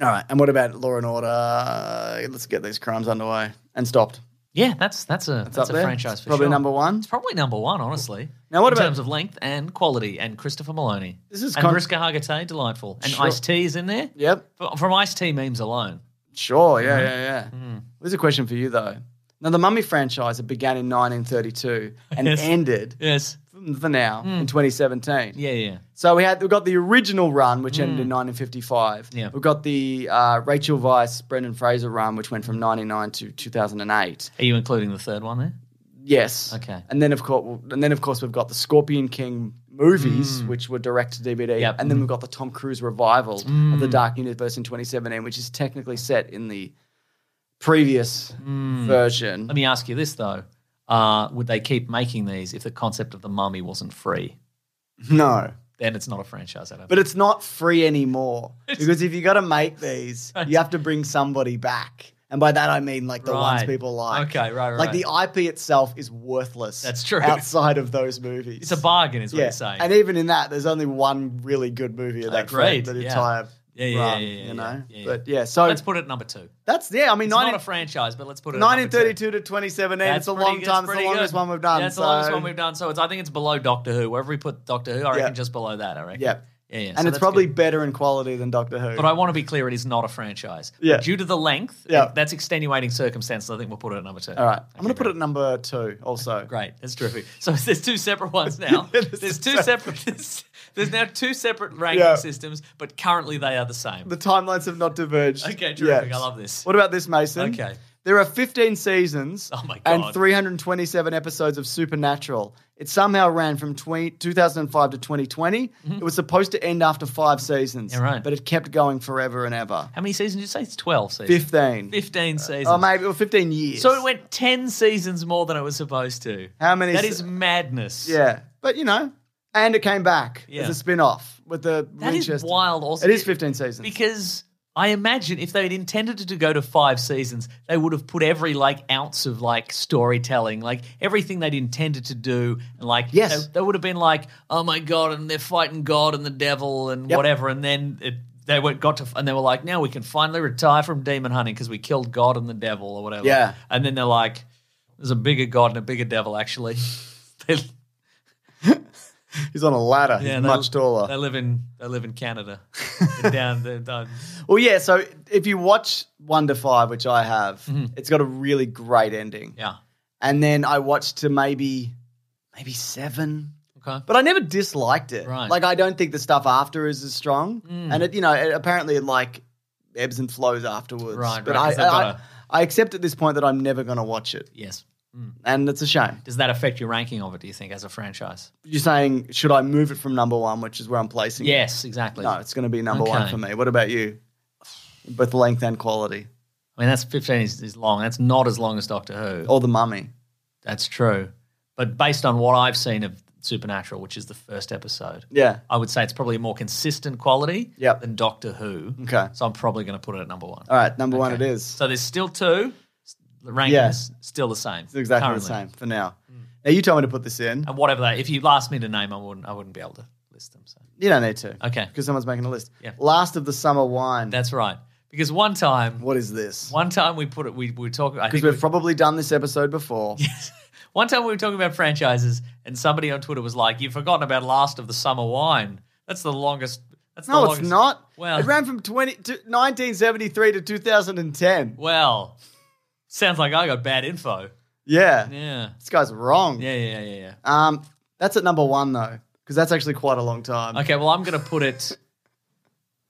Speaker 1: all right. And what about Law and Order? Uh, let's get these crimes underway and stopped.
Speaker 3: Yeah, that's that's a that's,
Speaker 1: up
Speaker 3: a
Speaker 1: there.
Speaker 3: franchise
Speaker 1: It's
Speaker 3: for
Speaker 1: probably
Speaker 3: sure.
Speaker 1: number one.
Speaker 3: It's probably number one, honestly.
Speaker 1: Now, what
Speaker 3: in
Speaker 1: about-
Speaker 3: terms of length and quality and Christopher Maloney?
Speaker 1: This is
Speaker 3: and
Speaker 1: con-
Speaker 3: Brisker Hargitay, delightful. And
Speaker 1: Sure.
Speaker 3: Ice T is in there.
Speaker 1: Yep.
Speaker 3: F- From Ice T memes alone.
Speaker 1: Sure.
Speaker 3: Mm-hmm.
Speaker 1: Yeah, yeah, yeah. There's a question for you though. Now, the Mummy franchise it began in 1932 and
Speaker 3: Yes.
Speaker 1: ended
Speaker 3: Yes.
Speaker 1: for now in 2017.
Speaker 3: Yeah, yeah.
Speaker 1: So we had we got the original run, which ended in 1955.
Speaker 3: Yeah.
Speaker 1: We got the uh, Rachel Weisz, Brendan Fraser run, which went from 99 to 2008.
Speaker 3: Are you including the third one there?
Speaker 1: Yes.
Speaker 3: Okay.
Speaker 1: And then of course, and then of course, we've got the Scorpion King movies, which were direct to DVD.
Speaker 3: Mm. Yep. Mm.
Speaker 1: And then we've got the Tom Cruise revival of the Dark Universe in 2017, which is technically set in the previous
Speaker 3: Mm.
Speaker 1: Mm. version.
Speaker 3: Let me ask you this though: uh, Would they keep making these if the concept of the mummy wasn't free?
Speaker 1: no.
Speaker 3: then it's not a franchise. I don't.
Speaker 1: But it's not free anymore because if you got to make these, you have to bring somebody back, and by that I mean like the ones
Speaker 3: Right.
Speaker 1: people like.
Speaker 3: Okay, right, right,
Speaker 1: Like the IP itself is worthless.
Speaker 3: That's true.
Speaker 1: Outside of those movies,
Speaker 3: it's a bargain, is what
Speaker 1: Yeah,
Speaker 3: you're saying.
Speaker 1: and even in that, there's only one really good movie of that
Speaker 3: Agreed,
Speaker 1: that
Speaker 3: Uh, yeah.
Speaker 1: entire
Speaker 3: Yeah, yeah,
Speaker 1: run.
Speaker 3: yeah, yeah, yeah,
Speaker 1: you know,
Speaker 3: yeah, yeah.
Speaker 1: but yeah, so
Speaker 3: let's put it at number two.
Speaker 1: that's yeah. I mean,
Speaker 3: It's
Speaker 1: 19,
Speaker 3: not a franchise, but let's put it. at number two.
Speaker 1: 1932 to 2017.
Speaker 3: That's
Speaker 1: it's a
Speaker 3: pretty-
Speaker 1: long
Speaker 3: that's
Speaker 1: time. It's the
Speaker 3: pretty
Speaker 1: longest
Speaker 3: good.
Speaker 1: one we've done.
Speaker 3: Yeah, it's
Speaker 1: so.
Speaker 3: the longest one we've done. So it's I think it's below Doctor Who. Wherever we put Doctor Who, I
Speaker 1: Yeah.
Speaker 3: reckon just below that. I reckon.
Speaker 1: Yeah.
Speaker 3: yeah, yeah. So
Speaker 1: and it's
Speaker 3: that's
Speaker 1: probably
Speaker 3: good.
Speaker 1: better in quality than Doctor Who.
Speaker 3: But I want to be clear, it is not a franchise. But
Speaker 1: Yeah.
Speaker 3: due to the length,
Speaker 1: Yeah.
Speaker 3: it- that's extenuating circumstances. I think we'll put it at number two.
Speaker 1: All right, I'm going to put it at number two. Also,
Speaker 3: Great, that's terrific. So there's two separate ones now.
Speaker 1: This
Speaker 3: there's
Speaker 1: is
Speaker 3: two
Speaker 1: so-
Speaker 3: separate. There's, there's now two separate ranking
Speaker 1: Yeah.
Speaker 3: systems, but currently they are the same.
Speaker 1: The timelines have not diverged.
Speaker 3: Okay, terrific.
Speaker 1: yet.
Speaker 3: I love this.
Speaker 1: What about this, Mason?
Speaker 3: Okay.
Speaker 1: There are 15 seasons
Speaker 3: Oh my God.
Speaker 1: and 327 episodes of Supernatural. It somehow ran from 20, 2005 to 2020. It was supposed to end after five seasons,
Speaker 3: Mm-hmm. Yeah, right.
Speaker 1: but it kept going forever and ever.
Speaker 3: How many seasons did you say? It's twelve seasons.
Speaker 1: 15.
Speaker 3: Fifteen seasons.
Speaker 1: Oh, maybe well, 15 years.
Speaker 3: So it went 10 seasons more than it was supposed to.
Speaker 1: How many
Speaker 3: That
Speaker 1: se-
Speaker 3: is madness.
Speaker 1: Yeah, but you know, and it came back
Speaker 3: Yeah.
Speaker 1: as a spin off with the
Speaker 3: That is
Speaker 1: Winchester.
Speaker 3: wild also.
Speaker 1: It is 15 seasons.
Speaker 3: Because I imagine if they'd intended it to go to five seasons, they would have put every like ounce of like storytelling, like everything they'd intended to do, and like
Speaker 1: Yes.
Speaker 3: they, they would have been like, oh my god, and they're fighting God and the devil and
Speaker 1: Yep.
Speaker 3: whatever, and then it, they went got to and they were like, now we can finally retire from demon hunting because we killed God and the devil or whatever.
Speaker 1: Yeah.
Speaker 3: and then they're like, there's a bigger God and a bigger devil actually. They-
Speaker 1: He's on a ladder.
Speaker 3: yeah,
Speaker 1: He's
Speaker 3: they-
Speaker 1: much taller.
Speaker 3: They live in they live in Canada. They're down, they're down.
Speaker 1: Well, yeah. So if you watch One to Five, which I have, it's got a really great ending.
Speaker 3: Mm-hmm. Yeah.
Speaker 1: And then I watched to maybe, maybe seven,
Speaker 3: Okay.
Speaker 1: but I never disliked it.
Speaker 3: Right. Mm.
Speaker 1: Like I don't think the stuff after is as strong, and it, you know, it, apparently it like ebbs and flows afterwards.
Speaker 3: Right,
Speaker 1: But
Speaker 3: right, 'cause
Speaker 1: I,
Speaker 3: they've
Speaker 1: I,
Speaker 3: gotta-
Speaker 1: I accept at this point that I'm never going to watch it,
Speaker 3: Yes.
Speaker 1: and it's a shame.
Speaker 3: Does that affect your ranking of it, do you think, as a franchise?
Speaker 1: You're saying should I move it from number one, which is where I'm placing it?
Speaker 3: Yes, exactly.
Speaker 1: No, it's going to be number one
Speaker 3: Okay.
Speaker 1: for me. What about you? Both length and quality,
Speaker 3: I mean, that's 15 is, is long. That's not as long as Doctor Who.
Speaker 1: or the Mummy.
Speaker 3: That's true. But based on what I've seen of Supernatural, which is the first episode,
Speaker 1: Yeah.
Speaker 3: I would say it's probably a more consistent quality
Speaker 1: Yep.
Speaker 3: than Doctor Who.
Speaker 1: Okay.
Speaker 3: So I'm probably going to put it at number one.
Speaker 1: All right, number one it
Speaker 3: Okay.
Speaker 1: is.
Speaker 3: So there's still two. S- The ranking
Speaker 1: Yeah.
Speaker 3: is still the same.
Speaker 1: it's exactly
Speaker 3: currently. Hmm.
Speaker 1: the same for now. Now you told me to put this in.
Speaker 3: And whatever that, if you asked me to name, I wouldn't, I wouldn't be able to list them. So
Speaker 1: You don't need to.
Speaker 3: Okay.
Speaker 1: Because someone's making a list.
Speaker 3: Yeah.
Speaker 1: Last of the summer wine.
Speaker 3: that's right. Because one time,
Speaker 1: what is this?
Speaker 3: one time we put it, we, we were talking, I
Speaker 1: Because
Speaker 3: think
Speaker 1: we've probably done this episode before.
Speaker 3: One time we were talking about franchises, and somebody on Twitter was like, "You've forgotten about Last of the Summer Wine. That's the longest. That's the
Speaker 1: No, it's
Speaker 3: longest-
Speaker 1: not.
Speaker 3: Well-
Speaker 1: it ran from 20 to 1973 to 2010.
Speaker 3: Well, sounds like I got bad info.
Speaker 1: Yeah.
Speaker 3: Yeah,
Speaker 1: This guy's wrong.
Speaker 3: yeah, yeah, yeah, yeah.
Speaker 1: Um, that's at number one though, because that's actually quite a long time.
Speaker 3: Okay, well, I'm gonna put it.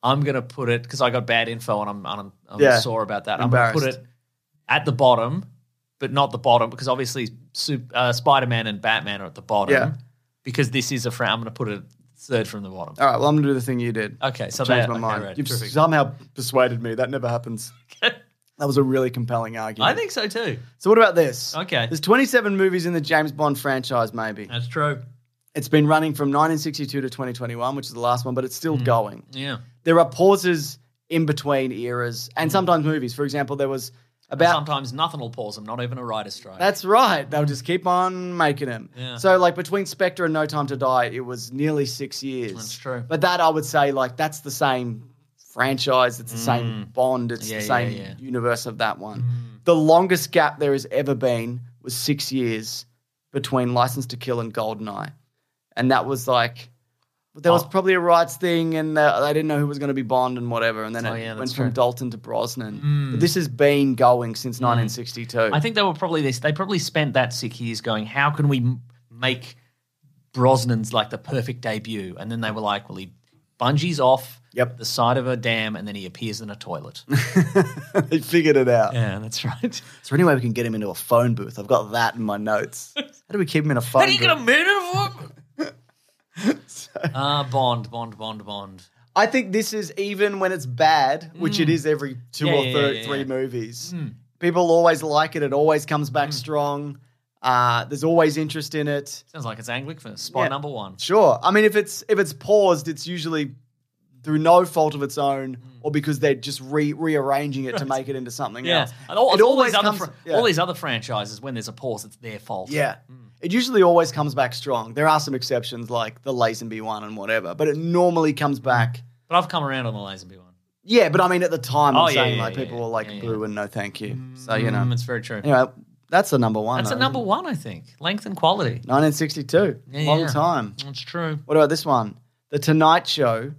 Speaker 3: I'm gonna put it because I got bad info, and I'm and I'm, I'm
Speaker 1: Yeah.
Speaker 3: sore about that. I'm gonna put
Speaker 1: Embarrassed.
Speaker 3: it at the bottom, but not the bottom because obviously Sup- uh, Spider-Man and Batman are at the bottom.
Speaker 1: Yeah.
Speaker 3: Because this is a fran. I'm gonna put it third from the bottom.
Speaker 1: All right. Well, I'm gonna do the thing you did.
Speaker 3: Okay, so
Speaker 1: Change
Speaker 3: that-
Speaker 1: my
Speaker 3: okay,
Speaker 1: mind.
Speaker 3: right,
Speaker 1: You've
Speaker 3: terrific.
Speaker 1: somehow persuaded me. That never happens. That was a really compelling argument.
Speaker 3: I think so too.
Speaker 1: So what about this?
Speaker 3: Okay.
Speaker 1: There's 27 movies in the James Bond franchise, maybe.
Speaker 3: That's true.
Speaker 1: It's been running from 1962 to 2021, which is the last one, but it's still going.
Speaker 3: Yeah.
Speaker 1: There are pauses in between eras and sometimes movies. For example, there was about.
Speaker 3: Sometimes nothing will pause them, not even a writer's strike.
Speaker 1: That's right. They'll just keep on making them.
Speaker 3: Yeah.
Speaker 1: So, like between Spectre and No Time to Die, it was nearly six years.
Speaker 3: That's true.
Speaker 1: But that I would say, like, that's the same franchise. It's the same Bond. It's
Speaker 3: Mm. Yeah,
Speaker 1: the
Speaker 3: yeah,
Speaker 1: same
Speaker 3: yeah. Mm.
Speaker 1: universe of that one. The longest gap there has ever been was six years between License to Kill and Goldeneye, and that was like. There was
Speaker 3: Oh.
Speaker 1: probably a rights thing, and uh, they didn't know who was going to be Bond and whatever. And then
Speaker 3: Oh,
Speaker 1: it
Speaker 3: yeah,
Speaker 1: went
Speaker 3: that's
Speaker 1: from
Speaker 3: true. Mm.
Speaker 1: Dalton to Brosnan. But this has been going since 1962.
Speaker 3: I think they were probably this. They probably spent that six years going, how can we m- make Brosnan's like the perfect debut? And then they were like, well, he bungees off
Speaker 1: Yep.
Speaker 3: the side of a dam and then he appears in a toilet.
Speaker 1: they figured it out.
Speaker 3: yeah, that's right.
Speaker 1: Is there any way we can get him into a phone booth? I've got that in my notes. How do we keep him in a phone
Speaker 3: How do you
Speaker 1: booth?
Speaker 3: get a minute of Ah, Bond, Bond, Bond, Bond.
Speaker 1: I think this is even when it's bad, which it is every two
Speaker 3: Mm. Yeah,
Speaker 1: or
Speaker 3: yeah, Mm.
Speaker 1: thir-
Speaker 3: yeah, yeah,
Speaker 1: three
Speaker 3: yeah. Mm.
Speaker 1: movies. People always like it. It always comes back strong. Uh, there's always interest in it.
Speaker 3: Sounds like it's Anglicfest. Spot
Speaker 1: Yeah.
Speaker 3: number one.
Speaker 1: Sure. I mean, if it's if it's paused, it's usually through no fault of its own,
Speaker 3: Mm.
Speaker 1: or because they're just re- rearranging it to make it into something
Speaker 3: Yeah.
Speaker 1: else.
Speaker 3: And all,
Speaker 1: It
Speaker 3: and all these other
Speaker 1: comes-
Speaker 3: fr-
Speaker 1: yeah.
Speaker 3: all these other franchises, when there's a pause, it's their fault.
Speaker 1: Yeah.
Speaker 3: Mm.
Speaker 1: It usually always comes back strong. There are some exceptions like the Lazenby one and whatever, but it normally
Speaker 3: Mm.
Speaker 1: comes back.
Speaker 3: But I've come around on the Lazenby one.
Speaker 1: Yeah, but I mean, at the time, I'm
Speaker 3: Oh, yeah,
Speaker 1: saying
Speaker 3: yeah,
Speaker 1: like
Speaker 3: yeah,
Speaker 1: people
Speaker 3: yeah.
Speaker 1: were like
Speaker 3: Yeah, yeah.
Speaker 1: blue and no thank you. So, you know.
Speaker 3: Mm, it's very true.
Speaker 1: Anyway, that's the number one.
Speaker 3: That's a
Speaker 1: though,
Speaker 3: number
Speaker 1: isn't
Speaker 3: one, I think. Length and quality.
Speaker 1: it? 1962.
Speaker 3: Yeah,
Speaker 1: Long
Speaker 3: yeah.
Speaker 1: time.
Speaker 3: That's true.
Speaker 1: What about this one? The Tonight Show.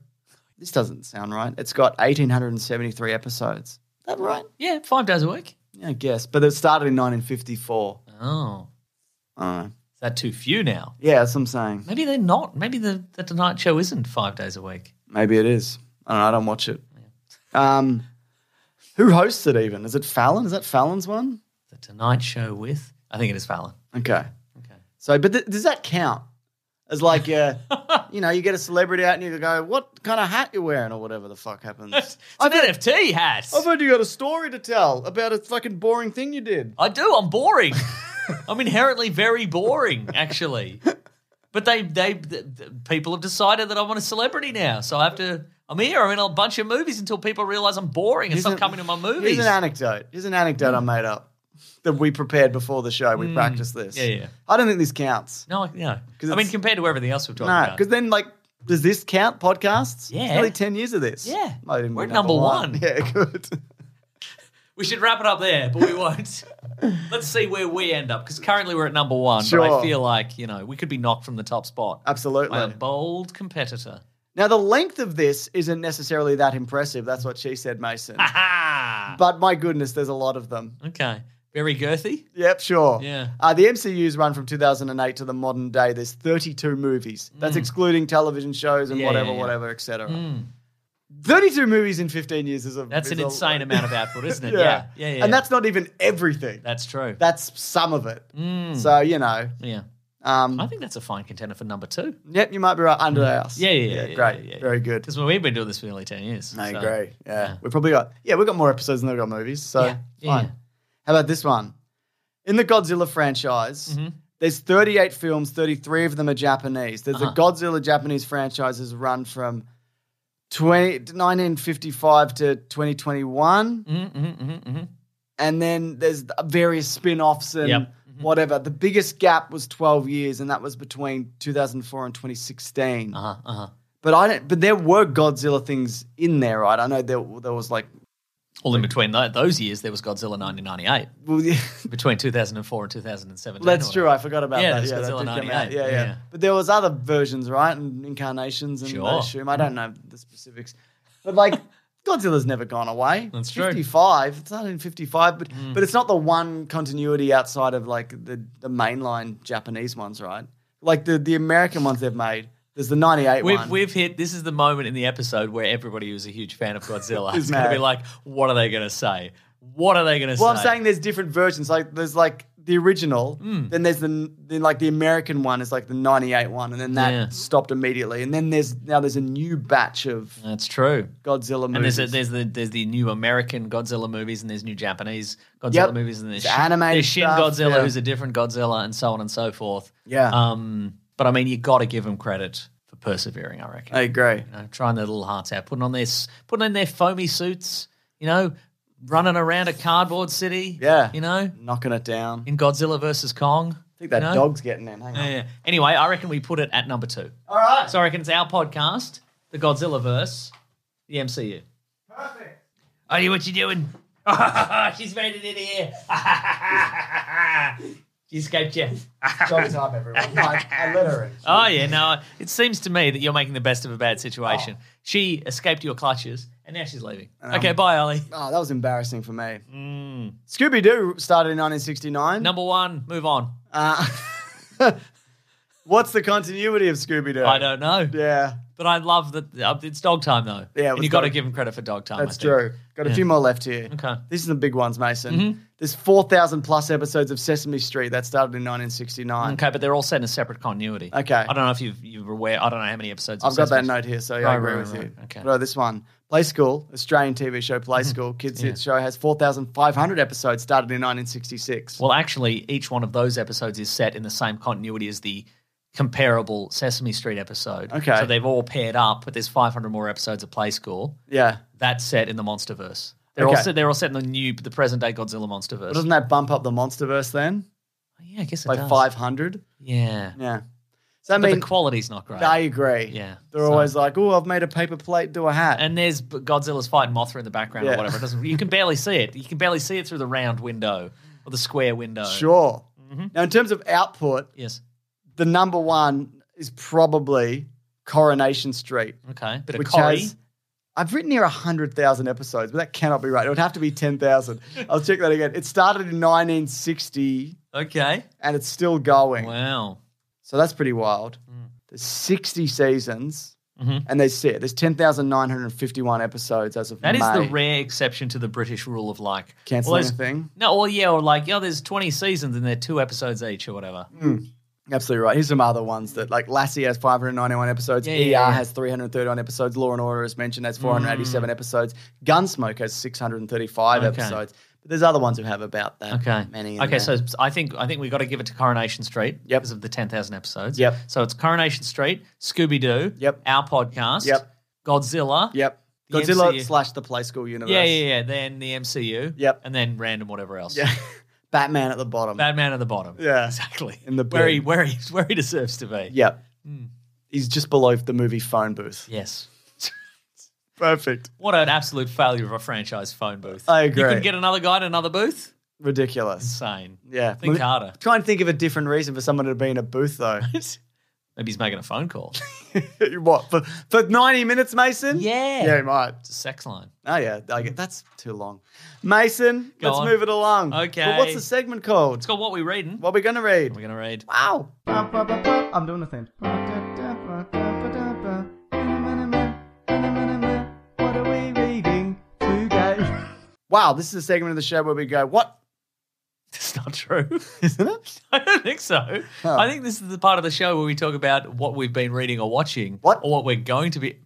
Speaker 1: This doesn't sound right. It's got 1,873 episodes. Is that right?
Speaker 3: Yeah, five days a week.
Speaker 1: Yeah, I guess. But it started in 1954.
Speaker 3: Oh.
Speaker 1: I don't know.
Speaker 3: Is that too few now?
Speaker 1: Yeah, that's what I'm saying.
Speaker 3: Maybe they're not. Maybe the, the Tonight Show isn't five days a week.
Speaker 1: Maybe it is. I don't know. I don't watch it. Um, who hosts it even? Is it Fallon? Is that Fallon's one?
Speaker 3: The Tonight Show with? I think it is Fallon.
Speaker 1: Okay.
Speaker 3: Okay.
Speaker 1: So, but th- does that count? As like, uh, you know, you get a celebrity out and you go, what kind of hat you're wearing or whatever the fuck happens.
Speaker 3: It's an NFT hat.
Speaker 1: I've heard you got a story to tell about a fucking boring thing you did.
Speaker 3: I do. I'm boring. I'm inherently very boring, actually. But they, they, the, the people have decided that I'm on a celebrity now, so I have to. I'm here. I'm in a bunch of movies until people realize I'm boring and
Speaker 1: Here's
Speaker 3: stop
Speaker 1: an-
Speaker 3: coming to my movies.
Speaker 1: Here's an anecdote. Here's an anecdote I made up that we prepared before the show. We practiced this.
Speaker 3: Yeah, yeah.
Speaker 1: I don't think this counts.
Speaker 3: no, I- no.
Speaker 1: 'Cause
Speaker 3: I mean,
Speaker 1: it's-
Speaker 3: compared to everything else we've talked
Speaker 1: No,
Speaker 3: about,
Speaker 1: because then like, does this count podcasts?
Speaker 3: Yeah.
Speaker 1: It's nearly ten years of this.
Speaker 3: Yeah.
Speaker 1: Might even be
Speaker 3: We're at number one.
Speaker 1: Yeah, good.
Speaker 3: we should wrap it up there, but we won't. Let's see where we end up because currently we're at number one. But I
Speaker 1: Sure.
Speaker 3: feel like you know we could be knocked from the top spot.
Speaker 1: Absolutely.
Speaker 3: by a bold competitor.
Speaker 1: Now the length of this isn't necessarily that impressive. That's what she said, Mason.
Speaker 3: Ah,
Speaker 1: but my goodness, there's a lot of them.
Speaker 3: okay. Very girthy.
Speaker 1: Yep, sure.
Speaker 3: Yeah.
Speaker 1: Uh, the MCU's run from 2008 to the modern day. There's 32 movies. That's excluding television shows and
Speaker 3: Mm. Yeah,
Speaker 1: whatever,
Speaker 3: yeah, yeah.
Speaker 1: whatever, etc. 32 movies in 15 years is a.
Speaker 3: That's
Speaker 1: is
Speaker 3: an
Speaker 1: a-
Speaker 3: insane amount of output, isn't it? yeah. yeah, yeah,
Speaker 1: And that's not even everything.
Speaker 3: that's true.
Speaker 1: That's some of it.
Speaker 3: Mm.
Speaker 1: So you know,
Speaker 3: yeah, I
Speaker 1: um,
Speaker 3: think that's a fine contender for number two.
Speaker 1: yep, you might be right under us.
Speaker 3: Yeah, yeah, yeah, yeah,
Speaker 1: great,
Speaker 3: yeah, yeah.
Speaker 1: very good.
Speaker 3: Because we've been doing this for nearly ten years.
Speaker 1: I
Speaker 3: so-
Speaker 1: agree. Yeah. we probably got yeah we have got more episodes than they've got movies. So
Speaker 3: Yeah, yeah,
Speaker 1: fine.
Speaker 3: yeah.
Speaker 1: How about this one? In the Godzilla franchise,
Speaker 3: Mm-hmm.
Speaker 1: there's 38 films. 33 of them are Japanese. There's
Speaker 3: Uh-huh.
Speaker 1: a Godzilla Japanese franchise has run from 20, 1955 to 2021,
Speaker 3: Mm, mm, mm, mm.
Speaker 1: and then there's various spin-offs and.
Speaker 3: Yep. Mm-hmm.
Speaker 1: Whatever. The biggest gap was 12 years, and that was between 2004 and 2016.
Speaker 3: Uh huh. Uh huh.
Speaker 1: But I don't. But there were Godzilla things in there, right? I know there there was like
Speaker 3: All in between tho- those years, there was Godzilla 1998.
Speaker 1: Well, yeah,
Speaker 3: Between 2004 and 2017.
Speaker 1: that's
Speaker 3: or
Speaker 1: true.
Speaker 3: whatever.
Speaker 1: I forgot about
Speaker 3: Yeah,
Speaker 1: that.
Speaker 3: there's
Speaker 1: Yeah, that
Speaker 3: Godzilla
Speaker 1: did come
Speaker 3: 98,
Speaker 1: out. Yeah, yeah,
Speaker 3: yeah.
Speaker 1: But there was other versions, right? And incarnations and
Speaker 3: Sure.
Speaker 1: I assume. I don't know the specifics. But like Godzilla's never gone away.
Speaker 3: That's true. Mm.
Speaker 1: 55. It's not in 55, but but it's not the one continuity outside of like the, the mainline Japanese ones, right? Like the, the American ones they've made. There's the 98
Speaker 3: We've,
Speaker 1: one.
Speaker 3: we've hit. This is the moment in the episode where everybody who's a huge fan of Godzilla
Speaker 1: Is
Speaker 3: is going to
Speaker 1: mad.
Speaker 3: be like, "What are they going to say? What are they going to
Speaker 1: Well, I'm
Speaker 3: say?"
Speaker 1: saying there's different versions. Like there's like the original,
Speaker 3: Hmm.
Speaker 1: then there's the then like the American one is like the '98 one, and then that
Speaker 3: Yeah.
Speaker 1: stopped immediately. And then there's now there's a new batch of
Speaker 3: that's true.
Speaker 1: Godzilla movies.
Speaker 3: And there's, a, there's the there's the new American Godzilla movies and there's new Japanese Godzilla
Speaker 1: Yep.
Speaker 3: movies and there's,
Speaker 1: It's
Speaker 3: Shin-
Speaker 1: animated
Speaker 3: there's Shin
Speaker 1: stuff,
Speaker 3: Godzilla
Speaker 1: yeah.
Speaker 3: who's a different Godzilla and so on and so forth.
Speaker 1: yeah,
Speaker 3: Um, but I mean, you got to give them credit for persevering. I reckon.
Speaker 1: I agree.
Speaker 3: you know, trying their little hearts out, putting on their s- putting on their foamy suits. You know, running around a cardboard city.
Speaker 1: Yeah.
Speaker 3: You know,
Speaker 1: Knocking it down. I
Speaker 3: in Godzilla versus Kong.
Speaker 1: think that
Speaker 3: you know?
Speaker 1: dog's getting in. Hang on.
Speaker 3: Yeah, yeah. Anyway, I reckon we put it at number two.
Speaker 1: All right.
Speaker 3: So I reckon it's our podcast, the Godzilla verse, the MCU.
Speaker 1: Perfect.
Speaker 3: Oh, you what you doing? She's made it in here. she escaped you.
Speaker 1: Dog's up, everyone. No, I, I let her in.
Speaker 3: oh yeah, no. It seems to me that you're making the best of a bad situation.
Speaker 1: Oh.
Speaker 3: She escaped your clutches, and now she's leaving.
Speaker 1: Um,
Speaker 3: okay, bye, Ollie.
Speaker 1: Oh, that was embarrassing for me.
Speaker 3: Mm.
Speaker 1: Scooby Doo started in 1969.
Speaker 3: Number one, move on.
Speaker 1: Uh, what's the continuity of Scooby Doo?
Speaker 3: I don't know.
Speaker 1: Yeah.
Speaker 3: But I love that uh, it's dog time though.
Speaker 1: Yeah, it
Speaker 3: and
Speaker 1: was
Speaker 3: you got to
Speaker 1: dog-
Speaker 3: give him credit for dog time.
Speaker 1: That's
Speaker 3: I think.
Speaker 1: true. Got a few more left here.
Speaker 3: Okay. Mm-hmm.
Speaker 1: These are the big ones, Mason. There's 4,000 plus episodes of Sesame Street that started in 1969.
Speaker 3: Okay, but they're all set in a separate continuity.
Speaker 1: Okay.
Speaker 3: I don't know if you've, you were aware. I don't know how many episodes.
Speaker 1: I've got that
Speaker 3: Mm-hmm. Sesame-
Speaker 1: note here, so yeah,
Speaker 3: Right,
Speaker 1: I agree
Speaker 3: right,
Speaker 1: with
Speaker 3: right,
Speaker 1: you.
Speaker 3: right. Okay. Mm-hmm.
Speaker 1: But, uh, this one, Play School, Australian TV show Play School, kids hit show has 4,500 episodes started in 1966.
Speaker 3: Well, actually, each one of those episodes is set in the same continuity as the comparable Sesame Street episode.
Speaker 1: Okay.
Speaker 3: So they've all paired up, but there's 500 more episodes of Play School.
Speaker 1: yeah.
Speaker 3: That's set in the MonsterVerse. They're all
Speaker 1: Okay.
Speaker 3: set, they're all set in the new, the present day Godzilla MonsterVerse. Oh,
Speaker 1: But doesn't that bump up the MonsterVerse then?
Speaker 3: yeah, I guess it
Speaker 1: By
Speaker 3: does.
Speaker 1: 500?
Speaker 3: Yeah.
Speaker 1: Yeah. So I
Speaker 3: But
Speaker 1: mean,
Speaker 3: the quality's not great.
Speaker 1: they agree.
Speaker 3: Yeah,
Speaker 1: They're
Speaker 3: so-
Speaker 1: always like, oh, I've made a paper plate, do a hat.
Speaker 3: and there's B- Godzilla's fighting Mothra in the background or
Speaker 1: Yeah.
Speaker 3: whatever. It doesn't, you can barely see it. You can barely see it through the round window or the square window.
Speaker 1: Sure.
Speaker 3: Mm-hmm.
Speaker 1: Now, in terms of output,
Speaker 3: Yes.
Speaker 1: the number one is probably Coronation Street,
Speaker 3: Okay. Bit of
Speaker 1: which
Speaker 3: Corrie.
Speaker 1: has. I've written here 100,000 episodes, but that cannot be right. It would have to be 10,000. I'll check that again. It started in 1960
Speaker 3: Okay.
Speaker 1: and it's still going.
Speaker 3: Wow. Hmm.
Speaker 1: So that's pretty wild. There's 60 seasons
Speaker 3: Mhm.
Speaker 1: and they see it. There's 10,951 episodes as of
Speaker 3: That is
Speaker 1: May.
Speaker 3: the rare exception to the British rule of like
Speaker 1: Canceling
Speaker 3: there's-
Speaker 1: a thing.
Speaker 3: No, or yeah, or like, yeah, there's 20 seasons and they're two episodes each or whatever.
Speaker 1: Absolutely right. Here's some other ones that like Lassie has 591 episodes,
Speaker 3: Yeah,
Speaker 1: ER
Speaker 3: yeah, Mm. yeah.
Speaker 1: has 331 episodes, Law and Order as mentioned has 487 episodes, Gunsmoke has 635
Speaker 3: Okay.
Speaker 1: episodes. But there's other ones who have about that
Speaker 3: Okay.
Speaker 1: many. in there.
Speaker 3: okay, so I think I think we got to give it to Coronation Street
Speaker 1: Yep.
Speaker 3: because of the 10,000 episodes.
Speaker 1: Yep.
Speaker 3: So it's Coronation Street, Scooby Doo,
Speaker 1: Yep.
Speaker 3: our podcast,
Speaker 1: Yep.
Speaker 3: Godzilla,
Speaker 1: yep,
Speaker 3: The
Speaker 1: Godzilla
Speaker 3: MCU.
Speaker 1: slash the Play School universe.
Speaker 3: yeah, yeah, yeah, then the MCU,
Speaker 1: Yep.
Speaker 3: and then random whatever else.
Speaker 1: Yeah. Batman at the bottom.
Speaker 3: Batman at the bottom.
Speaker 1: Yeah.
Speaker 3: exactly.
Speaker 1: In the
Speaker 3: where he
Speaker 1: bin.
Speaker 3: where he where he deserves to be.
Speaker 1: yep,
Speaker 3: Hmm.
Speaker 1: he's just below the movie phone booth.
Speaker 3: Yes.
Speaker 1: Perfect,
Speaker 3: What an absolute failure of a franchise phone booth.
Speaker 1: I
Speaker 3: You
Speaker 1: agree.
Speaker 3: could get another guy in another booth.
Speaker 1: ridiculous.
Speaker 3: Insane.
Speaker 1: Yeah,
Speaker 3: Think
Speaker 1: Well,
Speaker 3: harder.
Speaker 1: Try and think of a different reason for someone to be in a booth though.
Speaker 3: Maybe he's making a phone call.
Speaker 1: what for? For 90 minutes, Mason?
Speaker 3: Yeah.
Speaker 1: yeah, he might.
Speaker 3: It's a sex line.
Speaker 1: Oh yeah, I get, that's too long. Mason,
Speaker 3: Mm-hmm. Go
Speaker 1: let's
Speaker 3: on.
Speaker 1: move it along.
Speaker 3: Okay.
Speaker 1: But what's the segment called?
Speaker 3: It's called What We Reading.
Speaker 1: What are we gonna read?
Speaker 3: We're going to read.
Speaker 1: Wow.
Speaker 6: I'm doing the thing. What are we reading today?
Speaker 1: Wow, this is a segment of the show where we go, what?
Speaker 3: It's not true.
Speaker 1: Isn't it?
Speaker 3: I don't think so.
Speaker 1: Oh.
Speaker 3: I think this is the part of the show where we talk about what we've been reading or watching.
Speaker 1: What?
Speaker 3: Or what we're going to be.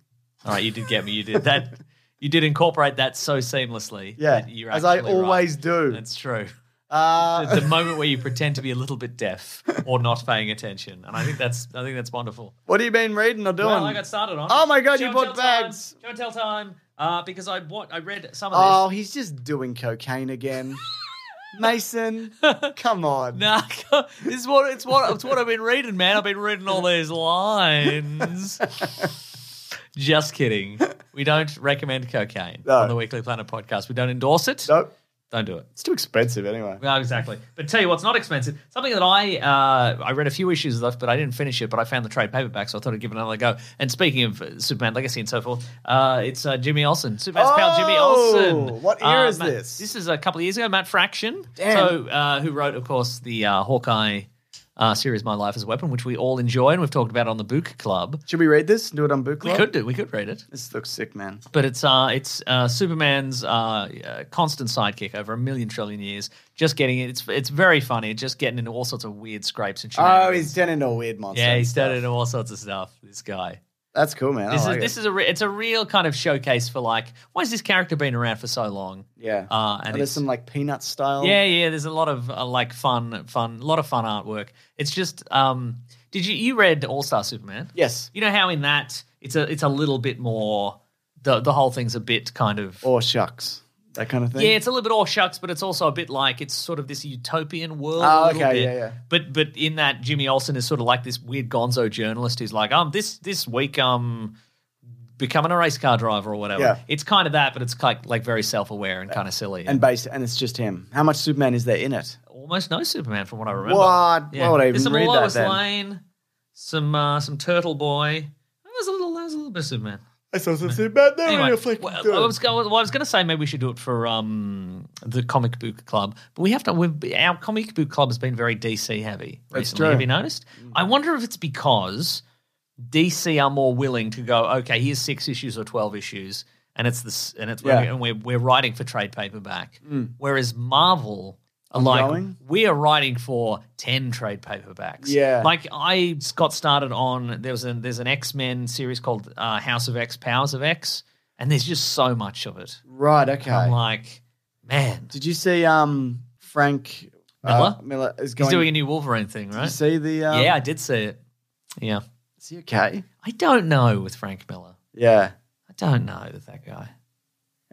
Speaker 3: All right, you did get me. You did that. You did incorporate that so seamlessly.
Speaker 1: Yeah.
Speaker 3: that You're
Speaker 1: As I
Speaker 3: actually right.
Speaker 1: always do.
Speaker 3: That's true.
Speaker 1: uh,
Speaker 3: It's the moment where you pretend to be a little bit deaf or not paying attention, and I think that's I think that's wonderful.
Speaker 1: what have you been reading or doing?
Speaker 3: Well, I got started on.
Speaker 1: Oh my God, you
Speaker 3: and
Speaker 1: bought
Speaker 3: tell time.
Speaker 1: bags.
Speaker 3: Show and tell time. Uh, because I bought, I read some of this.
Speaker 1: oh, he's just doing cocaine again. Mason, come on.
Speaker 3: Nah, this is what it's what it's what I've been reading, man. I've been reading all these lines. Just kidding. We don't recommend cocaine
Speaker 1: No.
Speaker 3: on the Weekly Planet podcast. We don't endorse it.
Speaker 1: Nope.
Speaker 3: Don't do it.
Speaker 1: It's too expensive anyway.
Speaker 3: Well, exactly. But tell you what's not expensive. Something that I uh, I read a few issues left, but I didn't finish it. But I found the trade paperback, so I thought I'd give it another go. And speaking of uh, Superman Legacy and so forth, uh, it's uh, Jimmy Olsen, Superman's pal Jimmy
Speaker 1: Oh,
Speaker 3: Olsen.
Speaker 1: what era
Speaker 3: Uh,
Speaker 1: is
Speaker 3: Matt-
Speaker 1: this?
Speaker 3: This is a couple of years ago. Matt Fraction,
Speaker 1: Damn.
Speaker 3: so uh, who wrote, of course, the uh, Hawkeye uh, series, My Life as a Weapon, which we all enjoy and we've talked about on the Book Club.
Speaker 1: Should we read this? Do it on book
Speaker 3: We
Speaker 1: club?
Speaker 3: could do. We could read it
Speaker 1: This looks sick, man.
Speaker 3: but it's uh, it's uh, Superman's uh, uh, constant sidekick over a million trillion years. Just getting it. It's it's very funny. Just getting into all sorts of weird scrapes and
Speaker 1: Oh,
Speaker 3: shenanigans.
Speaker 1: he's turned into a weird monster.
Speaker 3: yeah,
Speaker 1: and
Speaker 3: he's
Speaker 1: stuff.
Speaker 3: started into all sorts of stuff. This guy.
Speaker 1: That's cool, man. Oh, I
Speaker 3: This is
Speaker 1: like
Speaker 3: this
Speaker 1: it.
Speaker 3: is a re- it's a real kind of showcase for like why has this character been around for so long?
Speaker 1: Yeah.
Speaker 3: Uh, and
Speaker 1: And Oh, there's
Speaker 3: it's-
Speaker 1: some like peanut style.
Speaker 3: yeah, yeah. There's a lot of uh, like fun, fun, a lot of fun artwork. It's just um, did you you read All Star Superman?
Speaker 1: Yes.
Speaker 3: You know how in that it's a it's a little bit more the the whole thing's a bit kind of
Speaker 1: Or shucks. That kind of thing.
Speaker 3: Yeah, it's a little bit all shucks, but it's also a bit like it's sort of this utopian world.
Speaker 1: Oh,
Speaker 3: a little
Speaker 1: okay,
Speaker 3: bit.
Speaker 1: yeah, yeah.
Speaker 3: But but in that, Jimmy Olsen is sort of like this weird gonzo journalist who's like, um, this this week, um, becoming a race car driver or whatever.
Speaker 1: Yeah.
Speaker 3: It's kind of that, but it's like like very self aware and kind of silly.
Speaker 1: and base and it's just him. How much Superman is there in it?
Speaker 3: almost no Superman from what I remember.
Speaker 1: What? Why would I even
Speaker 3: There's some
Speaker 1: read that
Speaker 3: Lois
Speaker 1: then?
Speaker 3: Lane, some uh, some Turtle Boy. There's a little there's a little bit of Superman.
Speaker 1: I saw some Superman there
Speaker 3: Anyway, well, I was, go- well, I was going to say maybe we should do it for um, the comic book club, but we have to. We've, our comic book club has been very DC heavy recently.
Speaker 1: true.
Speaker 3: Have you noticed? I wonder if it's because DC are more willing to go, okay, here's six issues or twelve issues, and it's this, and it's when
Speaker 1: Yeah. Mm.
Speaker 3: we- and we're we're writing for trade paperback. Whereas Marvel are
Speaker 1: Ongoing?
Speaker 3: like we are writing for ten trade paperbacks.
Speaker 1: Yeah.
Speaker 3: like I got started on there was an there's an X Men series called uh, House of X, Powers of X, and there's just so much of it.
Speaker 1: Right. Okay.
Speaker 3: I'm like, man,
Speaker 1: Did you see um Frank uh,
Speaker 3: Miller?
Speaker 1: Miller is going.
Speaker 3: he's doing a new Wolverine thing, right?
Speaker 1: Did you see the? Um,
Speaker 3: yeah, I did see it. Yeah,
Speaker 1: Is he okay?
Speaker 3: I don't know with Frank Miller.
Speaker 1: Yeah.
Speaker 3: I don't know with that guy.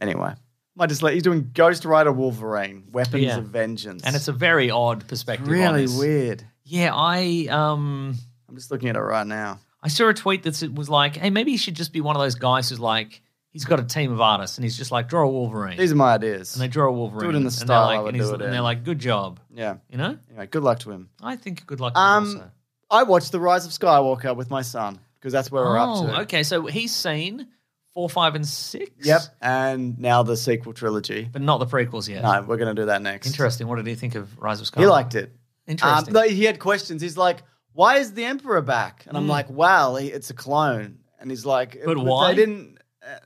Speaker 1: Anyway, might just let. He's doing Ghost Rider Wolverine, Weapons
Speaker 3: Yeah.
Speaker 1: of Vengeance,
Speaker 3: and it's a very odd perspective. on
Speaker 1: really
Speaker 3: this.
Speaker 1: weird.
Speaker 3: Yeah, I um,
Speaker 1: I'm just looking at it right now.
Speaker 3: I saw a tweet that was like, "Hey, maybe he should just be one of those guys who's like, he's got a team of artists and he's just like, draw a Wolverine,
Speaker 1: These are my ideas.
Speaker 3: and they draw a Wolverine,
Speaker 1: Do it in the
Speaker 3: and they're
Speaker 1: style I
Speaker 3: like,
Speaker 1: would
Speaker 3: and, he's-
Speaker 1: do it
Speaker 3: and
Speaker 1: in.
Speaker 3: they're like, good job,
Speaker 1: yeah.
Speaker 3: you know.
Speaker 1: Anyway, good luck to him.
Speaker 3: I think good luck.
Speaker 1: Um,
Speaker 3: to him also.
Speaker 1: I watched The Rise of Skywalker with my son because that's where we're
Speaker 3: oh,
Speaker 1: up to.
Speaker 3: okay, so he's seen four, five, and six.
Speaker 1: Yep. And now the sequel trilogy.
Speaker 3: but not the prequels yet.
Speaker 1: No, we're going to do that next.
Speaker 3: Interesting. What did he think of Rise of Skywalker?
Speaker 1: He liked it. Um,
Speaker 3: Interesting.
Speaker 1: no, he had questions. He's like, "Why is the Emperor back?" And I'm like, "Wow, he- it's a clone." And he's like,
Speaker 3: Hmm. But why?"
Speaker 1: They didn't. uh,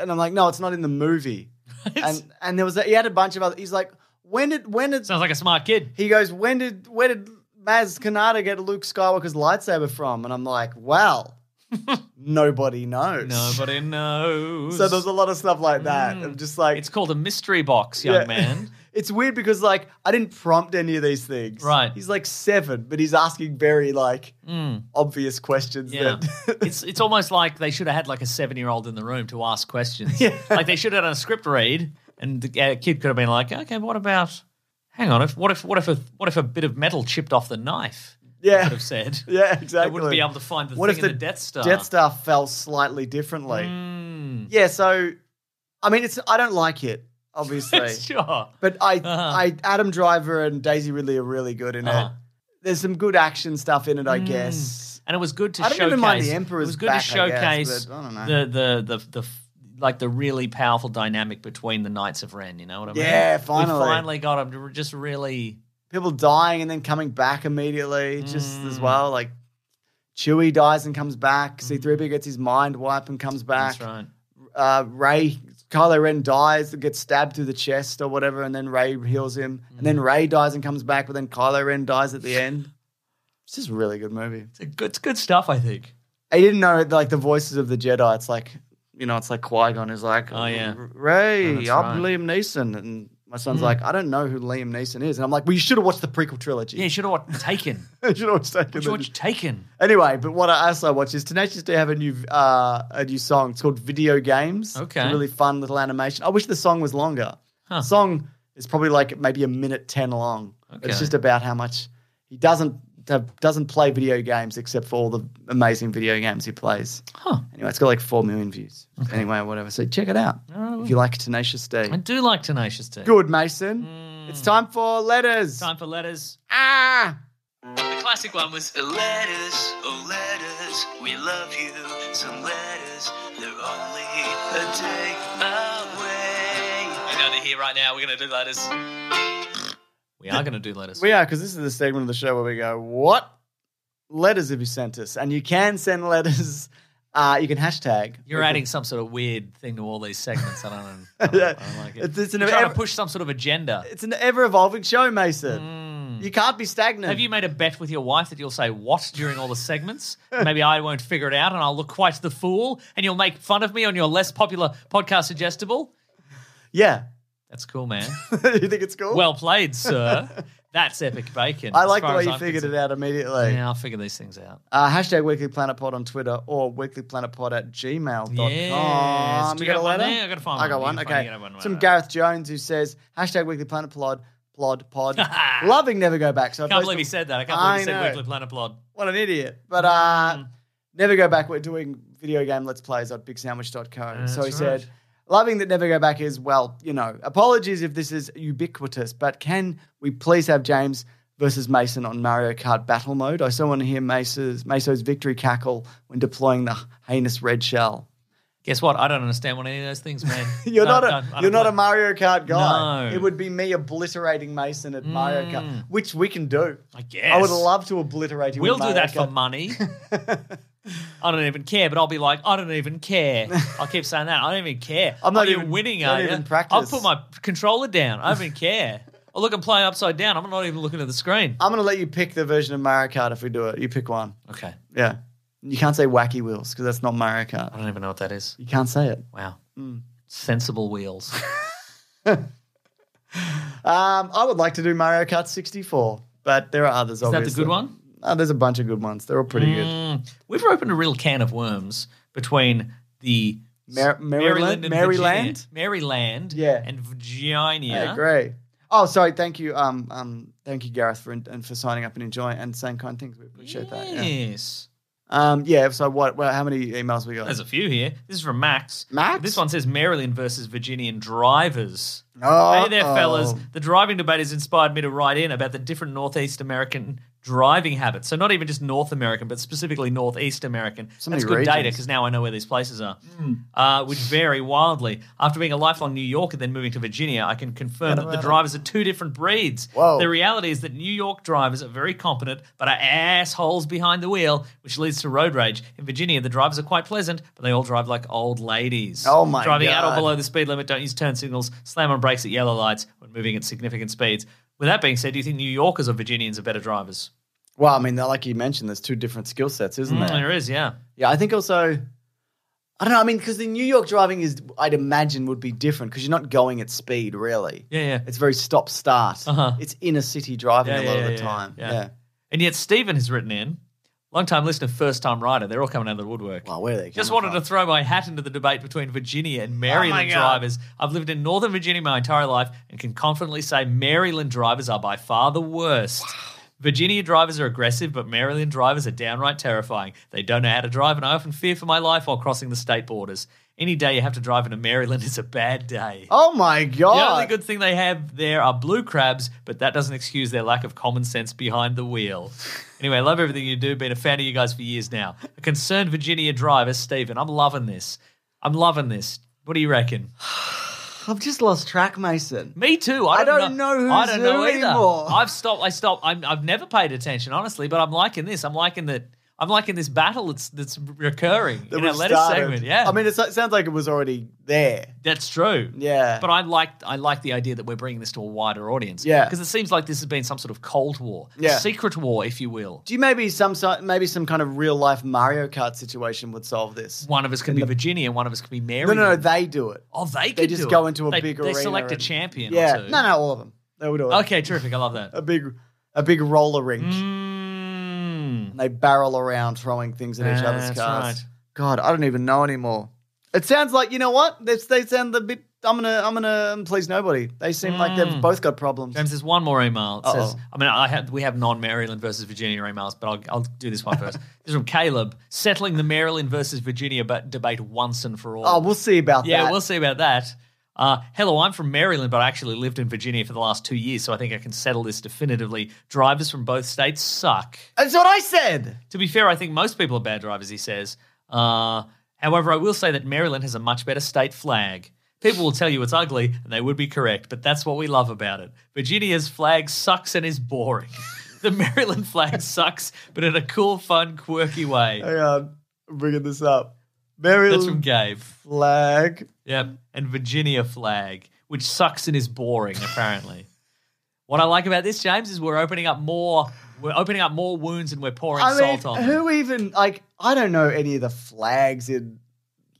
Speaker 1: And I'm like, "No, it's not in the movie." and and there was that. He had a bunch of other. He's like, "When did when did?"
Speaker 3: Sounds like a smart kid.
Speaker 1: he goes, "When did where did Maz Kanata get Luke Skywalker's lightsaber from?" And I'm like, "Wow, nobody knows."
Speaker 3: Nobody knows. Mm.
Speaker 1: So there's a lot of stuff like that. I'm just like,
Speaker 3: It's called a mystery box, young
Speaker 1: Yeah.
Speaker 3: man.
Speaker 1: It's weird because like I didn't prompt any of these things.
Speaker 3: Right. Mm.
Speaker 1: He's like seven, but he's asking very like obvious questions.
Speaker 3: Yeah,
Speaker 1: That
Speaker 3: it's it's almost like they should have had like a seven year old in the room to ask questions. Like they should have done a script read, and the uh, kid could have been like, "Okay, what about? Hang on, if what if what if a, what if a bit of metal chipped off the knife?"
Speaker 1: Yeah.
Speaker 3: could have said.
Speaker 1: yeah, exactly.
Speaker 3: They wouldn't be able to find the
Speaker 1: what
Speaker 3: thing
Speaker 1: if
Speaker 3: in the Death Star. Hmm.
Speaker 1: Death Star fell slightly differently.
Speaker 3: Mm.
Speaker 1: Yeah. So, I mean, it's I don't like it obviously,
Speaker 3: sure.
Speaker 1: but I
Speaker 3: Uh-huh.
Speaker 1: I Adam Driver and Daisy Ridley are really good in
Speaker 3: Uh-huh. Mm.
Speaker 1: it. There's some good action stuff in it, I guess.
Speaker 3: and it was good to
Speaker 1: I don't
Speaker 3: showcase.
Speaker 1: even mind the Emperor's
Speaker 3: it was good
Speaker 1: back,
Speaker 3: to
Speaker 1: I guess,
Speaker 3: showcase
Speaker 1: but I don't know.
Speaker 3: the the the the f- like the really powerful dynamic between the Knights of Ren. You know what I mean?
Speaker 1: Yeah, finally.
Speaker 3: we finally got him to just really.
Speaker 1: people dying and then coming back immediately, just
Speaker 3: Mm.
Speaker 1: as well. Like Chewie dies and comes back. C3PO gets his mind wiped and comes back.
Speaker 3: Mm. That's right.
Speaker 1: Uh, Ray, Kylo Ren dies and gets stabbed through the chest or whatever, and then Ray heals him. And
Speaker 3: Mm.
Speaker 1: then Ray dies and comes back, but then Kylo Ren dies at the end. It's just a really good movie.
Speaker 3: It's a good, it's good stuff, I think.
Speaker 1: I didn't know like the voices of the Jedi. It's like you know, it's like Qui Gon is like,
Speaker 3: Oh, yeah.
Speaker 1: Ray,
Speaker 3: Oh, that's
Speaker 1: I'm
Speaker 3: right. Hmm.
Speaker 1: Liam Neeson, and my son's like, I don't know who Liam Neeson is, and I'm like, well, you should have watched the prequel trilogy.
Speaker 3: Yeah, you should have watched Taken.
Speaker 1: you should have watched that.
Speaker 3: You should have watched Taken.
Speaker 1: Anyway, but what I also watch is Tenacious D have a new uh, a new song. It's called Video Games.
Speaker 3: Okay.
Speaker 1: It's a really fun little animation. I wish the song was longer.
Speaker 3: Huh.
Speaker 1: The song is probably like maybe a minute ten long. But
Speaker 3: Okay.
Speaker 1: It's just about how much he doesn't have- doesn't play video games except for all the amazing video games he plays.
Speaker 3: Huh.
Speaker 1: Anyway, it's got like four million views. Anyway, whatever. So check it out if you like Tenacious D.
Speaker 3: I do like Tenacious D. Mm,
Speaker 1: Good, Mason. It's time for letters.
Speaker 3: Time for letters.
Speaker 1: Ah.
Speaker 3: The classic one was
Speaker 2: Letters, oh letters, we love you. Some letters, they're only a day away.
Speaker 3: We're going to here right now. We're going to do letters. We are going to do letters.
Speaker 1: We are, because this is the segment of the show where we go, what letters have you sent us? And you can send letters. Uh, you can hashtag.
Speaker 3: You're adding some sort of weird thing to all these segments. I don't, I don't, I don't like it.
Speaker 1: It's- it's an
Speaker 3: You're trying to
Speaker 1: ev-
Speaker 3: push some sort of agenda.
Speaker 1: It's an ever evolving show, Mason. You can't be stagnant.
Speaker 3: Mm. Have you made a bet with your wife that you'll say what during all the segments? Maybe I won't figure it out and I'll look quite the fool and you'll make fun of me on your less popular podcast suggestible?
Speaker 1: Yeah.
Speaker 3: That's cool, man.
Speaker 1: you think it's cool?
Speaker 3: Well played, sir. That's epic bacon.
Speaker 1: I like the way you figured it out immediately.
Speaker 3: Yeah, I'll figure these things out.
Speaker 1: Uh, hashtag Weekly Planet Pod on Twitter or weeklyplanetpod at gmail.com.
Speaker 3: Yes. Do you
Speaker 1: You
Speaker 3: got
Speaker 1: got a
Speaker 3: one
Speaker 1: letter?
Speaker 3: there? I gotta find
Speaker 1: I got
Speaker 3: one.
Speaker 1: one.
Speaker 3: You gotta
Speaker 1: Okay.
Speaker 3: find- you gotta find
Speaker 1: Some
Speaker 3: one.
Speaker 1: Gareth Jones who says, hashtag Weekly Planet Plod, Plod, Pod. Loving Never Go Back. So I
Speaker 3: I can't
Speaker 1: posted-
Speaker 3: believe he said that. I can't
Speaker 1: I
Speaker 3: believe he said
Speaker 1: know.
Speaker 3: Weekly Planet Plod.
Speaker 1: What an idiot. But uh,
Speaker 3: Mm.
Speaker 1: Never Go Back, we're doing video game let's plays at bigsandwich.co. so he
Speaker 3: right.
Speaker 1: said, Loving that Never Go Back is, well, you know, apologies if this is ubiquitous, but can we please have James versus Mason on Mario Kart battle mode? I still want to hear Mace's, Meso's victory cackle when deploying the heinous red shell.
Speaker 3: Guess what? I don't understand what any of those things mean.
Speaker 1: You're
Speaker 3: No,
Speaker 1: not
Speaker 3: no, I
Speaker 1: a
Speaker 3: don't
Speaker 1: you're not a
Speaker 3: play.
Speaker 1: Mario Kart guy.
Speaker 3: No.
Speaker 1: It would be me obliterating Mason at Mario Kart, which we can do.
Speaker 3: Mm. I guess.
Speaker 1: I would love to obliterate you.
Speaker 3: We'll
Speaker 1: in
Speaker 3: do
Speaker 1: Mario
Speaker 3: that for
Speaker 1: Kart.
Speaker 3: money. I don't even care, but I'll be like, I don't even care. I'll keep saying that. I don't even care.
Speaker 1: I'm not
Speaker 3: Are you
Speaker 1: even-
Speaker 3: winning.
Speaker 1: don't
Speaker 3: are you?
Speaker 1: even practice.
Speaker 3: I'll put my controller down. I don't even care. I look, I'm playing upside down. I'm not even looking at the screen.
Speaker 1: I'm going to let you pick the version of Mario Kart if we do it. You pick one.
Speaker 3: Okay.
Speaker 1: Yeah. You can't say Wacky Wheels because that's not Mario
Speaker 3: I
Speaker 1: Kart.
Speaker 3: don't even know what that is.
Speaker 1: You can't say it.
Speaker 3: Wow.
Speaker 1: Mm.
Speaker 3: Sensible wheels.
Speaker 1: Um, I would like to do Mario Kart 64, but there are others.
Speaker 3: Is that
Speaker 1: obviously.
Speaker 3: the good one? Mm,
Speaker 1: Oh, there's a bunch of good ones. They're all pretty
Speaker 3: We've opened a real can of worms between the
Speaker 1: good. Mar- Maryland?
Speaker 3: and
Speaker 1: Maryland?
Speaker 3: Virginia- Maryland,
Speaker 1: Yeah.
Speaker 3: and Virginia.
Speaker 1: I agree. Oh, sorry. Thank you. Um, um, thank you, Gareth, for and for signing up and enjoying and saying kind things. We appreciate that. Yeah.
Speaker 3: Yes,
Speaker 1: Um, yeah. So what? Well, how many emails we got?
Speaker 3: there's a few here. This is from Max.
Speaker 1: Max?
Speaker 3: This one says Maryland versus Virginian drivers.
Speaker 1: oh,
Speaker 3: Hey there, fellas. The driving debate has inspired me to write in about the different Northeast American driving habits. So, not even just North American, but specifically Northeast American.
Speaker 1: So
Speaker 3: That's good
Speaker 1: many
Speaker 3: data
Speaker 1: regions. Hmm.
Speaker 3: because now I know where these places are, uh, which vary wildly. After being a lifelong New Yorker, then moving to Virginia, I can confirm that the drivers are two different breeds.
Speaker 1: Whoa.
Speaker 3: The reality is that New York drivers are very competent, but are assholes behind the wheel, which leads to road rage. In Virginia, the drivers are quite pleasant, but they all drive like old ladies.
Speaker 1: Oh my
Speaker 3: Driving out or
Speaker 1: God.
Speaker 3: below below the speed limit, don't use turn signals, slam on brakes at yellow lights when moving at significant speeds. With that being said, do you think New Yorkers or Virginians are better drivers? Mm,
Speaker 1: Well, I mean, like you mentioned, there's two different skill sets, isn't there?
Speaker 3: There is, yeah.
Speaker 1: Yeah, I think also, I don't know. I mean, because the New York driving is, I'd imagine, would be different because you're not going at speed really.
Speaker 3: Yeah, yeah.
Speaker 1: It's very stop start.
Speaker 3: Uh-huh.
Speaker 1: It's inner city driving
Speaker 3: Yeah,
Speaker 1: a
Speaker 3: yeah,
Speaker 1: lot
Speaker 3: yeah,
Speaker 1: of the
Speaker 3: yeah,
Speaker 1: time.
Speaker 3: yeah.
Speaker 1: Yeah.
Speaker 3: And yet Stephen has written in, long-time listener, first-time writer. They're all coming out of the woodwork.
Speaker 1: Wow, where are they?
Speaker 3: Just
Speaker 1: coming
Speaker 3: wanted
Speaker 1: from?
Speaker 3: to throw my hat into the debate between Virginia and Maryland drivers. I've lived in Northern Virginia my entire life and can confidently say Maryland drivers are by far the worst. Virginia drivers are aggressive, but Maryland drivers are downright terrifying. They don't know how to drive, and I often fear for my life while crossing the state borders. Any day you have to drive into Maryland is a bad day.
Speaker 1: Oh my
Speaker 3: The only
Speaker 1: god!
Speaker 3: good thing they have there are blue crabs, but that doesn't excuse their lack of common sense behind the wheel. Anyway, I love everything you do. Been a fan of you guys for years now. A concerned Virginia driver, Stephen. I'm loving this. I'm loving this. What do you reckon?
Speaker 1: I've just lost track, Mason.
Speaker 3: Me too. I
Speaker 1: I
Speaker 3: don't,
Speaker 1: don't
Speaker 3: know.
Speaker 1: know
Speaker 3: I
Speaker 1: who's
Speaker 3: don't know
Speaker 1: who
Speaker 3: either.
Speaker 1: anymore.
Speaker 3: I've stopped. I stopped. I'm, I've never paid attention, honestly. But I'm liking this. I'm liking that. I'm liking this battle that's that's recurring
Speaker 1: That
Speaker 3: in our
Speaker 1: we've
Speaker 3: letter
Speaker 1: started.
Speaker 3: segment. Yeah,
Speaker 1: I mean, it's- it sounds like it was already there.
Speaker 3: that's true.
Speaker 1: Yeah.
Speaker 3: But I like I like the idea that we're bringing this to a wider audience.
Speaker 1: Yeah.
Speaker 3: Because it seems like this has been some sort of cold war, a
Speaker 1: Yeah.
Speaker 3: secret war, if you will.
Speaker 1: Do you maybe some si- maybe some kind of real life Mario Kart situation would solve this?
Speaker 3: One of us can be Virginia, one of us can be Mary.
Speaker 1: No, no, no. They do it.
Speaker 3: oh, they could
Speaker 1: They just
Speaker 3: do
Speaker 1: go
Speaker 3: it.
Speaker 1: into a
Speaker 3: they,
Speaker 1: big
Speaker 3: they
Speaker 1: arena
Speaker 3: select a
Speaker 1: and-
Speaker 3: champion. or
Speaker 1: Yeah.
Speaker 3: two.
Speaker 1: No, no, all of them. They would do it.
Speaker 3: Okay, terrific. I love that.
Speaker 1: A big, a big roller rink.
Speaker 3: Mm.
Speaker 1: and they barrel around throwing things at each
Speaker 3: That's
Speaker 1: other's cars.
Speaker 3: right.
Speaker 1: God, I don't even know anymore. It sounds like you know what they, they sound a bit. I'm gonna, I'm gonna please nobody. They seem like they've both got problems.
Speaker 3: Hmm. James, there's one more email. It says,
Speaker 1: Uh-oh.
Speaker 3: I mean, I have, we have non Maryland versus Virginia emails, but I'll, I'll do this one first. this is from Caleb settling the Maryland versus Virginia but debate once and for all.
Speaker 1: oh, we'll see about
Speaker 3: yeah,
Speaker 1: that.
Speaker 3: we'll see about that. Uh, hello, I'm from Maryland, but I actually lived in Virginia for the last two years, so I think I can settle this definitively. Drivers from both states suck.
Speaker 1: That's what I said.
Speaker 3: To be fair, I think most people are bad drivers, he says. Uh, however, I will say that Maryland has a much better state flag. People will tell you it's ugly, and they would be correct, but that's what we love about it. Virginia's flag sucks and is boring. the Maryland flag sucks, but in a cool, fun, quirky way.
Speaker 1: Hang on, I'm bringing this up. Mary
Speaker 3: That's from Gabe.
Speaker 1: flag.
Speaker 3: Yep. And Virginia flag, which sucks and is boring, apparently. what I like about this, James, is we're opening up more. We're opening up more wounds, and we're pouring
Speaker 1: I mean,
Speaker 3: salt on. them.
Speaker 1: who even like? I don't know any of the flags in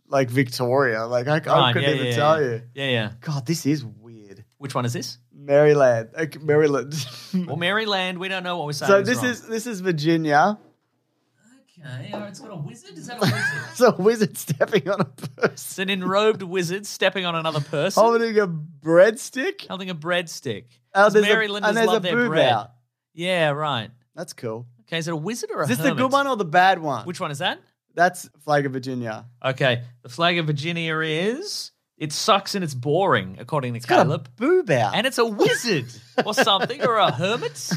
Speaker 1: like Victoria. Like I, I
Speaker 3: Right,
Speaker 1: couldn't
Speaker 3: yeah,
Speaker 1: even
Speaker 3: yeah,
Speaker 1: tell
Speaker 3: yeah.
Speaker 1: you.
Speaker 3: Yeah, yeah.
Speaker 1: God, this is weird.
Speaker 3: Which one is this?
Speaker 1: Maryland, like, Maryland.
Speaker 3: Well, Maryland. We don't know what we're saying.
Speaker 1: So this is this is Virginia.
Speaker 3: okay. Oh, it's got a wizard. Is that a wizard?
Speaker 1: It's a wizard stepping on a person,
Speaker 3: it's an enrobed wizard stepping on another person,
Speaker 1: holding a breadstick.
Speaker 3: holding a breadstick.
Speaker 1: Oh,
Speaker 3: Because
Speaker 1: there's a-
Speaker 3: Marylanders
Speaker 1: and there's
Speaker 3: love
Speaker 1: a
Speaker 3: their
Speaker 1: boob
Speaker 3: bread.
Speaker 1: out.
Speaker 3: Yeah, right.
Speaker 1: That's cool.
Speaker 3: Okay, is it a wizard or a
Speaker 1: Is this the
Speaker 3: hermit?
Speaker 1: good one or the bad one?
Speaker 3: Which one is that?
Speaker 1: That's flag of Virginia.
Speaker 3: Okay, the flag of Virginia is it sucks and it's boring, according to
Speaker 1: Got a
Speaker 3: Caleb.
Speaker 1: boob out,
Speaker 3: and it's a wizard or something or a hermit.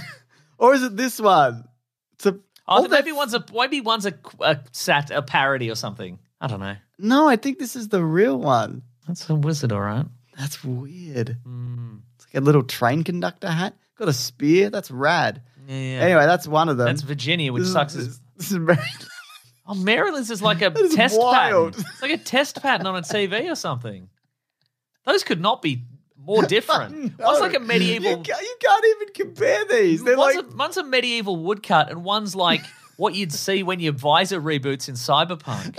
Speaker 1: or is it this one? It's a
Speaker 3: Oh,
Speaker 1: all
Speaker 3: maybe
Speaker 1: their-
Speaker 3: one's a maybe one's a, a sat a parody or something. I don't know.
Speaker 1: no. I think this is the real one.
Speaker 3: That's a wizard, all right.
Speaker 1: That's weird.
Speaker 3: Hmm.
Speaker 1: It's like a little train conductor hat. Got a spear. That's rad.
Speaker 3: Yeah, yeah.
Speaker 1: Anyway, that's one of them.
Speaker 3: that's Virginia, which
Speaker 1: This is-
Speaker 3: sucks.
Speaker 1: This,
Speaker 3: as
Speaker 1: this is Maryland.
Speaker 3: Oh, Maryland's is like a
Speaker 1: is
Speaker 3: test
Speaker 1: wild.
Speaker 3: pattern. It's like a test pattern on a TV or something. Those could not be more different. One's like a medieval.
Speaker 1: You can't, you can't even compare these. They're
Speaker 3: one's,
Speaker 1: like
Speaker 3: a, one's a medieval woodcut, and one's like what you'd see when your visor reboots in Cyberpunk.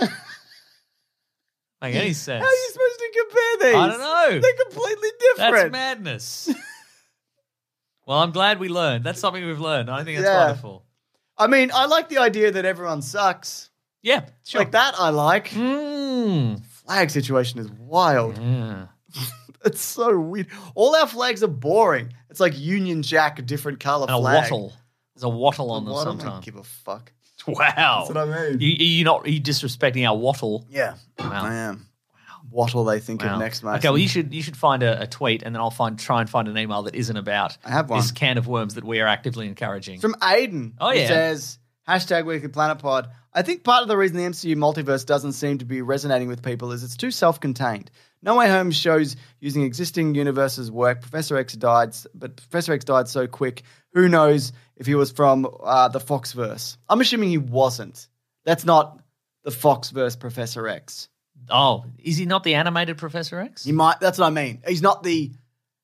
Speaker 3: Make any sense?
Speaker 1: How are you supposed to compare these?
Speaker 3: I don't know.
Speaker 1: They're completely
Speaker 3: That's
Speaker 1: different.
Speaker 3: madness. well, I'm glad we learned. That's something we've learned. I think that's
Speaker 1: Yeah.
Speaker 3: wonderful.
Speaker 1: I mean, I like the idea that everyone sucks.
Speaker 3: Yeah, sure.
Speaker 1: Like that, I like.
Speaker 3: Mm.
Speaker 1: Flag situation is wild.
Speaker 3: Yeah.
Speaker 1: It's so weird. All our flags are boring. It's like Union Jack, a different color
Speaker 3: And a
Speaker 1: flag.
Speaker 3: wattle. There's a wattle on them
Speaker 1: Why don't I
Speaker 3: sometimes.
Speaker 1: give a fuck?
Speaker 3: Wow.
Speaker 1: That's what I mean.
Speaker 3: You, you not you disrespecting our wattle.
Speaker 1: Yeah,
Speaker 3: Wow.
Speaker 1: I am. Wattle, they think
Speaker 3: Wow.
Speaker 1: of next, mate.
Speaker 3: okay, well you should you should find a, a tweet and then I'll find try and find an email that isn't about
Speaker 1: I have one.
Speaker 3: this can of worms that we are actively encouraging.
Speaker 1: From Aiden.
Speaker 3: Oh,
Speaker 1: who
Speaker 3: yeah.
Speaker 1: says, hashtag Weekly Planet Pod. I think part of the reason the MCU multiverse doesn't seem to be resonating with people is it's too self contained. No Way Home shows using existing universes work. Professor X died, s- but Professor X died so quick. Who knows if he was from uh, the Foxverse? I'm assuming he wasn't. That's not the Foxverse Professor X.
Speaker 3: oh, is he not the animated Professor X?
Speaker 1: He might. That's what I mean. He's not the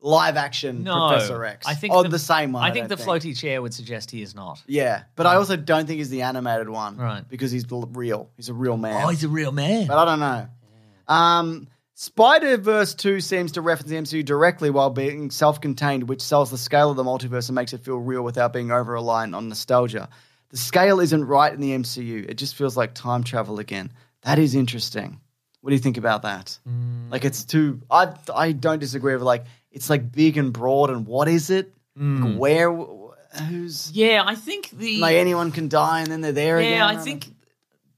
Speaker 1: live action
Speaker 3: no,
Speaker 1: Professor X.
Speaker 3: I think
Speaker 1: oh, the, same one.
Speaker 3: I think the
Speaker 1: don't
Speaker 3: floaty chair would suggest he is not.
Speaker 1: Yeah, but I also don't think he's the animated one,
Speaker 3: Right.
Speaker 1: Because he's l- real. He's a real man.
Speaker 3: Oh, he's a real man.
Speaker 1: but I don't know. Um, Spider Verse Two seems to reference the MCU directly while being self-contained, which sells the scale of the multiverse and makes it feel real without being over reliant on nostalgia. The scale isn't right in the MCU. It just feels like time travel again. That is interesting. What do you think about that?
Speaker 3: Mm.
Speaker 1: Like it's too. I I don't disagree with like it's like big and broad and what is it?
Speaker 3: Mm.
Speaker 1: Like, where? Who's
Speaker 3: Yeah, I think the
Speaker 1: like anyone can die and then they're there again.
Speaker 3: Yeah, I
Speaker 1: don't
Speaker 3: think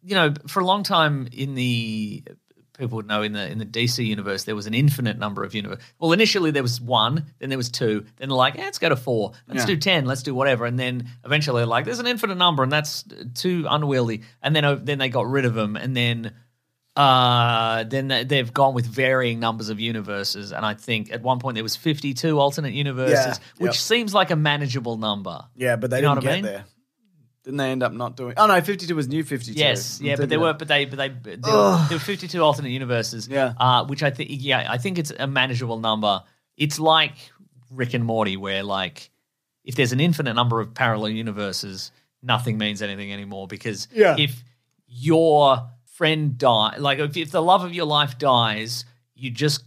Speaker 3: you know for a long time in the people would know in the in the DC universe there was an infinite number of universe. Well, initially there was one, then there was two, then they're like, eh, let's go to four, let's do ten, let's do whatever, and then eventually they're like there's an infinite number and that's too unwieldy, and then uh, then they got rid of them, and then. Uh, then they- they've gone with varying numbers of universes, and I think at one point there was fifty-two alternate universes, which
Speaker 1: yep.
Speaker 3: seems like a manageable number.
Speaker 1: Yeah, but they
Speaker 3: You know
Speaker 1: didn't
Speaker 3: what
Speaker 1: get
Speaker 3: I mean?
Speaker 1: there. Didn't they end up not doing? Oh no, fifty-two was new fifty-two.
Speaker 3: Yes, yeah,
Speaker 1: Didn't
Speaker 3: but there
Speaker 1: they?
Speaker 3: were, but they, but they, there were, there were fifty-two alternate universes.
Speaker 1: Yeah.
Speaker 3: uh, which I think, yeah, I think it's a manageable number. It's like Rick and Morty, where like if there's an infinite number of parallel universes, nothing means anything anymore because
Speaker 1: Yeah.
Speaker 3: if your friend die, like if, if the love of your life dies, you just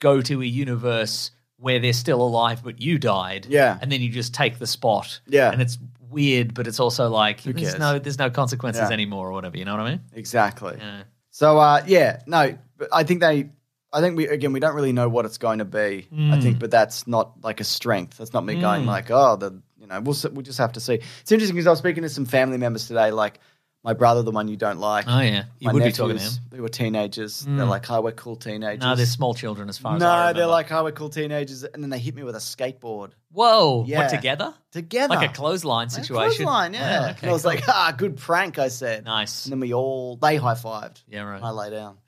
Speaker 3: go to a universe where they're still alive but you died.
Speaker 1: Yeah.
Speaker 3: and then you just take the spot.
Speaker 1: Yeah.
Speaker 3: and it's weird, but it's also like there's
Speaker 1: cares?
Speaker 3: no there's no consequences
Speaker 1: Yeah.
Speaker 3: anymore or whatever. You know what I mean?
Speaker 1: exactly.
Speaker 3: Yeah.
Speaker 1: So uh, yeah, no, but I think they. I think we again we don't really know what it's going to be. I
Speaker 3: Mm.
Speaker 1: think, but that's not like a strength. That's not me going like, oh, the you know we'll s- we'll just have to see. It's interesting because I was speaking to some family members today, like my brother, the one you don't like.
Speaker 3: Oh yeah, you
Speaker 1: my
Speaker 3: would be talking to him. Mm.
Speaker 1: nephews, They were teenagers. They're like, hi, we're cool teenagers.
Speaker 3: No, they're small children as far as I
Speaker 1: no,
Speaker 3: remember.
Speaker 1: they're like, hi, we're cool teenagers, and then they hit me with a skateboard
Speaker 3: whoa,
Speaker 1: Yeah.
Speaker 3: what together?
Speaker 1: together,
Speaker 3: Like a clothesline
Speaker 1: Like a
Speaker 3: situation.
Speaker 1: clothesline, yeah.
Speaker 3: okay,
Speaker 1: and I was
Speaker 3: cool.
Speaker 1: like, ah, good prank, I said.
Speaker 3: Nice.
Speaker 1: And then we all, they high fived.
Speaker 3: Yeah, right.
Speaker 1: I lay down.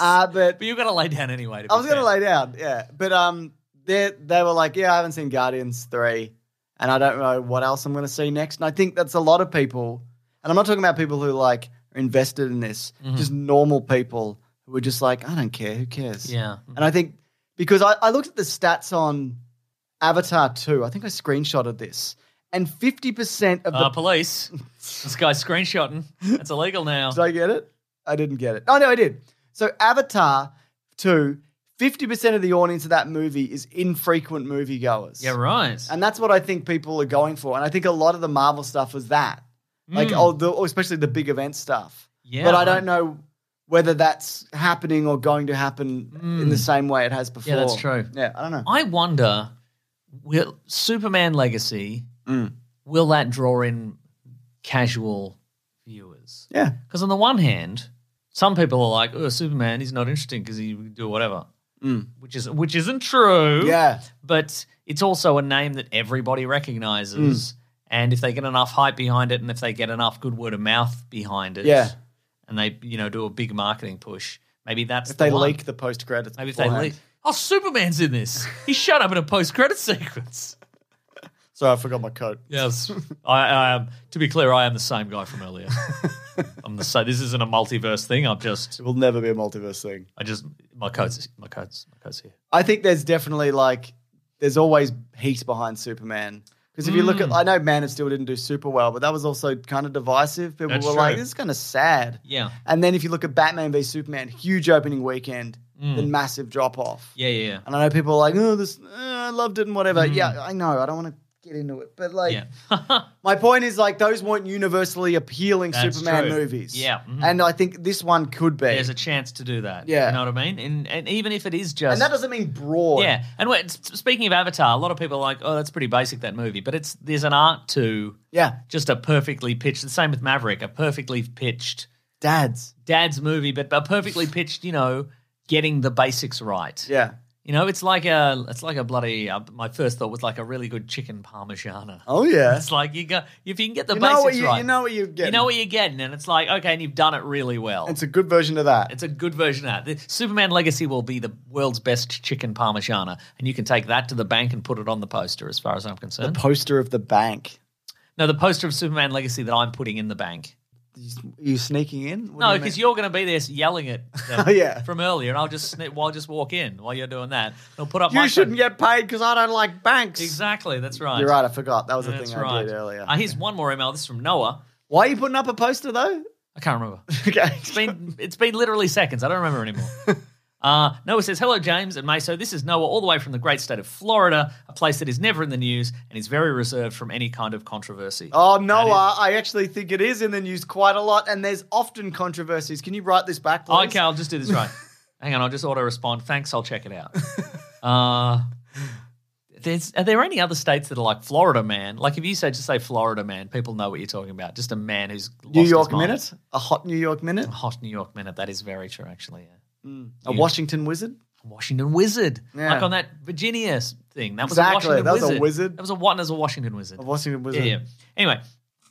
Speaker 1: uh, but
Speaker 3: but you've got to lay down anyway. To
Speaker 1: I was going
Speaker 3: to
Speaker 1: to lay down, yeah. But um, they they were like, yeah, I haven't seen Guardians 3, and I don't know what else I'm going to see next. And I think that's a lot of people, and I'm not talking about people who like are invested in this,
Speaker 3: Mm-hmm.
Speaker 1: just normal people who are just like, I don't care, who cares?
Speaker 3: Yeah.
Speaker 1: And I think because I, I looked at the stats on Avatar 2, I think I screenshotted this, and 50% of the
Speaker 3: Uh, police. this guy's screenshotting. That's illegal now.
Speaker 1: Did I get it? I didn't get it. Oh, no, I did. So, Avatar 2, 50% of the audience of that movie is infrequent moviegoers.
Speaker 3: yeah, right.
Speaker 1: And that's what I think people are going for. And I think a lot of the Marvel stuff was that. Like, oh, the, oh, especially the big event stuff.
Speaker 3: Hmm. Yeah,
Speaker 1: But I
Speaker 3: right.
Speaker 1: don't know whether that's happening or going to happen in the same way it has before.
Speaker 3: Hmm. Yeah, that's true.
Speaker 1: Yeah, I don't know.
Speaker 3: I wonder, will Superman Legacy
Speaker 1: Mm.
Speaker 3: will that draw in casual viewers?
Speaker 1: Yeah.
Speaker 3: Because on the one hand, some people are like, "Oh, Superman, he's not interesting because he can do whatever," which is which isn't true.
Speaker 1: Mm. Yeah.
Speaker 3: but it's also a name that everybody
Speaker 1: Mm.
Speaker 3: recognizes, and if they get enough hype behind it, and if they get enough good word of mouth behind it,
Speaker 1: Yeah.
Speaker 3: and they you know do a big marketing push, maybe that's
Speaker 1: If they
Speaker 3: the one.
Speaker 1: leak the post credits.
Speaker 3: Maybe if they leak. Oh, Superman's in this. He showed up in a post-credit sequence.
Speaker 1: Sorry, I forgot my coat.
Speaker 3: Yes, I, I am. To be clear, I am the same guy from earlier. I'm the so this isn't a multiverse thing. I'm just
Speaker 1: It will never be a multiverse thing.
Speaker 3: I just my code's my code's my code's here.
Speaker 1: I think there's definitely like there's always heat behind Superman. Because if you look at,
Speaker 3: Mm.
Speaker 1: I know Man of Steel didn't do super well, but that was also kind of divisive. People
Speaker 3: That's
Speaker 1: were like,
Speaker 3: true.
Speaker 1: "This is kind of sad."
Speaker 3: Yeah.
Speaker 1: And then if you look at Batman v Superman, huge opening weekend, then massive drop off.
Speaker 3: Mm. Yeah, yeah, yeah.
Speaker 1: And I know people are like, "Oh, this, uh, I loved it and whatever." Yeah, I know. I don't want to get into it, but like,
Speaker 3: Yeah.
Speaker 1: my point is like those weren't universally appealing
Speaker 3: That's
Speaker 1: Superman
Speaker 3: true.
Speaker 1: movies.
Speaker 3: Yeah, mhm.
Speaker 1: and I think this one could be.
Speaker 3: There's a chance to do that.
Speaker 1: Yeah.
Speaker 3: You know what I mean? And and even if it is just
Speaker 1: and that doesn't mean broad.
Speaker 3: Yeah. And when, s- speaking of Avatar, a lot of people are like, "Oh, that's pretty basic that movie," but it's there's an art to
Speaker 1: yeah,
Speaker 3: just a perfectly pitched the same with Maverick, a perfectly pitched
Speaker 1: dads.
Speaker 3: dad's movie, but a perfectly pitched, you know, getting the basics right.
Speaker 1: Yeah.
Speaker 3: You know, it's like a it's like a bloody uh, my first thought was like a really good chicken parmigiana.
Speaker 1: Oh yeah.
Speaker 3: It's like you go if you can get the
Speaker 1: You know
Speaker 3: basics
Speaker 1: what you,
Speaker 3: right.
Speaker 1: you know what you get.
Speaker 3: You know what you're getting, and it's like, okay, and you've done it really well.
Speaker 1: It's a good version of that.
Speaker 3: It's a good version of that. The Superman Legacy will be the world's best chicken parmigiana, and you can take that to the bank and put it on the poster, as far as I'm concerned.
Speaker 1: poster of the bank.
Speaker 3: no, the poster of Superman Legacy that I'm putting in the bank.
Speaker 1: You, you sneaking in? What do
Speaker 3: No,
Speaker 1: you
Speaker 3: because
Speaker 1: mean?
Speaker 3: you're going to be there yelling it
Speaker 1: Oh, yeah.
Speaker 3: from earlier, and I'll just snip, well, I'll just walk in while you're doing that. I'll put up
Speaker 1: you
Speaker 3: my
Speaker 1: shouldn't
Speaker 3: phone.
Speaker 1: get paid because I don't like banks.
Speaker 3: exactly. That's right.
Speaker 1: You're right. I forgot that was the
Speaker 3: That's
Speaker 1: thing
Speaker 3: right.
Speaker 1: I did earlier.
Speaker 3: Uh, here's one more email. This is from Noah.
Speaker 1: Why are you putting up a poster though?
Speaker 3: I can't remember.
Speaker 1: okay.
Speaker 3: It's been it's been literally seconds. I don't remember anymore. Uh, Noah says, "Hello, James and Meso. This is Noah, all the way from the great state of Florida, a place that is never in the news and is very reserved from any kind of controversy."
Speaker 1: Oh Noah, I actually think it is in the news quite a lot, and there's often controversies. Can you write this back, please?
Speaker 3: okay, I'll just do this right. Hang on, I'll just auto respond. Thanks, I'll check it out. Uh, there's, are there any other states that are like Florida man? Like if you say just say Florida man, people know what you're talking about. Just a man who's lost
Speaker 1: New
Speaker 3: his
Speaker 1: York
Speaker 3: mind.
Speaker 1: minute, a hot New York minute,
Speaker 3: hot New York minute. That is very true, actually. Yeah.
Speaker 1: a Washington wizard.
Speaker 3: Washington Wizard.
Speaker 1: Yeah.
Speaker 3: Like on that Virginia s- thing. That was
Speaker 1: Exactly,
Speaker 3: a Washington
Speaker 1: that was a
Speaker 3: Wizard.
Speaker 1: wizard.
Speaker 3: That was a what? That was a Washington Wizard.
Speaker 1: A Washington
Speaker 3: yeah,
Speaker 1: wizard.
Speaker 3: yeah. Anyway,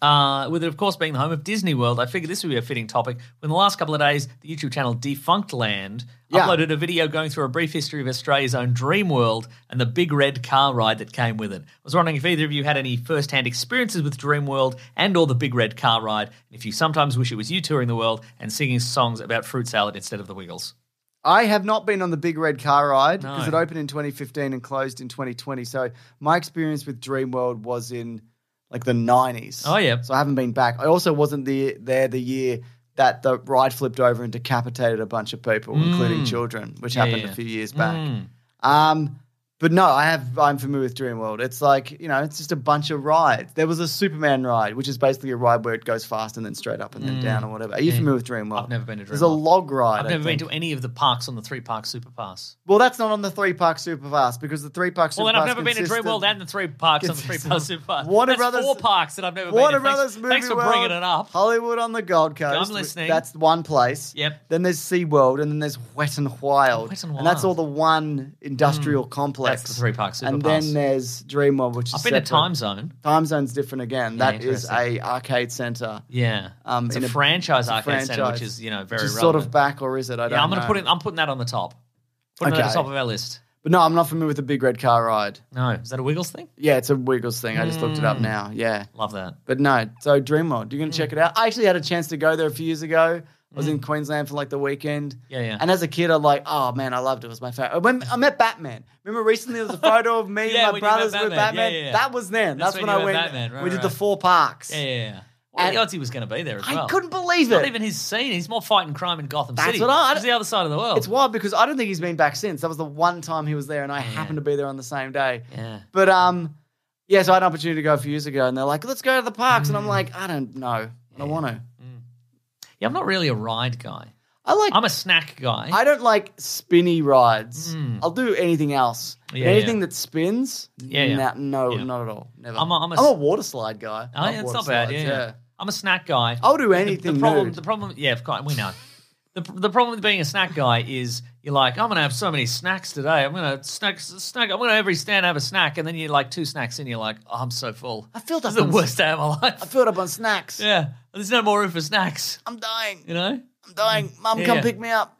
Speaker 3: uh, with it, of course, being the home of Disney World, I figured this would be a fitting topic. In the last couple of days, the YouTube channel Defunct Land
Speaker 1: Yeah.
Speaker 3: uploaded a video going through a brief history of Australia's own dream world and the big red car ride that came with it. I was wondering if either of you had any first-hand experiences with Dream World and or the big red car ride, and if you sometimes wish it was you touring the world and singing songs about fruit salad instead of the Wiggles.
Speaker 1: I have not been on the big red car ride because
Speaker 3: No.
Speaker 1: it opened in 2015 and closed in 2020. So my experience with Dreamworld was in like the 90s.
Speaker 3: Oh, yeah.
Speaker 1: So I haven't been back. I also wasn't the, there the year that the ride flipped over and decapitated a bunch of people, including children, which
Speaker 3: Mm. Yeah,
Speaker 1: happened
Speaker 3: yeah.
Speaker 1: a few years back.
Speaker 3: Mm.
Speaker 1: Um, but no, I have. I'm familiar with Dreamworld. It's like you know, it's just a bunch of rides. There was a Superman ride, which is basically a ride where it goes fast and then straight up and then down or whatever. Are you familiar with Dreamworld?
Speaker 3: Mm. I've never been to
Speaker 1: There's a
Speaker 3: Dreamworld.
Speaker 1: log ride.
Speaker 3: I've
Speaker 1: I
Speaker 3: never
Speaker 1: think.
Speaker 3: been to any of the parks on the three park superpass.
Speaker 1: Well, that's not on the three park superfast because the three park superfast.
Speaker 3: Well, then I've never been to
Speaker 1: consisted-
Speaker 3: Dreamworld and the three parks on the three park
Speaker 1: consisted-
Speaker 3: superpass.
Speaker 1: Warner
Speaker 3: That's
Speaker 1: Brothers-
Speaker 3: four parks that I've never
Speaker 1: Warner
Speaker 3: been to.
Speaker 1: Brothers
Speaker 3: Thanks,
Speaker 1: Movie
Speaker 3: thanks for
Speaker 1: World,
Speaker 3: bringing it up.
Speaker 1: Hollywood on the Gold Coast.
Speaker 3: listening.
Speaker 1: That's one place.
Speaker 3: Yep.
Speaker 1: Then there's SeaWorld and then there's Wet and Wild.
Speaker 3: Wet
Speaker 1: and,
Speaker 3: and
Speaker 1: that's
Speaker 3: Wild. Mm.
Speaker 1: all the one industrial complex.
Speaker 3: That's the three park
Speaker 1: And
Speaker 3: superpass.
Speaker 1: then there's Dreamworld, which is
Speaker 3: I've been to
Speaker 1: separate.
Speaker 3: Time Zone.
Speaker 1: Time zone's different again. That is
Speaker 3: interesting.
Speaker 1: a arcade center.
Speaker 3: Yeah,
Speaker 1: Um,
Speaker 3: it's
Speaker 1: in
Speaker 3: a
Speaker 1: a-
Speaker 3: franchise
Speaker 1: it's a
Speaker 3: arcade center,
Speaker 1: franchise,
Speaker 3: which is you know very
Speaker 1: Which is
Speaker 3: relevant.
Speaker 1: sort of back, or is it? I don't
Speaker 3: yeah, I'm
Speaker 1: know.
Speaker 3: gonna put it. I'm putting that on the top. Putting that on
Speaker 1: Okay.
Speaker 3: the top of our list.
Speaker 1: But no, I'm not familiar with the big red car ride.
Speaker 3: No, is that a Wiggles thing?
Speaker 1: Yeah, it's a Wiggles thing. I just looked it up
Speaker 3: Hmm.
Speaker 1: now. Yeah.
Speaker 3: Love that.
Speaker 1: But no, so Dreamworld, you're
Speaker 3: Hmm.
Speaker 1: gonna check it out. I actually had a chance to go there a few years ago. I was in Queensland for like the weekend.
Speaker 3: Yeah, yeah.
Speaker 1: And as a kid, I'm like, oh man, I loved it. It was my favorite. When I met Batman. Remember recently there was a photo of me and my
Speaker 3: Yeah, when you met
Speaker 1: brothers with
Speaker 3: Batman. Yeah,
Speaker 1: Batman.
Speaker 3: yeah, yeah.
Speaker 1: That was then. That's,
Speaker 3: That's
Speaker 1: when,
Speaker 3: when
Speaker 1: I
Speaker 3: you met
Speaker 1: went.
Speaker 3: Batman. Right,
Speaker 1: we did
Speaker 3: right,
Speaker 1: the
Speaker 3: right.
Speaker 1: four parks.
Speaker 3: Yeah, yeah. yeah. What
Speaker 1: And-
Speaker 3: the odds he was going to be there as
Speaker 1: I
Speaker 3: well?
Speaker 1: couldn't believe
Speaker 3: It's not
Speaker 1: it.
Speaker 3: even his scene. He's more fighting crime in Gotham
Speaker 1: That's
Speaker 3: City.
Speaker 1: what I-
Speaker 3: He's the other side of the world.
Speaker 1: It's wild because I don't think he's been back since. That was the one time he was there,
Speaker 3: Oh,
Speaker 1: and I happened to be there on the same day.
Speaker 3: Yeah.
Speaker 1: But um, yeah. So I had an opportunity to go a few years ago, and they're like, "Let's go to the parks,"
Speaker 3: Hmm.
Speaker 1: and I'm like, "I don't know. I don't want to.
Speaker 3: Yeah, I'm not really a ride guy.
Speaker 1: I like.
Speaker 3: I'm a snack guy. Oh,
Speaker 1: I don't like spinny rides. I'll do anything else. But
Speaker 3: Hmm. Yeah,
Speaker 1: anything
Speaker 3: yeah.
Speaker 1: that spins,
Speaker 3: Yeah, yeah.
Speaker 1: nah, no,
Speaker 3: Yeah.
Speaker 1: not at all. Never.
Speaker 3: I'm a- I'm a-
Speaker 1: I'm a water slide guy.
Speaker 3: Oh,
Speaker 1: Love
Speaker 3: yeah, it's
Speaker 1: water
Speaker 3: not bad. Yeah,
Speaker 1: slides, Oh,
Speaker 3: yeah. I'm a snack guy.
Speaker 1: I'll do
Speaker 3: The-
Speaker 1: anything.
Speaker 3: The problem,
Speaker 1: nude.
Speaker 3: the problem, yeah, of course, we know. The, the problem with being a snack guy is you're like, I'm gonna have so many snacks today. I'm gonna snack, snack. I'm gonna every stand have a snack, and then you're like two snacks, and you're like, oh, I'm so full.
Speaker 1: I filled
Speaker 3: This
Speaker 1: up
Speaker 3: is the
Speaker 1: on-
Speaker 3: worst day of my life.
Speaker 1: I filled up on snacks.
Speaker 3: yeah, there's no more room for snacks.
Speaker 1: I'm dying.
Speaker 3: You know,
Speaker 1: I'm dying. Mum,
Speaker 3: Yeah,
Speaker 1: come
Speaker 3: yeah.
Speaker 1: pick me up.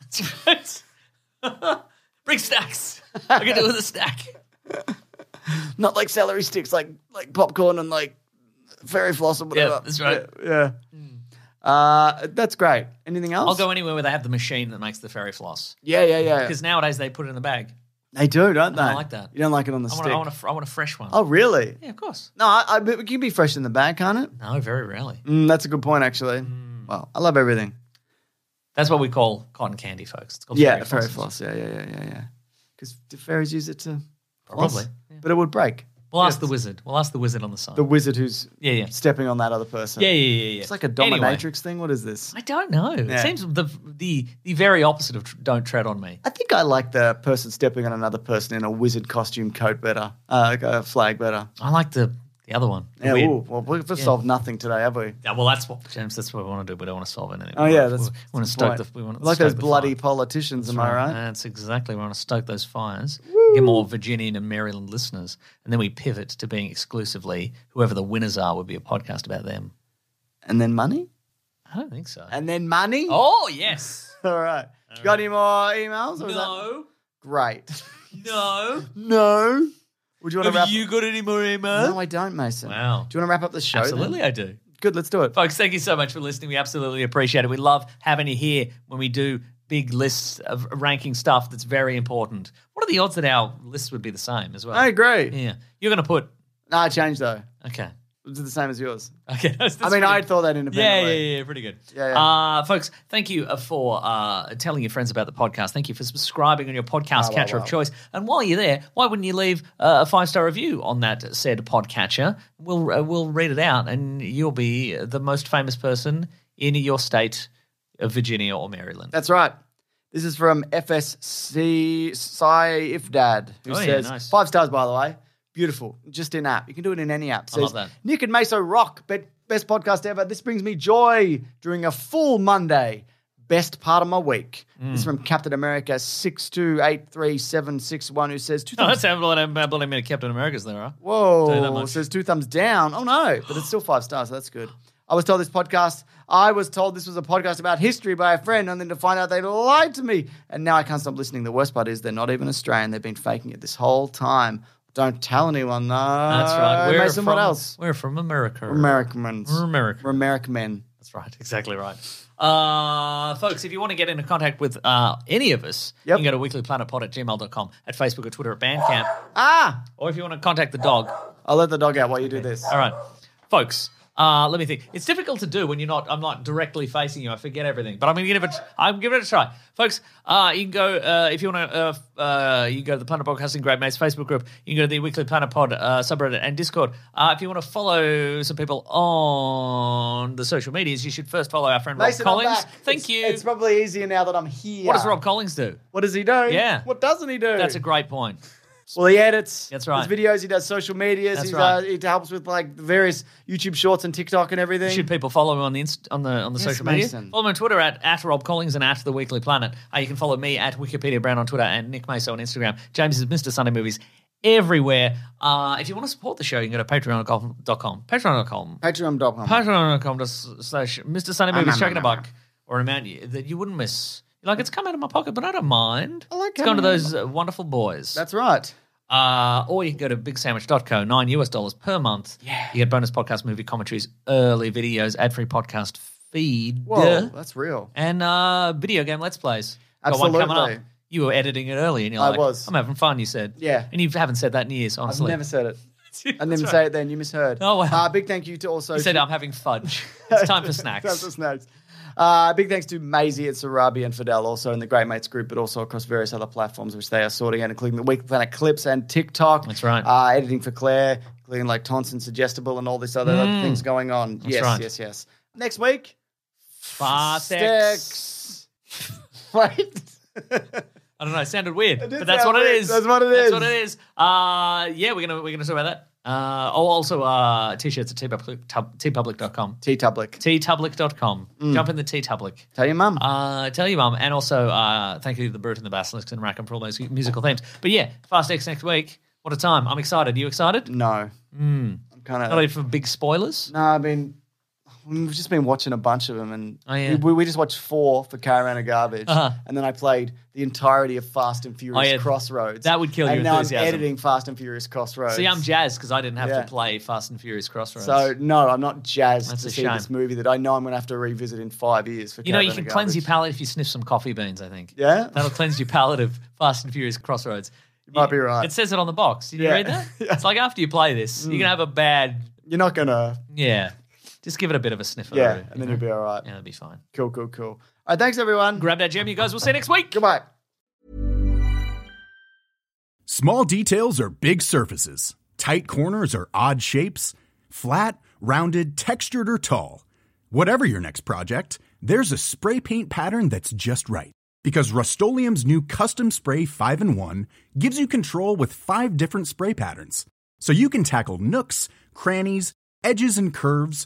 Speaker 3: bring snacks. I can do with a snack.
Speaker 1: Not like celery sticks, like like popcorn and like fairy floss or
Speaker 3: Yeah,
Speaker 1: whatever.
Speaker 3: that's right. Hmm.
Speaker 1: Yeah. Uh, that's great. Anything else?
Speaker 3: I'll go anywhere where they have the machine that makes the fairy floss.
Speaker 1: Yeah, yeah, yeah.
Speaker 3: Because nowadays they put it in a bag.
Speaker 1: They do, don't they?
Speaker 3: I like that.
Speaker 1: You don't like it on the
Speaker 3: I
Speaker 1: stick.
Speaker 3: want, a, I, want a, fr- I want a fresh one.
Speaker 1: oh, really?
Speaker 3: Yeah, of course.
Speaker 1: No, I, I, but it can be fresh in the bag, can't it?
Speaker 3: No, very rarely.
Speaker 1: Mm, that's a good point, actually.
Speaker 3: Mm.
Speaker 1: Well, I love everything.
Speaker 3: That's what we call cotton candy, folks. It's called
Speaker 1: yeah, fairy
Speaker 3: flosses.
Speaker 1: floss. Yeah, yeah, yeah, yeah, yeah. Because do fairies use it to floss?
Speaker 3: Probably.
Speaker 1: but it would break.
Speaker 3: We'll ask the wizard. We'll ask the wizard on the side.
Speaker 1: The wizard who's
Speaker 3: yeah, yeah.
Speaker 1: stepping on that other person.
Speaker 3: Yeah, yeah, yeah, yeah.
Speaker 1: It's like a
Speaker 3: Anyway,
Speaker 1: dominatrix thing. What is this?
Speaker 3: I don't know. It
Speaker 1: Yeah.
Speaker 3: seems the the the very opposite of tr- don't tread on me.
Speaker 1: I think I like the person stepping on another person in a wizard costume coat better, uh, like a flag better.
Speaker 3: I like the the other one. The
Speaker 1: Yeah,
Speaker 3: weird-
Speaker 1: ooh, well, we've solved nothing today, have we?
Speaker 3: Yeah, well, that's what James. That's what we want to do. We don't want to solve anything.
Speaker 1: Oh
Speaker 3: We
Speaker 1: yeah,
Speaker 3: wanna-
Speaker 1: that's
Speaker 3: we want to
Speaker 1: that's
Speaker 3: stoke
Speaker 1: right.
Speaker 3: the. We want to
Speaker 1: like
Speaker 3: stoke
Speaker 1: those
Speaker 3: the
Speaker 1: bloody
Speaker 3: fire.
Speaker 1: politicians. Am I right?
Speaker 3: That's exactly. We want to stoke those fires, get more Virginian and Maryland listeners, and then we pivot to being exclusively whoever the winners are. Would be a podcast about them.
Speaker 1: and then money,
Speaker 3: I don't think so.
Speaker 1: and then money.
Speaker 3: oh yes.
Speaker 1: All right. Got any more emails? Or was that-
Speaker 3: No.
Speaker 1: Great.
Speaker 3: No.
Speaker 1: no. Would you want to wrap?
Speaker 3: Have you got any more emails?
Speaker 1: No, I don't, Mason.
Speaker 3: Wow.
Speaker 1: Do you want to wrap up the show? then?
Speaker 3: Absolutely, I do.
Speaker 1: Good. Let's do it.
Speaker 3: Folks, thank you so much for listening. We absolutely appreciate it. We love having you here when we do big lists of ranking stuff that's very important. What are the odds that our lists would be the same as well?
Speaker 1: I agree.
Speaker 3: Yeah. You're going to put.
Speaker 1: No, I changed though.
Speaker 3: Okay.
Speaker 1: It's the same as yours.
Speaker 3: Okay. That's,
Speaker 1: I
Speaker 3: that's
Speaker 1: mean,
Speaker 3: pretty-
Speaker 1: I thought that
Speaker 3: Yeah, yeah,
Speaker 1: independently.
Speaker 3: yeah, yeah, pretty good.
Speaker 1: Yeah, yeah.
Speaker 3: Uh, folks, thank you uh, for uh, telling your friends about the podcast. Thank you for subscribing on your
Speaker 1: Ah,
Speaker 3: podcast catcher of choice. And while you're there, why wouldn't you leave uh, a five star review on that said podcatcher? We'll uh, we'll read it out, and you'll be the most famous person in your state of Virginia or Maryland.
Speaker 1: That's right. This is from FSC Saifdad, who
Speaker 3: Oh, yeah,
Speaker 1: says
Speaker 3: nice.
Speaker 1: five stars by the way. Beautiful. Just in app. You can do it in any app. Says,
Speaker 3: love that.
Speaker 1: Nick and Meso rock. Be- best podcast ever. This brings me joy during a full Monday. Best part of my week. This
Speaker 3: Hmm.
Speaker 1: is from Captain America six two eight three seven six one who says two
Speaker 3: No,
Speaker 1: thumbs.
Speaker 3: Oh, that's how bloody, how bloody many Captain Americas there are. Tell you that
Speaker 1: Whoa.
Speaker 3: much.
Speaker 1: Says two thumbs down. Oh no, but it's still five stars, so that's good. I was told this podcast I was told this was a podcast about history by a friend, and then to find out they lied to me. And now I can't stop listening. The worst part is they're not even Australian. They've been faking it this whole time. Don't tell anyone though.
Speaker 3: That's right. We're
Speaker 1: Mason,
Speaker 3: from,
Speaker 1: uh, what else?
Speaker 3: We're from America.
Speaker 1: Americans.
Speaker 3: We're American.
Speaker 1: We're American men.
Speaker 3: That's right. Exactly right. Uh, folks, if you want to get into contact with uh, any of us,
Speaker 1: Yep.
Speaker 3: you can go to weeklyplanetpod at gmail.com, at Facebook or Twitter at Bandcamp,
Speaker 1: Ah!
Speaker 3: or if you want to contact the dog.
Speaker 1: I'll let the dog out while you do this.
Speaker 3: All right. Folks, uh, let me think. It's difficult to do when you're not, I'm not directly facing you. I forget everything, but I'm going to give it, I'm giving it a try. Folks, uh, you can go, uh, if you want to, uh, f- uh, you can go to the Planet Broadcasting Great Mates Facebook group. You can go to the Weekly Planet Pod uh, subreddit and Discord. Uh, if you want to follow some people on the social medias, you should first follow our friend Rob
Speaker 1: Mason, I'm
Speaker 3: Collins.
Speaker 1: back. It's-
Speaker 3: Thank you.
Speaker 1: It's probably easier now that I'm here.
Speaker 3: What does Rob Collins do?
Speaker 1: What does he do?
Speaker 3: Yeah.
Speaker 1: What doesn't he do?
Speaker 3: That's a great point.
Speaker 1: Well, he edits.
Speaker 3: That's right.
Speaker 1: His videos, he does social medias.
Speaker 3: That's
Speaker 1: he's,
Speaker 3: right.
Speaker 1: uh, he helps with like the various YouTube shorts and TikTok and everything.
Speaker 3: Should people follow him on the inst- on the on the
Speaker 1: Yes,
Speaker 3: social media?
Speaker 1: Mason.
Speaker 3: Follow me on Twitter at, at Rob Collins and at the Weekly Planet. Uh, you can follow me at Wikipedia Brown on Twitter and Nick Maso on Instagram. James is Mr. Sunday Movies everywhere. Uh, if you want to support the show, you can go to patreon.com. Patreon.com.
Speaker 1: Patreon.com.
Speaker 3: Patreon.com to s- slash Mr. Sunday Movies chucking a buck or an amount you- that you wouldn't miss. Like it's come out of my pocket, but I don't mind. I
Speaker 1: like
Speaker 3: it's gone to
Speaker 1: having it.
Speaker 3: those uh, wonderful boys.
Speaker 1: That's right.
Speaker 3: Uh, or you can go to bigsandwich.co, nine US dollars per month. Yeah. You get bonus podcast movie commentaries, early videos, ad free podcast feed,
Speaker 1: Whoa,
Speaker 3: uh,
Speaker 1: that's real.
Speaker 3: and uh, video game Let's Plays. Got one coming up.
Speaker 1: Absolutely.
Speaker 3: You were editing it early and you're
Speaker 1: I
Speaker 3: like,
Speaker 1: was.
Speaker 3: I'm having fun, you said.
Speaker 1: Yeah.
Speaker 3: And you haven't said that in years,
Speaker 1: I've
Speaker 3: honestly.
Speaker 1: never said it. I
Speaker 3: That's
Speaker 1: didn't
Speaker 3: right.
Speaker 1: say it then. You misheard.
Speaker 3: Oh, wow.
Speaker 1: Uh, big thank you to also.
Speaker 3: You said, I'm having fudge. It's time for snacks.
Speaker 1: That's the snacks. Uh, big thanks to Maisie at Sarabi and Fidel, also in the Great Mates group, but also across various other platforms which they are sorting out, including the Weekly Planet clips and TikTok.
Speaker 3: That's right.
Speaker 1: Uh, editing for Claire, including like Tonson Suggestible and all this other other things going on. yes,
Speaker 3: Mm. right.
Speaker 1: yes, yes. Next week,
Speaker 3: Ah, Farsex.
Speaker 1: Wait.
Speaker 3: I don't know. It sounded weird, but
Speaker 1: did
Speaker 3: that's
Speaker 1: sound
Speaker 3: what it
Speaker 1: weird.
Speaker 3: is.
Speaker 1: That's what it
Speaker 3: That's
Speaker 1: is.
Speaker 3: what it is. Uh, yeah, we're gonna we're gonna talk about that. Uh, oh, also uh, t-shirts at tpublic tub- tpublic.com.
Speaker 1: T Public.
Speaker 3: tpublic.com.
Speaker 1: Mm.
Speaker 3: Jump in the tpublic.
Speaker 1: Tell your mum.
Speaker 3: Uh, tell your mum. And also, uh, thank you to the Brute and the Basilisk and Rackham for all those musical themes. But yeah, Fast X next week. What a time. I'm excited. You excited?
Speaker 1: no. I'm kind
Speaker 3: Not
Speaker 1: of.
Speaker 3: ready for big spoilers?
Speaker 1: No, I mean, we've just been watching a bunch of them, and
Speaker 3: Oh, yeah.
Speaker 1: we- we, we just watched four for Caravan of Garbage,
Speaker 3: Uh-huh. Oh,
Speaker 1: and then I played the entirety of Fast and Furious
Speaker 3: yeah.
Speaker 1: Crossroads.
Speaker 3: That would kill
Speaker 1: and
Speaker 3: your
Speaker 1: now
Speaker 3: enthusiasm.
Speaker 1: I'm editing Fast and Furious Crossroads.
Speaker 3: See, I'm jazzed because I didn't have
Speaker 1: Yeah.
Speaker 3: to play Fast and Furious Crossroads.
Speaker 1: So no, I'm not jazzed
Speaker 3: That's
Speaker 1: to
Speaker 3: a
Speaker 1: see
Speaker 3: shame.
Speaker 1: this movie that I know I'm going to have to revisit in five years. For
Speaker 3: you know, you
Speaker 1: Caravan
Speaker 3: can
Speaker 1: of
Speaker 3: cleanse your
Speaker 1: Garbage.
Speaker 3: palate if you sniff some coffee beans. I think.
Speaker 1: Yeah?
Speaker 3: that'll cleanse your palate of Fast and Furious Crossroads. You
Speaker 1: might be right.
Speaker 3: It says it on the box. Did you
Speaker 1: Yeah.
Speaker 3: read that?
Speaker 1: Yeah. Mm.
Speaker 3: It's like after you play this, you're gonna have a bad.
Speaker 1: You're not going to,
Speaker 3: Yeah, just give it a bit of a sniffer.
Speaker 1: yeah,
Speaker 3: though,
Speaker 1: and then
Speaker 3: you
Speaker 1: you'll
Speaker 3: know?
Speaker 1: be all right.
Speaker 3: Yeah, it'll be fine.
Speaker 1: Cool, cool, cool. All right, thanks everyone.
Speaker 3: Grab that gem, you guys. We'll see you next week.
Speaker 1: Goodbye.
Speaker 7: Small details are big surfaces. Tight corners are odd shapes. Flat, rounded, textured, or tall. Whatever your next project, there's a spray paint pattern that's just right. Because Rust new Custom Spray 5 in 1 gives you control with five different spray patterns. So you can tackle nooks, crannies, edges, and curves